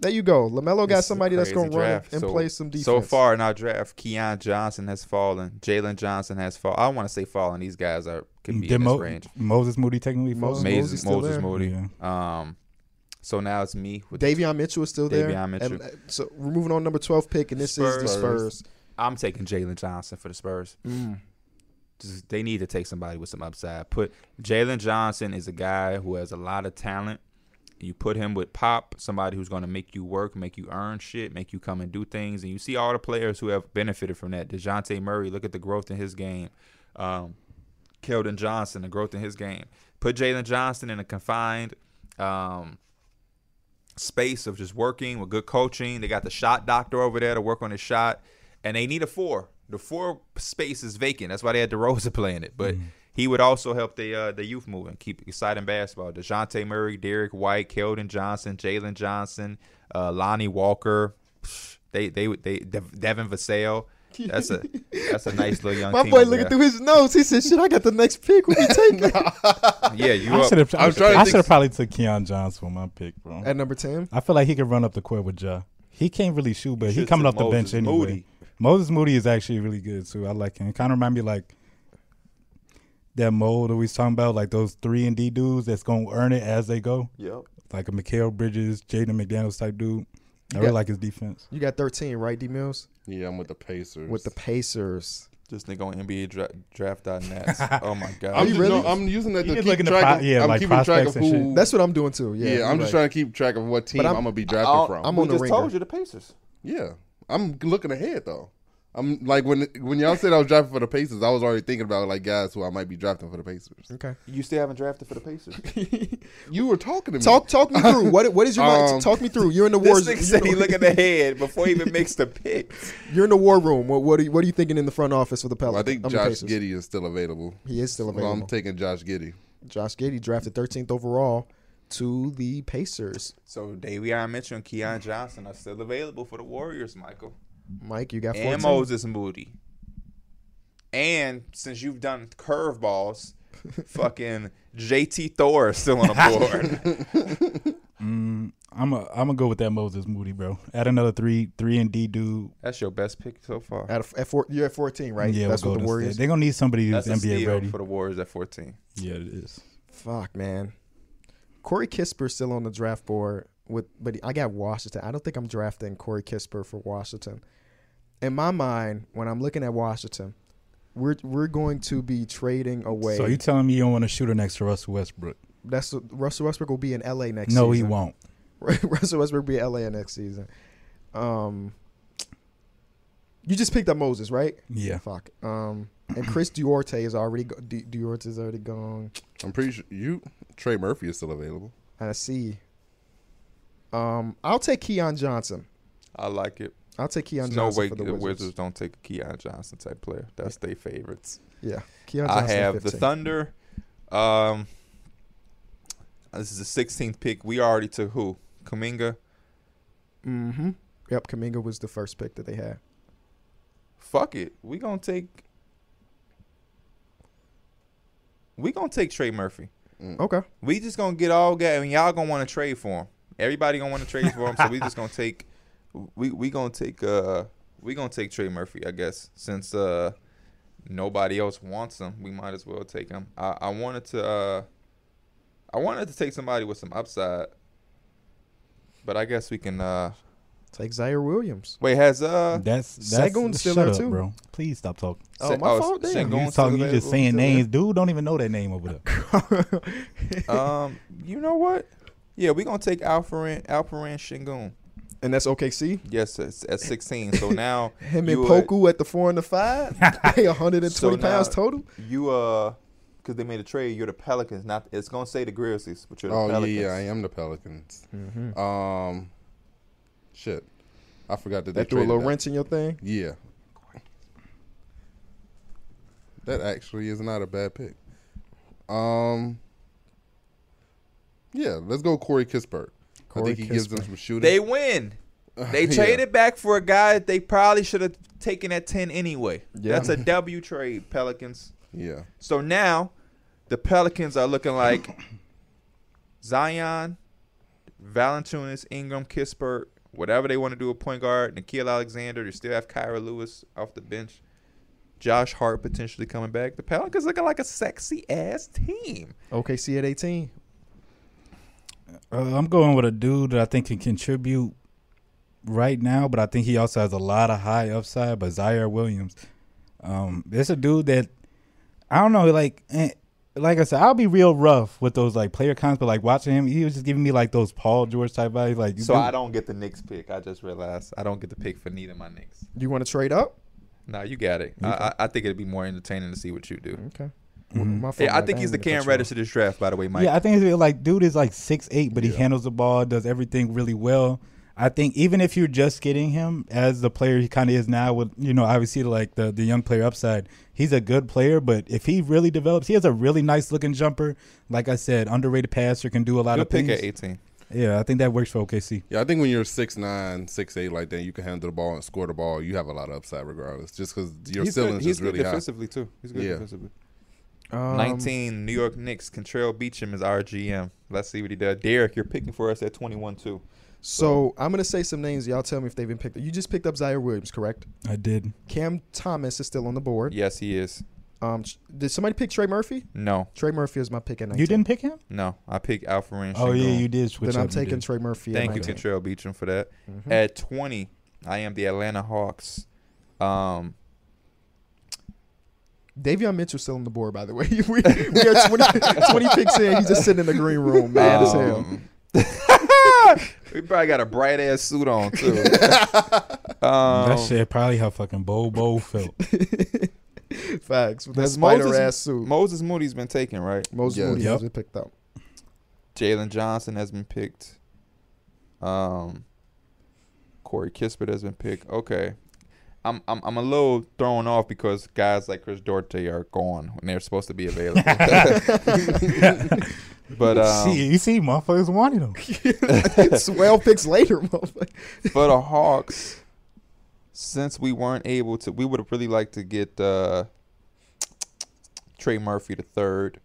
[SPEAKER 1] There you go. Lamelo got
[SPEAKER 2] This is a
[SPEAKER 1] somebody that's
[SPEAKER 2] crazy
[SPEAKER 1] gonna run and-
[SPEAKER 2] draft.
[SPEAKER 1] and
[SPEAKER 2] So-
[SPEAKER 1] play some defense.
[SPEAKER 2] So far in our draft, Keon Johnson has fallen. Jalen Johnson has fallen. I want to say fallen. These guys are could be
[SPEAKER 4] Did
[SPEAKER 2] in
[SPEAKER 4] Mo-
[SPEAKER 2] this range.
[SPEAKER 4] Moses Moody technically falls?
[SPEAKER 1] Moses
[SPEAKER 2] Moses,
[SPEAKER 1] Moody
[SPEAKER 2] Moses,
[SPEAKER 1] still there?
[SPEAKER 2] Moody.
[SPEAKER 4] Yeah.
[SPEAKER 2] Um, so now it's me with
[SPEAKER 1] Davion Mitchell is still there.
[SPEAKER 2] Davion Mitchell.
[SPEAKER 1] And, uh, so we're moving on to number 12 pick, and this is the
[SPEAKER 2] Spurs.
[SPEAKER 1] Spurs. Mm.
[SPEAKER 2] I'm taking Jalen Johnson for the Spurs. Just- they need to take somebody with some upside. Put Jalen Johnson is a guy who has a lot of talent. You put him with Pop, somebody who's going to make you work, make you earn shit, make you come and do things. And you see all the players who have benefited from that. DeJounte Murray, look at the growth in his game. Um, Keldon Johnson, the growth in his game. Put Jalen Johnson in a confined um, space of just working with good coaching. They got the shot doctor over there to work on his shot, and they need a four. The four space is vacant. That's why they had DeRosa playing it,
[SPEAKER 1] Mm-hmm.
[SPEAKER 2] but. He would also help the uh, the youth movement, keep exciting basketball. DeJounte Murray, Derek White, Keldon Johnson, Jalen Johnson, uh, Lonnie Walker. Psh, They they would- they Dev- Devin Vassell. That's a that's a nice little young.
[SPEAKER 1] My
[SPEAKER 2] team
[SPEAKER 1] boy
[SPEAKER 2] over
[SPEAKER 1] looking
[SPEAKER 2] there.
[SPEAKER 1] through his notes. He said, "Shit, I got the next pick. What you taking?"
[SPEAKER 2] Yeah, you
[SPEAKER 4] I
[SPEAKER 2] up.
[SPEAKER 4] should have. I
[SPEAKER 3] I'm trying to think-
[SPEAKER 4] should have probably took Keon Johnson with my pick, bro.
[SPEAKER 1] At number ten,
[SPEAKER 4] I feel like he could run up the court with Ja. He can't really shoot, but he
[SPEAKER 2] should've
[SPEAKER 4] coming
[SPEAKER 2] took
[SPEAKER 4] off the
[SPEAKER 2] Moses
[SPEAKER 4] bench anyway.
[SPEAKER 2] Moody.
[SPEAKER 4] Moses Moody is actually really good too. I like him. It kind of remind me like that mold that we was talking about, like those three and D dudes that's gonna earn it as they go,
[SPEAKER 2] Yep.
[SPEAKER 4] like a Mikael Bridges, Jaden McDaniels type dude. I
[SPEAKER 1] Yeah.
[SPEAKER 4] really like his defense.
[SPEAKER 1] you got thirteen, right, D Mills,
[SPEAKER 3] Yeah, I'm with the Pacers.
[SPEAKER 1] with the Pacers.
[SPEAKER 2] This nigga on NBA dra- draft.net. oh my
[SPEAKER 3] I'm
[SPEAKER 2] god.
[SPEAKER 3] just,
[SPEAKER 1] really?
[SPEAKER 3] no, I'm using that
[SPEAKER 4] He
[SPEAKER 3] to
[SPEAKER 4] just
[SPEAKER 3] keep
[SPEAKER 4] looking at
[SPEAKER 3] track
[SPEAKER 4] pro-
[SPEAKER 3] of,
[SPEAKER 4] yeah,
[SPEAKER 3] I'm
[SPEAKER 4] like
[SPEAKER 3] keeping track of
[SPEAKER 4] prospects and shit.
[SPEAKER 3] who.
[SPEAKER 1] That's what I'm doing too. Yeah,
[SPEAKER 3] yeah, I'm
[SPEAKER 1] you're
[SPEAKER 3] just
[SPEAKER 1] right.
[SPEAKER 3] trying to keep track of what team
[SPEAKER 1] I'm-
[SPEAKER 3] I'm, gonna be drafting
[SPEAKER 1] I'm
[SPEAKER 3] from.
[SPEAKER 1] on the ringer.
[SPEAKER 2] you the Pacers.
[SPEAKER 3] yeah, I'm looking ahead though. I'm like when when y'all said I was drafting for the Pacers, I was already thinking about like guys who I might be drafting for the Pacers.
[SPEAKER 1] Okay.
[SPEAKER 2] You still haven't drafted for the Pacers.
[SPEAKER 3] You were talking to me.
[SPEAKER 1] Talk talk me through. What what is your
[SPEAKER 3] Um,
[SPEAKER 1] talk me through? You're in the war
[SPEAKER 2] this
[SPEAKER 1] zone.
[SPEAKER 2] nigga said he looking ahead before he even makes the pick.
[SPEAKER 1] You're in the war room. What what are you, what are you thinking in the front office for the Pelicans?
[SPEAKER 3] I think
[SPEAKER 1] I'm the
[SPEAKER 3] Josh
[SPEAKER 1] Pacers.
[SPEAKER 3] Giddy is still available.
[SPEAKER 1] He is still
[SPEAKER 3] So I'm
[SPEAKER 1] available.
[SPEAKER 3] taking Josh Giddy.
[SPEAKER 1] Josh Giddy drafted 13th overall to the Pacers.
[SPEAKER 2] So Davion Mitchell and Keon Johnson are still available for the Warriors, Michael.
[SPEAKER 1] Mike, you got 14.
[SPEAKER 2] And Moses Moody. And since you've done curveballs, fucking JT Thor is still on the board.
[SPEAKER 4] I'm a I'm gonna go with that Moses Moody, bro. Add another three three and D dude.
[SPEAKER 2] That's your best pick so far.
[SPEAKER 1] At, a- at four, you're at 14, right?
[SPEAKER 4] Yeah,
[SPEAKER 1] That's
[SPEAKER 4] we'll
[SPEAKER 1] what
[SPEAKER 4] go
[SPEAKER 1] the Warriors.
[SPEAKER 4] They're gonna need somebody who's
[SPEAKER 2] That's a
[SPEAKER 4] NBA
[SPEAKER 2] steal
[SPEAKER 4] ready.
[SPEAKER 2] for the Warriors at 14.
[SPEAKER 4] yeah, it is.
[SPEAKER 1] Fuck, man. Corey Kisper's still on the draft board with, but I got Washington. I don't think I'm drafting Corey Kisper for Washington. In my mind, when I'm looking at Washington, we're we're going to be trading away.
[SPEAKER 4] So you telling me you don't want to shoot her next to Russell Westbrook?
[SPEAKER 1] That's Russell Westbrook will be in LA next.
[SPEAKER 4] no, he
[SPEAKER 1] season.
[SPEAKER 4] won't.
[SPEAKER 1] Russell Westbrook will be in LA next season. Um, you just picked up Moses, right?
[SPEAKER 4] Yeah.
[SPEAKER 1] Fuck. Um, and Chris Duarte is already go- Du- Duarte is already gone.
[SPEAKER 3] I'm pretty sure you Trey Murphy is still available.
[SPEAKER 1] I see. Um, I'll take Keon Johnson.
[SPEAKER 2] I like it.
[SPEAKER 1] I'll take Keon
[SPEAKER 2] There's no
[SPEAKER 1] Johnson
[SPEAKER 2] way
[SPEAKER 1] for
[SPEAKER 2] the,
[SPEAKER 1] the, Wizards.
[SPEAKER 2] Wizards don't take a Keon Johnson type player. That's their favorites.
[SPEAKER 1] Yeah, Keon
[SPEAKER 2] I
[SPEAKER 1] Johnson. at
[SPEAKER 2] have the
[SPEAKER 1] 15.
[SPEAKER 2] Thunder. Um, this is the 16th pick. We already took who? Kaminga.
[SPEAKER 1] Mm-hmm. Yep, Kaminga was the first pick that they had.
[SPEAKER 2] Fuck it. We gonna take. We gonna take Trey Murphy.
[SPEAKER 1] Okay.
[SPEAKER 2] We just gonna get all guy and y'all gonna want to trade for him. Everybody gonna want to trade for him, so we just gonna take. We we gonna take uh we gonna take Trey Murphy, I guess, since uh nobody else wants him. We might as well take him. I I wanted to uh I wanted to take somebody with some upside, but I guess we can uh
[SPEAKER 1] Take Zaire Williams.
[SPEAKER 2] wait. Has uh
[SPEAKER 4] That's that's
[SPEAKER 1] Sengun's still
[SPEAKER 4] shut
[SPEAKER 1] there
[SPEAKER 4] up,
[SPEAKER 1] too.
[SPEAKER 4] bro. Please stop talking.
[SPEAKER 1] Oh,
[SPEAKER 2] Sen-
[SPEAKER 1] my fault? Damn.
[SPEAKER 2] Sengun
[SPEAKER 4] You
[SPEAKER 2] still
[SPEAKER 4] talking? You just
[SPEAKER 2] available?
[SPEAKER 4] saying
[SPEAKER 1] still there.
[SPEAKER 4] names, dude. Don't even know that name over there.
[SPEAKER 2] um, you know what? Yeah, we're gonna take Alperin Alperin Shingun.
[SPEAKER 1] and that's OKC.
[SPEAKER 2] Yes, it's at sixteen. So now
[SPEAKER 1] Him
[SPEAKER 2] you
[SPEAKER 1] and
[SPEAKER 2] would-
[SPEAKER 1] Poku at the four and the five. they 120
[SPEAKER 2] So now-
[SPEAKER 1] pounds total.
[SPEAKER 2] you uh, because they made a trade. You're the Pelicans, not it's gonna say the Grizzlies, but you're the
[SPEAKER 3] Oh
[SPEAKER 2] Pelicans.
[SPEAKER 3] yeah, yeah, I am the Pelicans.
[SPEAKER 1] Mm-hmm.
[SPEAKER 3] Um, shit, I forgot that
[SPEAKER 1] They
[SPEAKER 3] they,
[SPEAKER 1] threw a
[SPEAKER 3] traded
[SPEAKER 1] little
[SPEAKER 3] that.
[SPEAKER 1] wrench in your thing.
[SPEAKER 3] Yeah, that actually is not a bad pick. Um, yeah, let's go Corey Kispert. I
[SPEAKER 1] Corey
[SPEAKER 3] think he gives them
[SPEAKER 1] Kispert.
[SPEAKER 3] some shooting.
[SPEAKER 2] They win. They
[SPEAKER 3] Yeah.
[SPEAKER 2] traded back for a guy that they probably should have taken at ten anyway.
[SPEAKER 1] Yeah.
[SPEAKER 2] That's a W trade, Pelicans.
[SPEAKER 3] yeah,
[SPEAKER 2] So now the Pelicans are looking like Zion, Valentunas, Ingram, Kispert, whatever they want to do with point guard, Nikhil Alexander. They still have Kyra Lewis off the bench. Josh Hart potentially coming back. The Pelicans looking like a sexy ass team.
[SPEAKER 1] OKC at 18.
[SPEAKER 4] Uh, I'm going with a dude that I think can contribute right now, but I think he also has a lot of high upside. But Zaire Williams, um, it's a dude that I don't know. Like, eh, like I said, I'll be real rough with those like player cons, but like watching him, he was just giving me like those Paul George type vibes. Like,
[SPEAKER 2] So I don't get the Knicks pick. I just realized I don't get the pick for neither of my Knicks.
[SPEAKER 1] You want to trade up?
[SPEAKER 2] No, you Mm-hmm. got it. I, I I think it'd be more entertaining to see what you do.
[SPEAKER 1] Okay.
[SPEAKER 4] Mhm.
[SPEAKER 1] My fault,
[SPEAKER 2] Yeah, I
[SPEAKER 1] Mike.
[SPEAKER 2] think he's the
[SPEAKER 1] didn't mean to
[SPEAKER 2] Cam
[SPEAKER 1] cut you
[SPEAKER 2] Reddish of this draft, by the way, Mike.
[SPEAKER 4] Yeah, I think it's like dude is like six eight, but he
[SPEAKER 3] Yeah.
[SPEAKER 4] handles the ball, does everything really well. I think even if you're just getting him as the player he kind of is now, with you know obviously like the the young player upside, he's a good player. But if he really develops, he has a really nice looking jumper. Like I said, underrated passer can do a lot
[SPEAKER 2] Good
[SPEAKER 4] of
[SPEAKER 2] pick
[SPEAKER 4] things.
[SPEAKER 2] at 18.
[SPEAKER 4] Yeah, I think that works for OKC.
[SPEAKER 3] yeah. I think when you're six nine, six eight like that, you can handle the ball and score the ball. You have a lot of upside regardless, just because your
[SPEAKER 2] he's
[SPEAKER 3] ceiling's
[SPEAKER 2] good, he's
[SPEAKER 3] is
[SPEAKER 2] good
[SPEAKER 3] really high.
[SPEAKER 2] defensively too. He's good
[SPEAKER 3] Yeah.
[SPEAKER 2] defensively.
[SPEAKER 1] off. Um,
[SPEAKER 2] 19 New York Knicks. Contrell Beecham is our GM. Let's see what he does. Derek, you're picking for us at 21 too.
[SPEAKER 1] So I'm gonna say some names. Y'all tell me if they've been picked. You just picked up Zaire Williams, correct?
[SPEAKER 4] I did.
[SPEAKER 1] Cam Thomas is still on the board.
[SPEAKER 2] Yes, he is.
[SPEAKER 1] Um, sh- did somebody pick Trey Murphy?
[SPEAKER 2] No,
[SPEAKER 1] Trey Murphy is my pick at 19.
[SPEAKER 4] You didn't pick him?
[SPEAKER 2] no. I picked Alfred.
[SPEAKER 4] Oh yeah, you did. Switch
[SPEAKER 1] Then I'm
[SPEAKER 4] up, you
[SPEAKER 1] taking
[SPEAKER 4] did.
[SPEAKER 1] Trey Murphy.
[SPEAKER 2] Thank you,
[SPEAKER 1] at 19.
[SPEAKER 2] Contrell Beecham, for that.
[SPEAKER 1] Mhm.
[SPEAKER 2] At 20, I am the Atlanta Hawks. Um,
[SPEAKER 1] Davion Mitchell's still on the board, by the way. we, we
[SPEAKER 4] Um,
[SPEAKER 1] are 20, 20 picks in. He's just sitting in the green room, mad as hell.
[SPEAKER 2] um, We probably got a bright ass suit on too. um,
[SPEAKER 4] that shit probably how fucking Bobo felt.
[SPEAKER 1] Facts. With that
[SPEAKER 2] Has Moses-
[SPEAKER 1] spider ass suit.
[SPEAKER 2] Moses Moody's been taken, right?
[SPEAKER 1] Moses
[SPEAKER 3] Yeah.
[SPEAKER 1] Moody
[SPEAKER 4] Yep.
[SPEAKER 1] has been picked up.
[SPEAKER 2] Jalen Johnson has been picked. Um, Corey Kispert has been picked. Okay, I'm I'm I'm a little thrown off because guys like Chris Dorte are gone when they're supposed to be available. but um,
[SPEAKER 4] see, you see, motherfuckers wanted him.
[SPEAKER 1] it's 12 picks later, motherfucker.
[SPEAKER 2] for the Hawks, since we weren't able to, we would have really liked to get uh, Trey Murphy the third.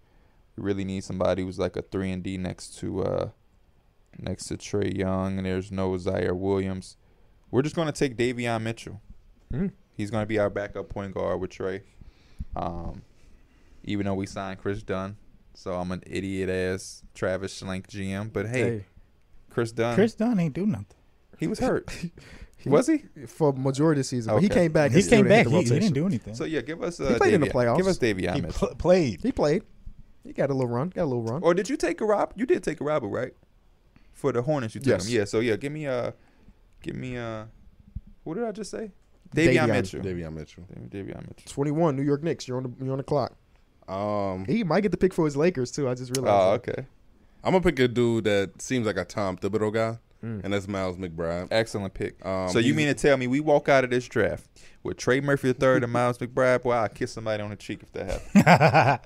[SPEAKER 2] We really need somebody who's like a three and D next to uh, next to Trey Young, and there's no Zaire Williams. We're just gonna take Davion Mitchell.
[SPEAKER 1] Hmm.
[SPEAKER 2] He's gonna be our backup point guard with Trey. Um, even though we signed Chris Dunn, so I'm an idiot ass Travis Schlenk GM, but hey, Chris Dunn,
[SPEAKER 4] Chris Dunn ain't do nothing.
[SPEAKER 2] he was hurt. was he?
[SPEAKER 1] for majority of the season. But he
[SPEAKER 2] Okay.
[SPEAKER 1] came back.
[SPEAKER 4] He
[SPEAKER 1] and still
[SPEAKER 4] came
[SPEAKER 1] didn't hit
[SPEAKER 4] back.
[SPEAKER 1] the
[SPEAKER 4] He, he didn't
[SPEAKER 1] rotation.
[SPEAKER 4] do anything.
[SPEAKER 2] So yeah, give us. Uh,
[SPEAKER 1] He played in the
[SPEAKER 2] Davion-
[SPEAKER 1] playoffs.
[SPEAKER 2] Give us
[SPEAKER 4] he
[SPEAKER 2] Davion Mitchell.
[SPEAKER 4] pl- played.
[SPEAKER 1] He played. He got a little run. Got a little run.
[SPEAKER 2] or did you take a Rob? You did take a Robert, right? For the Hornets, you took
[SPEAKER 1] Yes.
[SPEAKER 2] him. Yeah. So yeah, give me uh give me uh what did I just say? Davion,
[SPEAKER 1] Davion.
[SPEAKER 2] Mitchell.
[SPEAKER 3] Davion Mitchell.
[SPEAKER 2] Dav- Davion Mitchell.
[SPEAKER 1] 21, New York Knicks. You're on the you're on the clock.
[SPEAKER 3] Um,
[SPEAKER 1] He might get the pick for his Lakers too. I just realized.
[SPEAKER 2] Oh,
[SPEAKER 1] that.
[SPEAKER 2] okay.
[SPEAKER 3] I'm gonna pick a dude that seems like a Tom Thibodeau guy,
[SPEAKER 2] Hmm.
[SPEAKER 1] Mm.
[SPEAKER 3] and that's Miles McBride.
[SPEAKER 2] Excellent pick.
[SPEAKER 3] Um,
[SPEAKER 2] so you
[SPEAKER 3] he's-
[SPEAKER 2] mean to tell me we walk out of this draft with Trey Murphy III and Miles McBride? Boy, I'll kiss somebody on the cheek if that happens.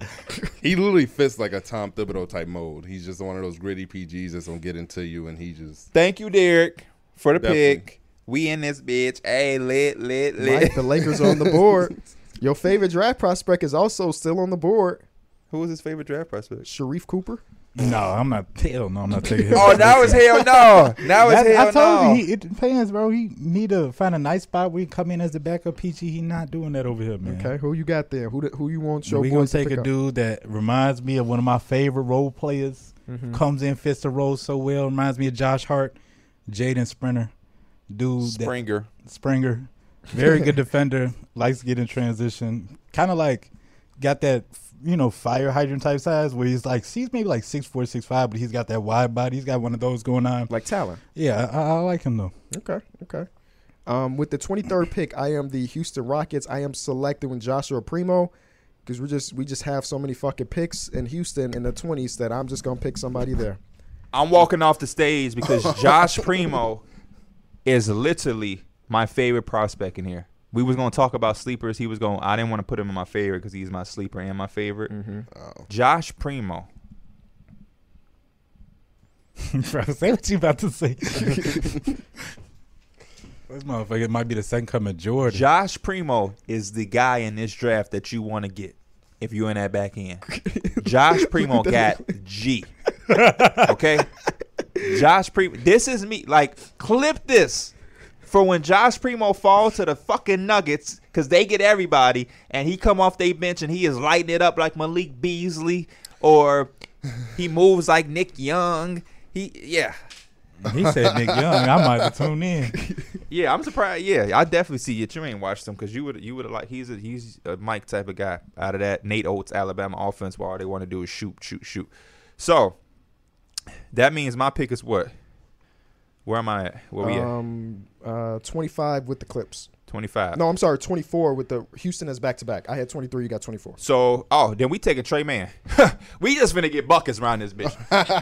[SPEAKER 3] He literally fits like a Tom Thibodeau type mold. He's just one of those gritty PGs that's gonna get into you, and he just
[SPEAKER 2] Thank you, Derek, for the
[SPEAKER 3] Definitely.
[SPEAKER 2] pick. We in this bitch. Hey, lit, lit, lit.
[SPEAKER 1] Mike, the Lakers are on the board. Your favorite draft prospect is also still on the board.
[SPEAKER 2] Who was his favorite draft prospect?
[SPEAKER 1] Sharif Cooper.
[SPEAKER 4] no, I'm not. Hell no, I'm not taking him.
[SPEAKER 2] Oh, that was hell no. That was hell
[SPEAKER 4] I told
[SPEAKER 2] no.
[SPEAKER 4] you, he, it depends, bro. He need to find a nice spot where he come in as the backup PG. He not doing that over here, man.
[SPEAKER 1] Okay, who you got there? Who the, who you want your
[SPEAKER 4] we
[SPEAKER 1] boy
[SPEAKER 4] gonna
[SPEAKER 1] to
[SPEAKER 4] take
[SPEAKER 1] pick
[SPEAKER 4] a
[SPEAKER 1] up?
[SPEAKER 4] dude that reminds me of one of my favorite role players.
[SPEAKER 2] Mm-hmm.
[SPEAKER 1] Mhm.
[SPEAKER 4] Comes in, fits the role so well. Reminds me of Josh Hart, Jaden Sprinter, dude. That,
[SPEAKER 2] Springer.
[SPEAKER 4] Springer, very good defender. Likes to get in transition. Kind of like got that you know fire hydrant type size where he's like he's maybe like six four six five, but he's got that wide body. He's got one of those going on.
[SPEAKER 1] Like Talon.
[SPEAKER 4] Yeah, I, I like him though.
[SPEAKER 1] Okay, okay. Um, with the 23rd pick, I am the Houston Rockets. I am selecting Joshua Primo because we just we just have so many fucking picks in Houston in the 20s that I'm just gonna pick somebody there.
[SPEAKER 2] I'm walking off the stage because Josh Primo is literally my favorite prospect in here. We was gonna talk about sleepers. He was going. to I didn't want to put him in my favorite because he's my sleeper and my favorite. Josh Primo.
[SPEAKER 4] Bro, say what you about to say. this motherfucker might be the second coming of Jordan.
[SPEAKER 2] Josh Primo is the guy in this draft that you want to get if you're in that back end. Josh Primo got G. Okay? Josh Primo. This is me. Like, clip this for when Josh Primo falls to the fucking Nuggets because they get everybody and he come off they bench and he is lighting it up like Malik Beasley or he moves like Nick Young. He, yeah.
[SPEAKER 4] he said Nick Young. I might have tuned in.
[SPEAKER 2] Yeah, I'm surprised. Yeah, I definitely see it. You ain't watched him because you would you would have like he's a he's a Mike type of guy out of that Nate Oates Alabama offense where all they want to do is shoot, shoot, shoot. So that means my pick is what? Where am I at? Where we at?
[SPEAKER 1] um, uh, 25 with the Clips.
[SPEAKER 2] Twenty five.
[SPEAKER 1] No, I'm sorry, 24 with the Houston as back to back. I had 23, you got 24.
[SPEAKER 2] So oh, then we taking Trey Man. we just finna get buckets around this bitch.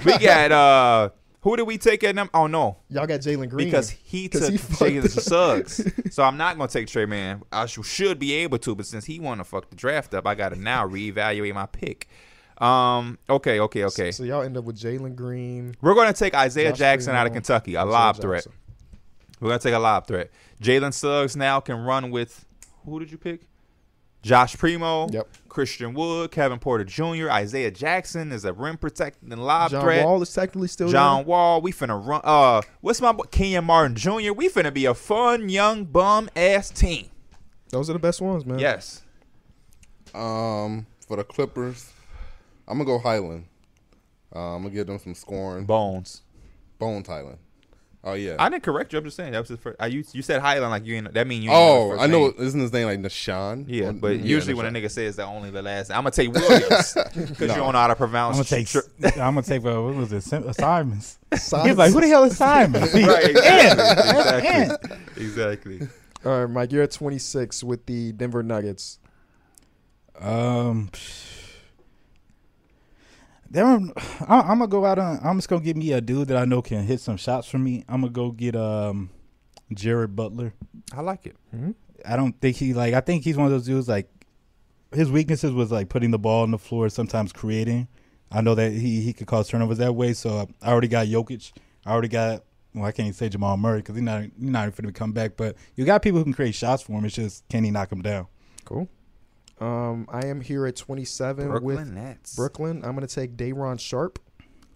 [SPEAKER 2] we got uh who did we take at number? Oh no,
[SPEAKER 1] Y'all got Jalen Green
[SPEAKER 2] because he
[SPEAKER 1] 'Cause
[SPEAKER 2] took
[SPEAKER 1] he fucked
[SPEAKER 2] Jalen Suggs. so I'm not gonna take Trey Man. I sh- should be able to, but since he want to fuck the draft up, I gotta now reevaluate my pick. Um. Okay. Okay. Okay.
[SPEAKER 1] So y'all end up with Jalen Green.
[SPEAKER 2] We're gonna take Isaiah
[SPEAKER 1] Josh
[SPEAKER 2] Jackson out of
[SPEAKER 1] Primo,
[SPEAKER 2] Kentucky, a
[SPEAKER 1] Isaiah
[SPEAKER 2] lob threat.
[SPEAKER 1] Jackson.
[SPEAKER 2] We're gonna take a lob threat. Jalen Suggs now can run with who did you pick? Josh Primo,
[SPEAKER 1] Yep.
[SPEAKER 2] Christian Wood, Kevin Porter Jr., Isaiah Jackson is a rim protecting and lob
[SPEAKER 1] John
[SPEAKER 2] threat.
[SPEAKER 1] Wall is technically still
[SPEAKER 2] John
[SPEAKER 1] there.
[SPEAKER 2] Wall, we finna run. Uh, what's my boy? Kenyon Martin Jr. We finna be a fun young bum ass team.
[SPEAKER 1] Those are the best ones, man.
[SPEAKER 2] Yes,
[SPEAKER 3] um for the Clippers. I'm gonna go Highland. Uh, I'm gonna give them some scoring.
[SPEAKER 2] Bones.
[SPEAKER 3] Bones Highland. Oh yeah.
[SPEAKER 2] I didn't correct you. I'm just saying that was his first. I you, you said Highland like you ain't. That mean you. Ain't know his
[SPEAKER 3] oh,
[SPEAKER 2] first
[SPEAKER 3] I know.
[SPEAKER 2] name.
[SPEAKER 3] Isn't his name like Nashan?
[SPEAKER 2] Yeah,
[SPEAKER 3] Or-
[SPEAKER 2] but
[SPEAKER 3] yeah,
[SPEAKER 2] usually when a
[SPEAKER 3] Nashan.
[SPEAKER 2] nigga says that only the last, I'm gonna take Williams because you don't know how to pronounce.
[SPEAKER 4] I'm gonna take.
[SPEAKER 2] Tr-
[SPEAKER 4] I'm gonna take. Uh, what was it? Sim- Simons. He's
[SPEAKER 1] Simons.
[SPEAKER 4] like, who the hell is Simons?
[SPEAKER 2] Uh, right, exactly,
[SPEAKER 4] Yeah.
[SPEAKER 2] exactly, exactly.
[SPEAKER 1] All right, Mike, you're at 26 with the Denver Nuggets.
[SPEAKER 4] Um, there. I'm, I'm gonna go out on. I'm just gonna get me a dude that I know can hit some shots for me. I'm gonna go get um, Jared Butler.
[SPEAKER 2] I like it.
[SPEAKER 4] I don't think he like. I think he's one of those dudes like. His weaknesses was like putting the ball on the floor, sometimes creating. I know that he he could cause turnovers that way. So I already got Jokic. I already got. Well, I can't even say Jamal Murray because he's not he's not even finna come back. But you got people who can create shots for him. It's just can he knock him down?
[SPEAKER 1] Cool. Um, I am here at 27 with
[SPEAKER 2] Brooklyn Nets.
[SPEAKER 1] Brooklyn. I'm going to take Dayron Sharp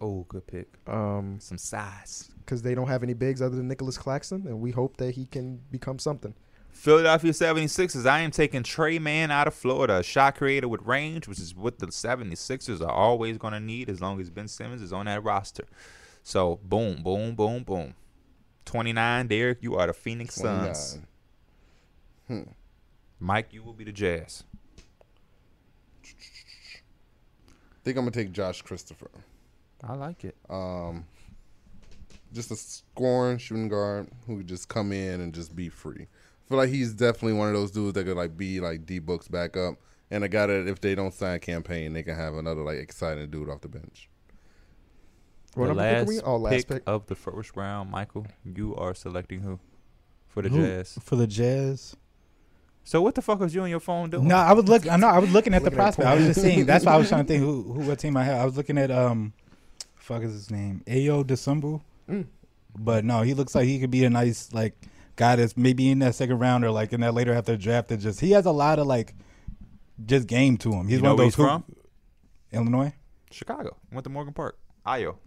[SPEAKER 2] oh, good pick.
[SPEAKER 1] because
[SPEAKER 2] Some size.
[SPEAKER 1] they don't have any bigs other than Nicholas Claxton, and we hope that he can become something.
[SPEAKER 2] Philadelphia 76ers. I am taking Trey Man out of Florida, a shot creator with range, which is what the 76ers are always going to need as long as Ben Simmons is on that roster. So, boom, boom, boom, boom. 29, Derek, you are the Phoenix Suns.
[SPEAKER 3] 29.
[SPEAKER 2] Mike, you will be the Jazz.
[SPEAKER 3] I think I'm gonna take Josh Christopher.
[SPEAKER 2] I like it.
[SPEAKER 3] Um, just a scoring shooting guard who could just come in and just be free. I feel like he's definitely one of those dudes that could like be like D books back up, and a guy that if they don't sign campaign, they can have another like exciting dude off the bench.
[SPEAKER 1] What
[SPEAKER 2] the
[SPEAKER 1] number pick are we?
[SPEAKER 2] last,
[SPEAKER 1] Oh, last
[SPEAKER 2] pick,
[SPEAKER 1] pick.
[SPEAKER 2] of the first round, Michael, you are selecting who? For the
[SPEAKER 4] Who?
[SPEAKER 2] Jazz.
[SPEAKER 4] For the Jazz,
[SPEAKER 2] So, what the fuck was you on your phone doing?
[SPEAKER 4] No, I was looking. I know I was looking at the
[SPEAKER 1] Looking at
[SPEAKER 4] prospect. I was just seeing. That's why I was trying to think who, who what team I have. I was looking at um, fuck is his name? Ayo Desumbu.
[SPEAKER 1] Mm.
[SPEAKER 4] But no, he looks like he could be a nice like guy that's maybe in that second round or like in that later after draft. That just he has a lot of like just game to him. He's
[SPEAKER 2] You
[SPEAKER 4] one
[SPEAKER 2] know
[SPEAKER 4] of
[SPEAKER 2] where
[SPEAKER 4] those
[SPEAKER 2] he's
[SPEAKER 4] who-
[SPEAKER 2] from?
[SPEAKER 4] Illinois.
[SPEAKER 2] Chicago. Went to Morgan Park. Io.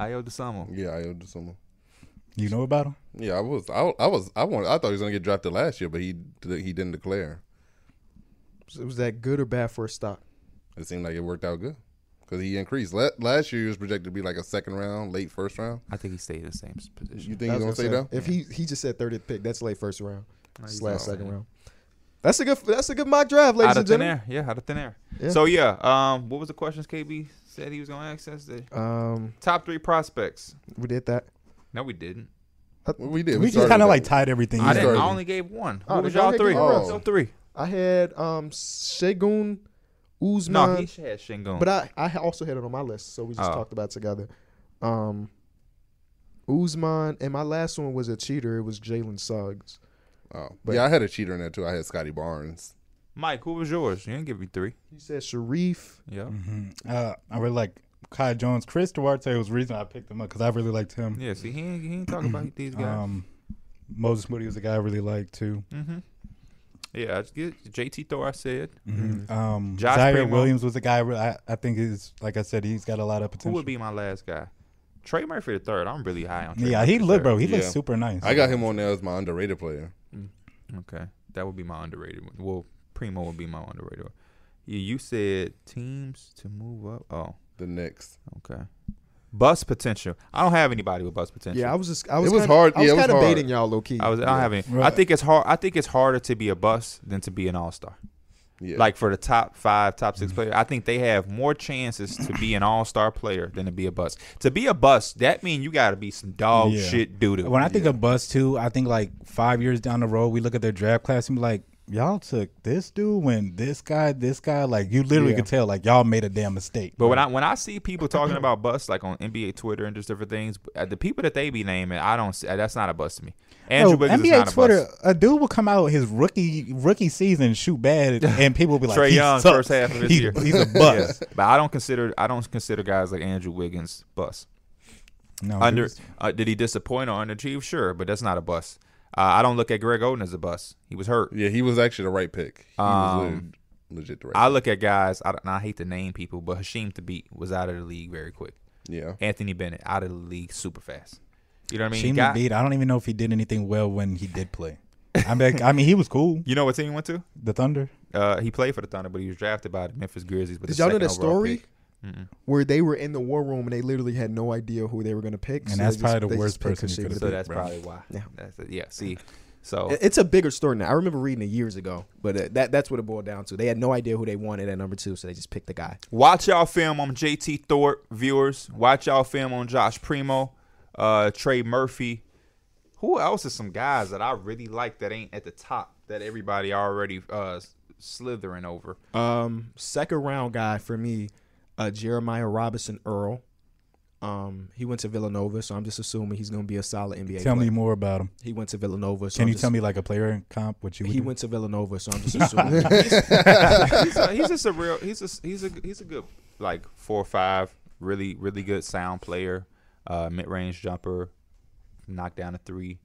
[SPEAKER 2] Io DeSamo.
[SPEAKER 3] Yeah, I owe someone.
[SPEAKER 4] You know about him?
[SPEAKER 3] Yeah, I was, I, I was, I wanted, I thought he was gonna get drafted last year, but he he didn't declare.
[SPEAKER 1] Was that good or bad for a stock?
[SPEAKER 3] It seemed like it worked out good because he increased. La- last year, he was projected to be like a second round, late first round.
[SPEAKER 2] I think he stayed in the same s-
[SPEAKER 3] You
[SPEAKER 2] position.
[SPEAKER 3] think
[SPEAKER 1] I
[SPEAKER 3] he's gonna
[SPEAKER 1] was
[SPEAKER 3] stay
[SPEAKER 1] gonna
[SPEAKER 3] down?
[SPEAKER 1] say, If he he just said 30th pick, that's late first round,
[SPEAKER 2] he's
[SPEAKER 1] slash
[SPEAKER 2] not.
[SPEAKER 1] second round. That's a good that's a good mock draft, ladies
[SPEAKER 2] out
[SPEAKER 1] and
[SPEAKER 2] of thin
[SPEAKER 1] gentlemen.
[SPEAKER 2] air. Yeah, out of thin air.
[SPEAKER 1] Yeah.
[SPEAKER 2] So yeah, um, what was the questions KB said he was gonna access the
[SPEAKER 1] Um,
[SPEAKER 2] top three prospects?
[SPEAKER 1] we did that.
[SPEAKER 2] No, we didn't.
[SPEAKER 3] Well, we did.
[SPEAKER 4] we just
[SPEAKER 3] started
[SPEAKER 4] kind of
[SPEAKER 3] with
[SPEAKER 4] like
[SPEAKER 3] that.
[SPEAKER 4] tied everything.
[SPEAKER 2] I,
[SPEAKER 3] You
[SPEAKER 2] didn't.
[SPEAKER 3] started.
[SPEAKER 2] I only gave one.
[SPEAKER 1] Oh,
[SPEAKER 2] What
[SPEAKER 1] then
[SPEAKER 2] was
[SPEAKER 1] go
[SPEAKER 2] y'all
[SPEAKER 1] ahead,
[SPEAKER 2] three?
[SPEAKER 1] give
[SPEAKER 3] your
[SPEAKER 2] Oh.
[SPEAKER 3] answer.
[SPEAKER 2] three.
[SPEAKER 1] I had um Shagun Uzman,
[SPEAKER 2] No, he had Shingon.
[SPEAKER 1] but I I also had it on my list, so we just
[SPEAKER 2] Oh.
[SPEAKER 1] talked about it together. Um, Uzman, and my last one was a cheater. It was Jalen Suggs.
[SPEAKER 3] Oh,
[SPEAKER 1] But-
[SPEAKER 3] yeah, I had a cheater in there too. I had Scotty Barnes.
[SPEAKER 2] Mike, who was yours? You didn't give me three.
[SPEAKER 1] You said Sharif.
[SPEAKER 2] Yeah.
[SPEAKER 4] hmm Uh, I really like Kai Jones. Chris Duarte was the reason I picked him up because I really liked him.
[SPEAKER 2] Yeah. See, he ain't, he ain't talking about these guys.
[SPEAKER 4] Um, Moses Moody was a guy I really liked too.
[SPEAKER 2] mm-hmm. Yeah. I just get JT Thor. I said.
[SPEAKER 4] Mhm. Um,
[SPEAKER 2] Mm-hmm. Josh
[SPEAKER 4] Zaire
[SPEAKER 2] Primo.
[SPEAKER 4] Williams was a guy where I, I think is like I said he's got a lot of potential.
[SPEAKER 2] Who would be my last guy? Trey Murphy the third. I'm really high on. Trey
[SPEAKER 4] yeah,
[SPEAKER 2] Murphy
[SPEAKER 4] he
[SPEAKER 2] the
[SPEAKER 4] looked,
[SPEAKER 2] third.
[SPEAKER 4] bro. He looked
[SPEAKER 3] Yeah.
[SPEAKER 4] super nice.
[SPEAKER 3] I got him on there as my underrated player.
[SPEAKER 2] Okay, that would be my underrated one. Well, Primo would be my underrated one. You, you said teams to move up. Oh,
[SPEAKER 3] The Knicks.
[SPEAKER 2] okay. Bus potential. I don't have anybody with bus potential.
[SPEAKER 1] Yeah, I was just I was
[SPEAKER 3] was
[SPEAKER 1] kinda,
[SPEAKER 3] hard.
[SPEAKER 1] I was
[SPEAKER 3] Yeah, it was
[SPEAKER 1] kind of
[SPEAKER 3] hard.
[SPEAKER 1] baiting y'all low key.
[SPEAKER 2] I was. I don't have any. I
[SPEAKER 4] Right.
[SPEAKER 2] think it's hard. I think it's harder to be a bus than to be an all star.
[SPEAKER 3] Yeah.
[SPEAKER 2] Like for the top five, top
[SPEAKER 4] Mm.
[SPEAKER 2] six players, I think they have more chances to be an all star player than to be a bus. To be a bus, that means you got to be some dog
[SPEAKER 4] Yeah.
[SPEAKER 2] shit doo doo.
[SPEAKER 4] When I think of Bus too, I think like five years down the road, we look at their draft class and be like, y'all took this dude when this guy, this guy, like you literally
[SPEAKER 1] Yeah.
[SPEAKER 4] could tell like y'all made a damn mistake.
[SPEAKER 2] But when I when I see people talking about bust like on NBA Twitter and just different things, uh, the people that they be naming, I don't. See, that's not a bust to me. Andrew
[SPEAKER 4] Bro,
[SPEAKER 2] Wiggins is not
[SPEAKER 4] NBA
[SPEAKER 2] a
[SPEAKER 4] Twitter,
[SPEAKER 2] bust.
[SPEAKER 4] a dude will come out his rookie rookie season shoot bad, and people will be like,
[SPEAKER 2] Trey
[SPEAKER 4] he
[SPEAKER 2] Young
[SPEAKER 4] sucks.
[SPEAKER 2] first half of his
[SPEAKER 4] He-
[SPEAKER 2] year.
[SPEAKER 4] he's a bust.
[SPEAKER 2] Yeah. But I don't consider I don't consider guys like Andrew Wiggins bust.
[SPEAKER 4] No,
[SPEAKER 2] Under
[SPEAKER 4] dudes.
[SPEAKER 2] uh, did he disappoint or underachieve? Sure, but that's not a bust. Uh, I don't look at Greg Oden as a bust. He was hurt.
[SPEAKER 3] Yeah, he was actually the right pick. He was
[SPEAKER 2] Um,
[SPEAKER 3] le- legit the right.
[SPEAKER 2] I look at guys. I, don't- and I hate to name people, but Hashim Thabit was out of the league very quick.
[SPEAKER 3] pick. Yeah,
[SPEAKER 2] Anthony Bennett out of the league super fast. You know what I mean?
[SPEAKER 4] Shame
[SPEAKER 2] Guy-
[SPEAKER 4] beat. I don't even know if he did anything well when he did play. I mean, I mean, he was cool.
[SPEAKER 2] you know what team he went to?
[SPEAKER 4] The Thunder.
[SPEAKER 2] Uh, he played for the Thunder, but he was drafted by the Memphis Grizzlies. But
[SPEAKER 1] Did
[SPEAKER 2] the
[SPEAKER 1] y'all know
[SPEAKER 2] second
[SPEAKER 1] that
[SPEAKER 2] overall
[SPEAKER 1] story?
[SPEAKER 2] pick.
[SPEAKER 1] where they were in the war room and they literally had no idea who they were going to pick.
[SPEAKER 4] And that's
[SPEAKER 1] they
[SPEAKER 4] probably the
[SPEAKER 1] they
[SPEAKER 4] worst
[SPEAKER 1] picked
[SPEAKER 4] person you
[SPEAKER 1] Kashima.
[SPEAKER 4] could've
[SPEAKER 2] So that's
[SPEAKER 4] bro.
[SPEAKER 2] probably why.
[SPEAKER 1] Yeah.
[SPEAKER 2] That's it. yeah. See, so
[SPEAKER 1] It- It's a bigger story now. I remember reading it years ago, but uh, that that's what it boiled down to. They had no idea who they wanted at number two, so they just picked the guy.
[SPEAKER 2] Watch y'all film on JT Thorpe, viewers. Watch y'all film on Josh Primo, uh, Trey Murphy. Who else is some guys that I really like that ain't at the top that everybody already uh, slithering over?
[SPEAKER 1] Um, second round guy for me, uh, Jeremiah Robinson Earl. Um, he went to Villanova, so I'm just assuming he's going to be a solid NBA.
[SPEAKER 4] Tell
[SPEAKER 1] player.
[SPEAKER 4] me more about him.
[SPEAKER 1] he went to Villanova. So
[SPEAKER 4] Can
[SPEAKER 1] I'm
[SPEAKER 4] you
[SPEAKER 1] just,
[SPEAKER 4] tell me like a player comp? What you would
[SPEAKER 1] He
[SPEAKER 4] do?
[SPEAKER 1] went to Villanova, so I'm just assuming.
[SPEAKER 2] he's, a, he's just a real. He's a he's a he's a good like four or five. Really really good sound player. Uh, mid range jumper, knock down a three.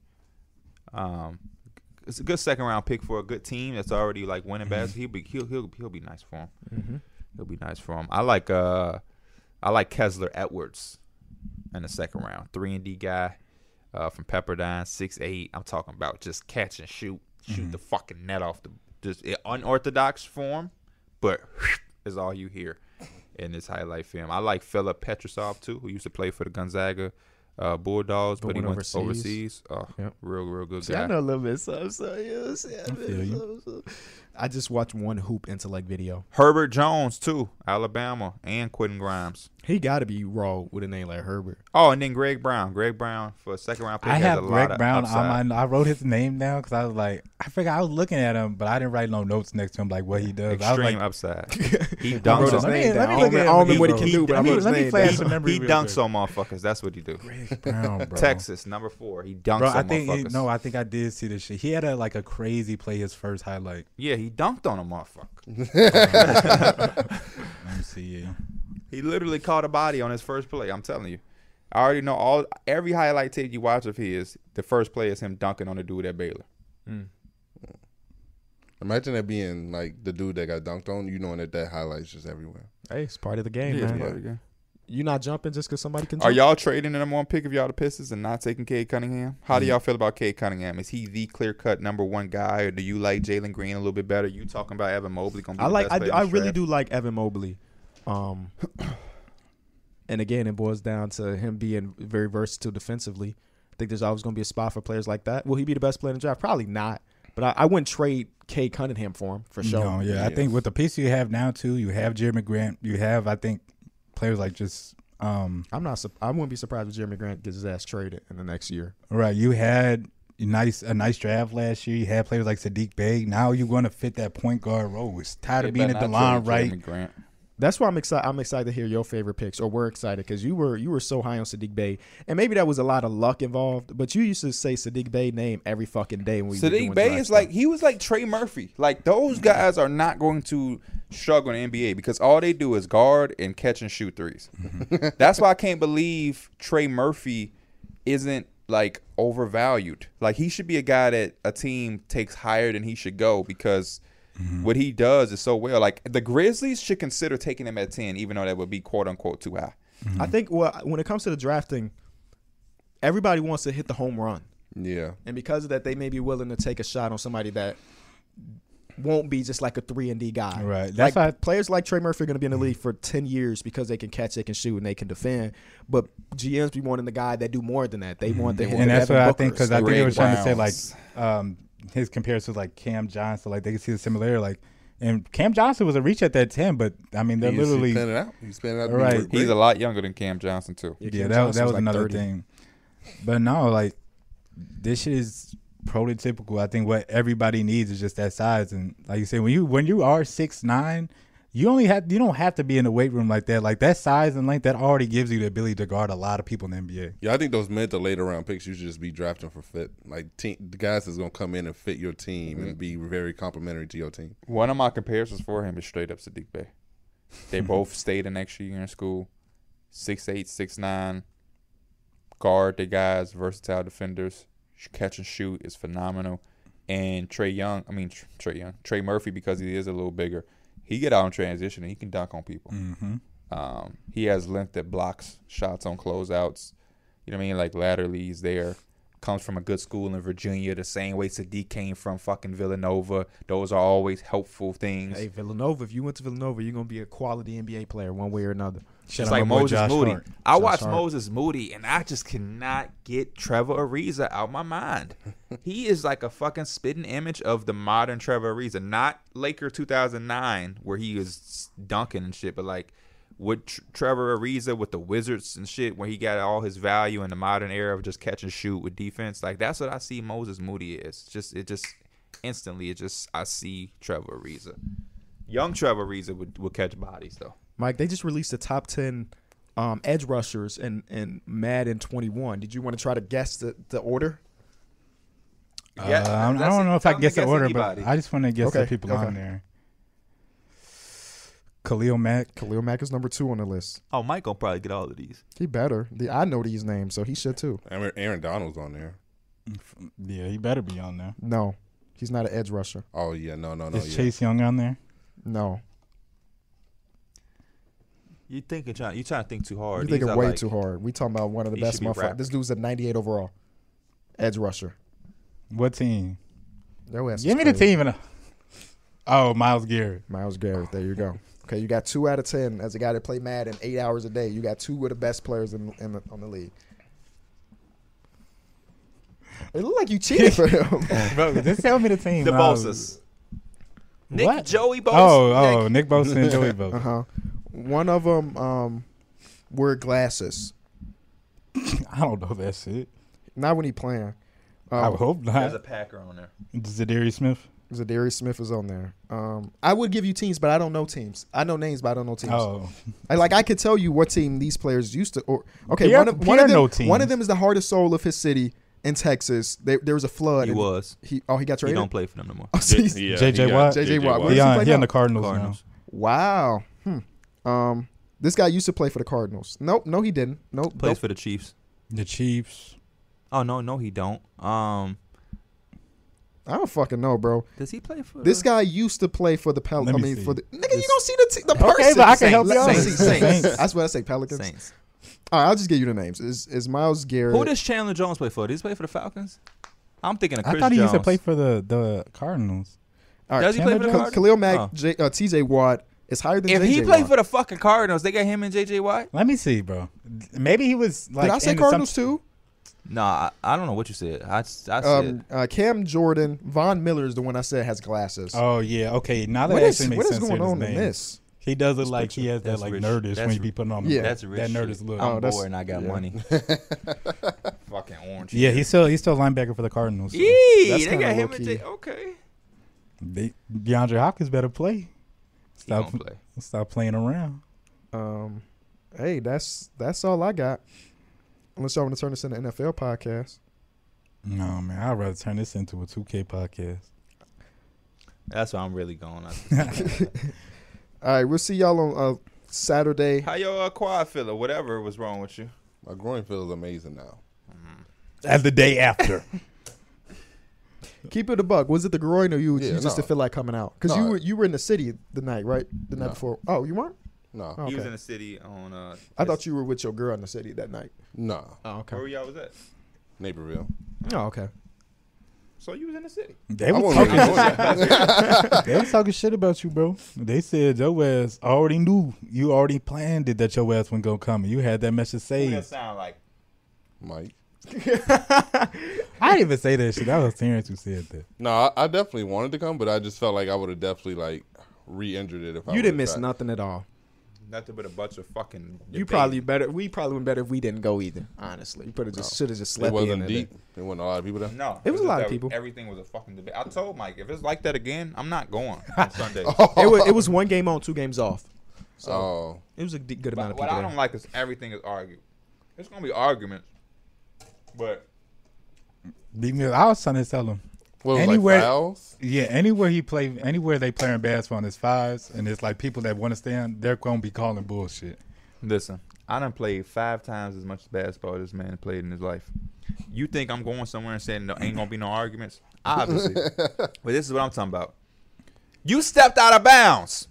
[SPEAKER 2] Um, it's a good second round pick for a good team that's already like winning basketball. He'll be he'll he'll, he'll be nice for him. He'll be nice for him. I like uh, I like Kessler Edwards in the second round. Three and D guy uh, from Pepperdine, six eight. I'm talking about just catch and shoot, shoot the fucking net off the just in unorthodox form, but is all you hear in this highlight film. I like Philip Petrosov too, who used to play for the Gonzaga uh, Bulldogs, but, he
[SPEAKER 1] went
[SPEAKER 2] went
[SPEAKER 1] overseas.
[SPEAKER 2] overseas. Oh,
[SPEAKER 1] Yep.
[SPEAKER 2] real real good
[SPEAKER 1] See, I
[SPEAKER 2] guy.
[SPEAKER 1] know a little bit, so I'm sorry. Yeah, see, I,
[SPEAKER 4] feel you.
[SPEAKER 1] so- so- I just watched one hoop intellect video.
[SPEAKER 2] Herbert Jones too, Alabama, and Quentin Grimes.
[SPEAKER 1] He got to be raw with a name like Herbert.
[SPEAKER 2] Oh, and then Greg Brown. Greg Brown for a second round pick.
[SPEAKER 4] I
[SPEAKER 2] has
[SPEAKER 4] have
[SPEAKER 2] a lot
[SPEAKER 4] Greg
[SPEAKER 2] of
[SPEAKER 4] Brown
[SPEAKER 2] upside.
[SPEAKER 4] on my. I wrote his name down because I was like, I forgot I was looking at him, but I didn't write no notes next to him like what he does. I was
[SPEAKER 2] extreme
[SPEAKER 4] like,
[SPEAKER 2] upside. He
[SPEAKER 1] wrote
[SPEAKER 2] dunks
[SPEAKER 1] his
[SPEAKER 2] on.
[SPEAKER 1] name.
[SPEAKER 4] let
[SPEAKER 1] down.
[SPEAKER 4] me look
[SPEAKER 1] I
[SPEAKER 4] at
[SPEAKER 1] don't
[SPEAKER 4] him
[SPEAKER 1] know what he
[SPEAKER 4] again,
[SPEAKER 1] can do,
[SPEAKER 4] bro.
[SPEAKER 1] but I
[SPEAKER 4] Let me-
[SPEAKER 1] wrote his
[SPEAKER 4] let me
[SPEAKER 1] name
[SPEAKER 4] flash
[SPEAKER 1] down.
[SPEAKER 4] some memory
[SPEAKER 2] He
[SPEAKER 4] real
[SPEAKER 2] dunks
[SPEAKER 4] quick.
[SPEAKER 2] on motherfuckers. That's what he do.
[SPEAKER 4] Brown, bro.
[SPEAKER 2] Texas number four. He dunks
[SPEAKER 4] Bro,
[SPEAKER 2] on
[SPEAKER 4] I think he,
[SPEAKER 2] motherfuckers.
[SPEAKER 4] no, I think I did see this shit. He had a like a crazy play his first highlight.
[SPEAKER 2] yeah, he dunked on a motherfucker.
[SPEAKER 4] Let me see. Yeah.
[SPEAKER 2] He literally caught a body on his first play. I'm telling you. I already know all every highlight tape you watch of his. The first play is him dunking on the dude at Baylor.
[SPEAKER 4] Mm.
[SPEAKER 3] Imagine that being like the dude that got dunked on, you knowing that that highlights just everywhere.
[SPEAKER 1] Hey, it's part of the game, man. You not jumping just because somebody can.
[SPEAKER 2] Are
[SPEAKER 1] Jump?
[SPEAKER 2] y'all trading the number one pick of y'all the Pistons and not taking Cade Cunningham? How
[SPEAKER 1] Mm-hmm.
[SPEAKER 2] do y'all feel about Cade Cunningham? Is he the clear cut number one guy, or do you like Jalen Green a little bit better? You talking about Evan Mobley? Gonna be
[SPEAKER 1] I
[SPEAKER 2] the
[SPEAKER 1] like.
[SPEAKER 2] best
[SPEAKER 1] I,
[SPEAKER 2] player
[SPEAKER 1] do-
[SPEAKER 2] in
[SPEAKER 1] I
[SPEAKER 2] this
[SPEAKER 1] really
[SPEAKER 2] draft?
[SPEAKER 1] do like Evan Mobley. Um, and again, it boils down to him being very versatile defensively. I think there's always going to be a spot for players like that. Will he be the best player in the draft? Probably not. But I, I wouldn't trade K Cunningham for him for sure.
[SPEAKER 4] No, yeah, I think with the piece you have now too, you have Jeremy Grant, you have I think players like just um
[SPEAKER 1] I'm not. sup- I wouldn't be surprised if Jeremy Grant gets his ass traded in the next year.
[SPEAKER 4] right, you had a nice a nice draft last year. You had players like Sadiq Bey. Now you're going to fit that point guard role. It's tired
[SPEAKER 2] They
[SPEAKER 4] of being
[SPEAKER 2] better
[SPEAKER 4] at the
[SPEAKER 2] not
[SPEAKER 4] line,
[SPEAKER 2] trade
[SPEAKER 4] right?
[SPEAKER 2] Jeremy Grant.
[SPEAKER 1] That's why I'm excited. I'm excited to hear your favorite picks, or we're excited because you were you were so high on Sadiq Bey, and maybe that was a lot of luck involved. But you used to say Sadiq Bey name every fucking day when we were doing
[SPEAKER 2] Sadiq Bay
[SPEAKER 1] draft
[SPEAKER 2] is
[SPEAKER 1] stuff.
[SPEAKER 2] like he was like Trey Murphy. Like those guys are not going to struggle in the NBA because all they do is guard and catch and shoot 3s That's why I can't believe Trey Murphy isn't like overvalued. Like he should be a guy that a team takes higher than he should go because what he does is so well. Like the Grizzlies should consider taking him at ten, even though that would be quote unquote too high.
[SPEAKER 1] I
[SPEAKER 4] Mm-hmm.
[SPEAKER 1] think well, when it comes to the drafting, everybody wants to hit the home run,
[SPEAKER 3] Yeah.
[SPEAKER 1] and because of that, they may be willing to take a shot on somebody that won't be just like a three and D guy.
[SPEAKER 4] Right.
[SPEAKER 1] Like,
[SPEAKER 4] That's Mm-hmm. why-
[SPEAKER 1] players like Trey Murphy are going to be in the league for ten years because they can catch, they can shoot, and they can defend. But GMs be wanting the guy that do more than that. They want they want
[SPEAKER 4] Mm-hmm. and that's
[SPEAKER 1] Devin
[SPEAKER 4] what I
[SPEAKER 1] Booker
[SPEAKER 4] think
[SPEAKER 1] or
[SPEAKER 4] because I think they
[SPEAKER 2] Greg
[SPEAKER 4] were trying to say like um, his comparison to like Cam Johnson, like they could see the similarity. Like, and Cam Johnson was a reach at that ten, but I mean they're
[SPEAKER 3] He's-
[SPEAKER 4] literally
[SPEAKER 3] He's planning out. He's planning out. to be
[SPEAKER 4] Right.
[SPEAKER 3] great.
[SPEAKER 2] He's a lot younger than Cam Johnson too.
[SPEAKER 1] Yeah, Cam
[SPEAKER 4] yeah. That, that
[SPEAKER 1] Johnson's
[SPEAKER 4] was
[SPEAKER 1] like
[SPEAKER 4] another
[SPEAKER 1] 30.
[SPEAKER 4] thing, but no, like this shit is prototypical. I think what everybody needs is just that size, and like you say, when you when you are six nine. You only have you don't have to be in the weight room like that. Like that size and length, that already gives you the ability to guard a lot of people in the NBA.
[SPEAKER 3] Yeah, I think those mid to later round picks you should just be drafting for fit. Like team, the guys that's gonna come in and fit your team and be very complimentary to your team.
[SPEAKER 2] One of my comparisons for him is straight up Sadiq Bey. They both stayed an extra year in school. Six eight, six nine. Guard the guys, versatile defenders. Sh- Catch and shoot is phenomenal. And Trey Young, I mean Tr- Trey Young, Trey Murphy because he is a little bigger. He get out in transition and he can dunk on people.
[SPEAKER 4] Mm-hmm.
[SPEAKER 2] Um, he has length that blocks shots on closeouts. You know what I mean? Like laterally, he's there.
[SPEAKER 5] comes from a good school in Virginia, the same way Sadiq came from fucking Villanova. Those are always helpful things.
[SPEAKER 1] Hey, Villanova, if you went to Villanova, you're going to be a quality NBA player one way or another.
[SPEAKER 4] Shout
[SPEAKER 2] It's
[SPEAKER 4] out
[SPEAKER 2] like
[SPEAKER 4] my boy
[SPEAKER 2] Moses
[SPEAKER 4] Josh
[SPEAKER 2] Moody.
[SPEAKER 4] Hart.
[SPEAKER 2] I
[SPEAKER 4] Josh
[SPEAKER 2] watched
[SPEAKER 4] Hart.
[SPEAKER 2] Moses Moody, and I just cannot get Trevor Ariza out my mind. he is like a fucking spitting image of the modern Trevor Ariza, not Laker 2009 where he was dunking and shit, but like with Tr- Trevor Ariza with the Wizards and shit, where he got all his value in the modern era of just catch and shoot with defense. Like that's what I see Moses Moody is. Just it just instantly, it just I see Trevor Ariza. Young Trevor Ariza would, would catch bodies though.
[SPEAKER 1] Mike, they just released the top 10 um, edge rushers in, in Madden 21. Did you want to try to guess the, the order?
[SPEAKER 4] Uh, I don't- I
[SPEAKER 2] that's
[SPEAKER 4] don't
[SPEAKER 2] it.
[SPEAKER 4] know if I
[SPEAKER 2] Tell 'em
[SPEAKER 4] guess
[SPEAKER 2] to
[SPEAKER 4] the order,
[SPEAKER 2] anybody.
[SPEAKER 4] but I just want to guess the
[SPEAKER 1] Okay,
[SPEAKER 4] people
[SPEAKER 1] okay.
[SPEAKER 4] on there. Khalil Mack.
[SPEAKER 1] Khalil Mack is number two on the list.
[SPEAKER 2] oh, Mike gonna probably get all of these.
[SPEAKER 1] He better. The, I know these names, so he should too.
[SPEAKER 3] Aaron, Aaron Donald's on there.
[SPEAKER 4] Yeah, he better be on there.
[SPEAKER 1] No, he's not an edge rusher.
[SPEAKER 3] Oh yeah, no, no, no.
[SPEAKER 4] Is
[SPEAKER 3] yeah.
[SPEAKER 4] Chase Young on there?
[SPEAKER 1] No,
[SPEAKER 2] You thinking trying? You trying to think too hard?
[SPEAKER 1] you're
[SPEAKER 2] These
[SPEAKER 1] thinking
[SPEAKER 2] are
[SPEAKER 1] way
[SPEAKER 2] like-
[SPEAKER 1] too hard. We talking about one of the
[SPEAKER 2] He
[SPEAKER 1] best
[SPEAKER 2] should be
[SPEAKER 1] motherfuckers.
[SPEAKER 2] rapping.
[SPEAKER 1] This dude's a 98 overall edge rusher.
[SPEAKER 4] What team?
[SPEAKER 1] Yo, ass is
[SPEAKER 4] Give me the
[SPEAKER 1] crazy.
[SPEAKER 4] team and a- Oh, Miles Garrett.
[SPEAKER 1] Miles Garrett. There you go. Okay, you got two out of ten as a guy that played Madden eight hours a day. You got two of the best players in, in the, on the league. It looked like you cheated for him.
[SPEAKER 4] Bro, just tell me the team.
[SPEAKER 2] The
[SPEAKER 4] and I'll-
[SPEAKER 2] Bosas. Nick
[SPEAKER 4] What?
[SPEAKER 2] Joey Bosa.
[SPEAKER 4] Oh,
[SPEAKER 2] Nick.
[SPEAKER 4] oh, Nick Bosa and Joey Bosa.
[SPEAKER 1] Uh huh. One of them um, wore glasses.
[SPEAKER 4] I don't know that shit.
[SPEAKER 1] Not when he playing.
[SPEAKER 4] I
[SPEAKER 1] Um,
[SPEAKER 4] hope
[SPEAKER 2] There's a
[SPEAKER 4] not.
[SPEAKER 2] Packer on there.
[SPEAKER 4] Zadarius Smith.
[SPEAKER 1] Zadarius Smith is on there. Um, I would give you teams, but I don't know teams. I know names, but I don't know teams.
[SPEAKER 4] Oh,
[SPEAKER 1] I- Like I could tell you what team these players used to. Or okay,
[SPEAKER 4] Pierre-
[SPEAKER 1] one of one
[SPEAKER 4] Pierre
[SPEAKER 1] of them.
[SPEAKER 4] know teams.
[SPEAKER 1] One of them is the hardest soul of his city in Texas. There, there was a flood.
[SPEAKER 2] He
[SPEAKER 1] and
[SPEAKER 2] was.
[SPEAKER 1] he oh he got
[SPEAKER 2] He
[SPEAKER 1] traded.
[SPEAKER 2] don't play for them no more.
[SPEAKER 1] Oh, so he's-
[SPEAKER 3] Yeah,
[SPEAKER 4] J.J.
[SPEAKER 3] he got
[SPEAKER 4] Watt.
[SPEAKER 1] J.J. Watt. Where
[SPEAKER 4] he
[SPEAKER 1] does he
[SPEAKER 4] on,
[SPEAKER 1] play
[SPEAKER 4] he on
[SPEAKER 1] now?
[SPEAKER 4] the Cardinals,
[SPEAKER 2] Cardinals.
[SPEAKER 1] Wow. Hmm. Um, this guy used to play for the Cardinals. Nope, no, he didn't. Nope.
[SPEAKER 2] Plays
[SPEAKER 1] nope.
[SPEAKER 2] for the Chiefs.
[SPEAKER 4] now. The Chiefs.
[SPEAKER 2] Oh no, no, he don't. Um,
[SPEAKER 1] I don't fucking know, bro.
[SPEAKER 4] Uh-huh.
[SPEAKER 2] does he play for
[SPEAKER 1] This guy used to play for the Pelicans.
[SPEAKER 4] Let
[SPEAKER 1] I
[SPEAKER 4] me
[SPEAKER 1] mean,
[SPEAKER 4] see.
[SPEAKER 1] for the nigga, you
[SPEAKER 4] This-
[SPEAKER 1] don't see the te- the
[SPEAKER 4] Okay,
[SPEAKER 1] person.
[SPEAKER 4] but I can help you out.
[SPEAKER 1] Saints, Saints.
[SPEAKER 4] Saints.
[SPEAKER 1] That's what I say. Pelicans.
[SPEAKER 2] Saints?
[SPEAKER 1] All right, I'll just give you the names. Is is Miles Garrett?
[SPEAKER 2] Who does Chandler Jones play for? Does he play for the Falcons? I'm thinking of Chris
[SPEAKER 4] I thought he used to
[SPEAKER 2] Jones.
[SPEAKER 4] play for the, the Cardinals.
[SPEAKER 1] All right,
[SPEAKER 2] Does he play for
[SPEAKER 4] Chandler
[SPEAKER 2] the
[SPEAKER 1] Ka-
[SPEAKER 2] Cardinals?
[SPEAKER 1] Khalil Mack,
[SPEAKER 2] Oh.
[SPEAKER 1] J, uh, T.J. Watt is higher than
[SPEAKER 2] If
[SPEAKER 1] JJ
[SPEAKER 2] he played
[SPEAKER 1] Watt.
[SPEAKER 2] for the fucking Cardinals, they got him and JJ Watt.
[SPEAKER 4] Let me see, bro. Maybe he was like.
[SPEAKER 1] Did I say
[SPEAKER 4] in the- some-
[SPEAKER 1] Cardinals too?
[SPEAKER 2] Nah, I, I don't know what you said. I, I said
[SPEAKER 1] Um, uh, Cam Jordan, Von Miller is the one I said has glasses.
[SPEAKER 4] Oh yeah, okay. Now that
[SPEAKER 1] what is,
[SPEAKER 4] actually makes
[SPEAKER 1] what is
[SPEAKER 4] sense.
[SPEAKER 1] going
[SPEAKER 4] hearing his
[SPEAKER 1] on in
[SPEAKER 4] name.
[SPEAKER 1] this?
[SPEAKER 4] He does look
[SPEAKER 2] This
[SPEAKER 4] like he
[SPEAKER 2] picture.
[SPEAKER 4] has that
[SPEAKER 2] That's
[SPEAKER 4] like
[SPEAKER 2] rich.
[SPEAKER 4] nerdish
[SPEAKER 2] That's
[SPEAKER 4] when he
[SPEAKER 2] ri-
[SPEAKER 4] be putting on.
[SPEAKER 1] Yeah.
[SPEAKER 2] that's rich.
[SPEAKER 4] that
[SPEAKER 2] shit.
[SPEAKER 4] nerdist look.
[SPEAKER 1] Oh,
[SPEAKER 2] I'm
[SPEAKER 1] that's-
[SPEAKER 2] bored and I got
[SPEAKER 1] yeah.
[SPEAKER 2] money. fucking orange.
[SPEAKER 4] Yeah, he's still he's still linebacker for the Cardinals. so
[SPEAKER 2] Eee,
[SPEAKER 1] That's
[SPEAKER 2] they
[SPEAKER 1] kinda
[SPEAKER 2] got him
[SPEAKER 1] low
[SPEAKER 2] and
[SPEAKER 1] key.
[SPEAKER 2] J. Okay.
[SPEAKER 4] they, DeAndre Hopkins better play.
[SPEAKER 2] He gonna
[SPEAKER 4] Stop
[SPEAKER 2] play.
[SPEAKER 4] stop playing around.
[SPEAKER 1] Um, hey, that's that's all I got. Unless y'all want to turn this into an NFL podcast.
[SPEAKER 4] No man, I'd rather turn this into a 2K podcast.
[SPEAKER 2] That's why I'm really going. I
[SPEAKER 1] All right, we'll see y'all on uh, Saturday.
[SPEAKER 2] How your uh, quad feeling? Whatever was wrong with you. Mm-hmm.
[SPEAKER 3] My groin feels amazing now.
[SPEAKER 4] As the day after.
[SPEAKER 1] Keep it a buck. Was it the groin or you,
[SPEAKER 3] Yeah,
[SPEAKER 1] you just
[SPEAKER 3] no.
[SPEAKER 1] didn't feel like coming out? Because you
[SPEAKER 3] No.
[SPEAKER 1] were you were in the city the night, right? The night
[SPEAKER 3] No.
[SPEAKER 1] before. Oh, you weren't.
[SPEAKER 3] No,
[SPEAKER 1] Oh.
[SPEAKER 2] He was
[SPEAKER 1] Okay.
[SPEAKER 2] in the city on. Uh,
[SPEAKER 1] I thought you were with your girl in the city that night.
[SPEAKER 3] no,
[SPEAKER 1] Oh, okay.
[SPEAKER 2] Where y'all was at?
[SPEAKER 3] Naperville.
[SPEAKER 1] Oh, okay.
[SPEAKER 2] So you was in the city.
[SPEAKER 4] they
[SPEAKER 3] I
[SPEAKER 4] was
[SPEAKER 3] wasn't
[SPEAKER 4] talking,
[SPEAKER 3] really doing that.
[SPEAKER 4] they was talking shit about you, bro. They said your ass already knew. You already planned it that your ass wasn't gonna come. You had that message
[SPEAKER 2] Who that
[SPEAKER 4] saved.
[SPEAKER 2] sound like?
[SPEAKER 3] Mike.
[SPEAKER 4] I didn't even say that shit. That was Terrence who said that.
[SPEAKER 3] No, I, I definitely wanted to come, but I just felt like I would have definitely like re-injured it if I
[SPEAKER 1] You didn't
[SPEAKER 3] would've
[SPEAKER 1] miss
[SPEAKER 3] tried.
[SPEAKER 1] nothing at all.
[SPEAKER 2] Nothing but a bunch of fucking.
[SPEAKER 1] You probably better. We probably been better if we didn't go either. Honestly, you could have just should have just
[SPEAKER 3] It
[SPEAKER 1] slept in.
[SPEAKER 3] wasn't
[SPEAKER 1] and
[SPEAKER 3] deep.
[SPEAKER 1] then-
[SPEAKER 3] There wasn't a lot of people there.
[SPEAKER 2] No,
[SPEAKER 1] It was a
[SPEAKER 2] just
[SPEAKER 1] lot of
[SPEAKER 2] that
[SPEAKER 1] people.
[SPEAKER 2] Everything was a fucking debate. I told Mike if it's like that again, I'm not going on Sunday.
[SPEAKER 1] It was, it was one game on, two games off. So
[SPEAKER 3] Oh,
[SPEAKER 1] it was a d- good amount
[SPEAKER 2] But
[SPEAKER 1] of
[SPEAKER 2] what
[SPEAKER 1] people.
[SPEAKER 2] I
[SPEAKER 1] there.
[SPEAKER 2] don't like is everything is argued. It's gonna be arguments, but
[SPEAKER 4] Leave me- I was trying to tell him.
[SPEAKER 3] what was it,
[SPEAKER 4] Anywhere-
[SPEAKER 3] like fouls?
[SPEAKER 4] Yeah, anywhere he play, anywhere they playing basketball, it's fives, and it's like people that want to stand, they're gonna be calling bullshit.
[SPEAKER 2] Listen, I done played five times as much basketball as this man played in his life. You think I'm going somewhere and saying no, ain't gonna be no arguments? Obviously. but this is what I'm talking about. You stepped out of bounds.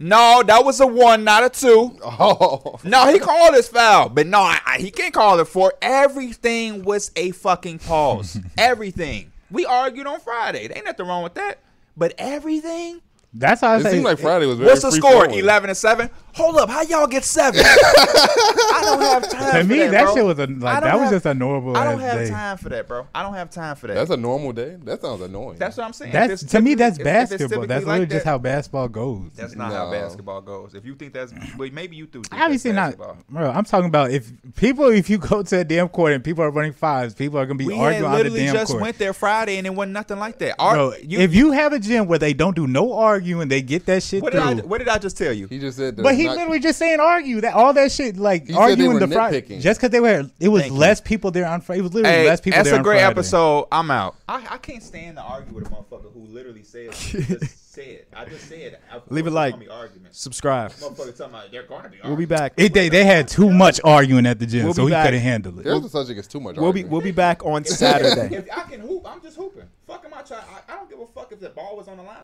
[SPEAKER 2] No, that was a one, not a two.
[SPEAKER 3] Oh,
[SPEAKER 2] No, he called his foul, but no, I, I, he can't call it for everything was a fucking pause. everything. We argued on Friday. There ain't nothing wrong with that. But everything.
[SPEAKER 4] That's how I
[SPEAKER 3] it
[SPEAKER 4] say.
[SPEAKER 3] seemed like Friday was very
[SPEAKER 2] What's the score?
[SPEAKER 3] free-flowing.
[SPEAKER 2] Eleven and seven. Hold up, how y'all get seven? I don't have time.
[SPEAKER 4] to
[SPEAKER 2] for
[SPEAKER 4] me,
[SPEAKER 2] that,
[SPEAKER 4] that,
[SPEAKER 2] bro.
[SPEAKER 4] shit was a
[SPEAKER 2] I
[SPEAKER 4] like
[SPEAKER 2] don't
[SPEAKER 4] that was
[SPEAKER 2] have-
[SPEAKER 4] just a normal.
[SPEAKER 2] I don't
[SPEAKER 4] ass
[SPEAKER 2] have
[SPEAKER 4] day.
[SPEAKER 2] time for that, bro. I don't have time for that.
[SPEAKER 3] That's
[SPEAKER 2] That's,
[SPEAKER 3] a normal day. That sounds annoying.
[SPEAKER 2] what I'm saying.
[SPEAKER 4] That's
[SPEAKER 2] If it's
[SPEAKER 4] to me.
[SPEAKER 2] typically- if-
[SPEAKER 4] That's
[SPEAKER 2] if it's
[SPEAKER 4] basketball.
[SPEAKER 2] typically
[SPEAKER 4] That's
[SPEAKER 2] like
[SPEAKER 4] literally just
[SPEAKER 2] that,
[SPEAKER 4] how basketball goes.
[SPEAKER 2] That's not how
[SPEAKER 3] No.
[SPEAKER 2] basketball goes. If you think that's, well, maybe you do. Think that's
[SPEAKER 4] Obviously not,
[SPEAKER 2] basketball.
[SPEAKER 4] bro. I'm talking about if people, if you go to a damn court and people are running fives, people are gonna be
[SPEAKER 2] We had
[SPEAKER 4] arguing on the
[SPEAKER 2] literally
[SPEAKER 4] damn
[SPEAKER 2] just
[SPEAKER 4] court.
[SPEAKER 2] went there Friday and it wasn't nothing like that. Ar-
[SPEAKER 4] bro,
[SPEAKER 2] you-
[SPEAKER 4] if you have a gym where they don't do no arguing, they get that shit
[SPEAKER 2] what
[SPEAKER 4] through.
[SPEAKER 2] did I what did I just tell you?
[SPEAKER 3] He just said.
[SPEAKER 4] but
[SPEAKER 3] there's
[SPEAKER 4] he
[SPEAKER 3] not-
[SPEAKER 4] literally just saying argue that all that shit like
[SPEAKER 3] He said they
[SPEAKER 4] arguing
[SPEAKER 3] were
[SPEAKER 4] the Friday
[SPEAKER 3] nitpicking.
[SPEAKER 4] just because they were it was
[SPEAKER 2] Thank you.
[SPEAKER 4] less people there on Friday. It was literally
[SPEAKER 2] Hey,
[SPEAKER 4] less people
[SPEAKER 2] that's
[SPEAKER 4] there
[SPEAKER 2] a
[SPEAKER 4] on
[SPEAKER 2] great
[SPEAKER 4] Friday.
[SPEAKER 2] episode. I'm out. I, I can't stand to argue with a motherfucker who literally said just said. I just said. I,
[SPEAKER 1] Leave it like-
[SPEAKER 2] Gonna be arguments.
[SPEAKER 1] Subscribe.
[SPEAKER 2] Motherfucker talking about they're gonna be.
[SPEAKER 1] We'll be
[SPEAKER 2] arguments.
[SPEAKER 1] back.
[SPEAKER 4] It, they they had too much arguing at the gym,
[SPEAKER 1] We'll
[SPEAKER 4] so
[SPEAKER 1] be
[SPEAKER 4] he
[SPEAKER 1] back.
[SPEAKER 4] couldn't handle it.
[SPEAKER 3] There's the subject. It's too much.
[SPEAKER 1] We'll be
[SPEAKER 3] arguing.
[SPEAKER 1] we'll be back on Saturday.
[SPEAKER 2] If I can hoop, I'm just hooping. Fuck am I trying? I, I don't give a fuck if the ball was on the line.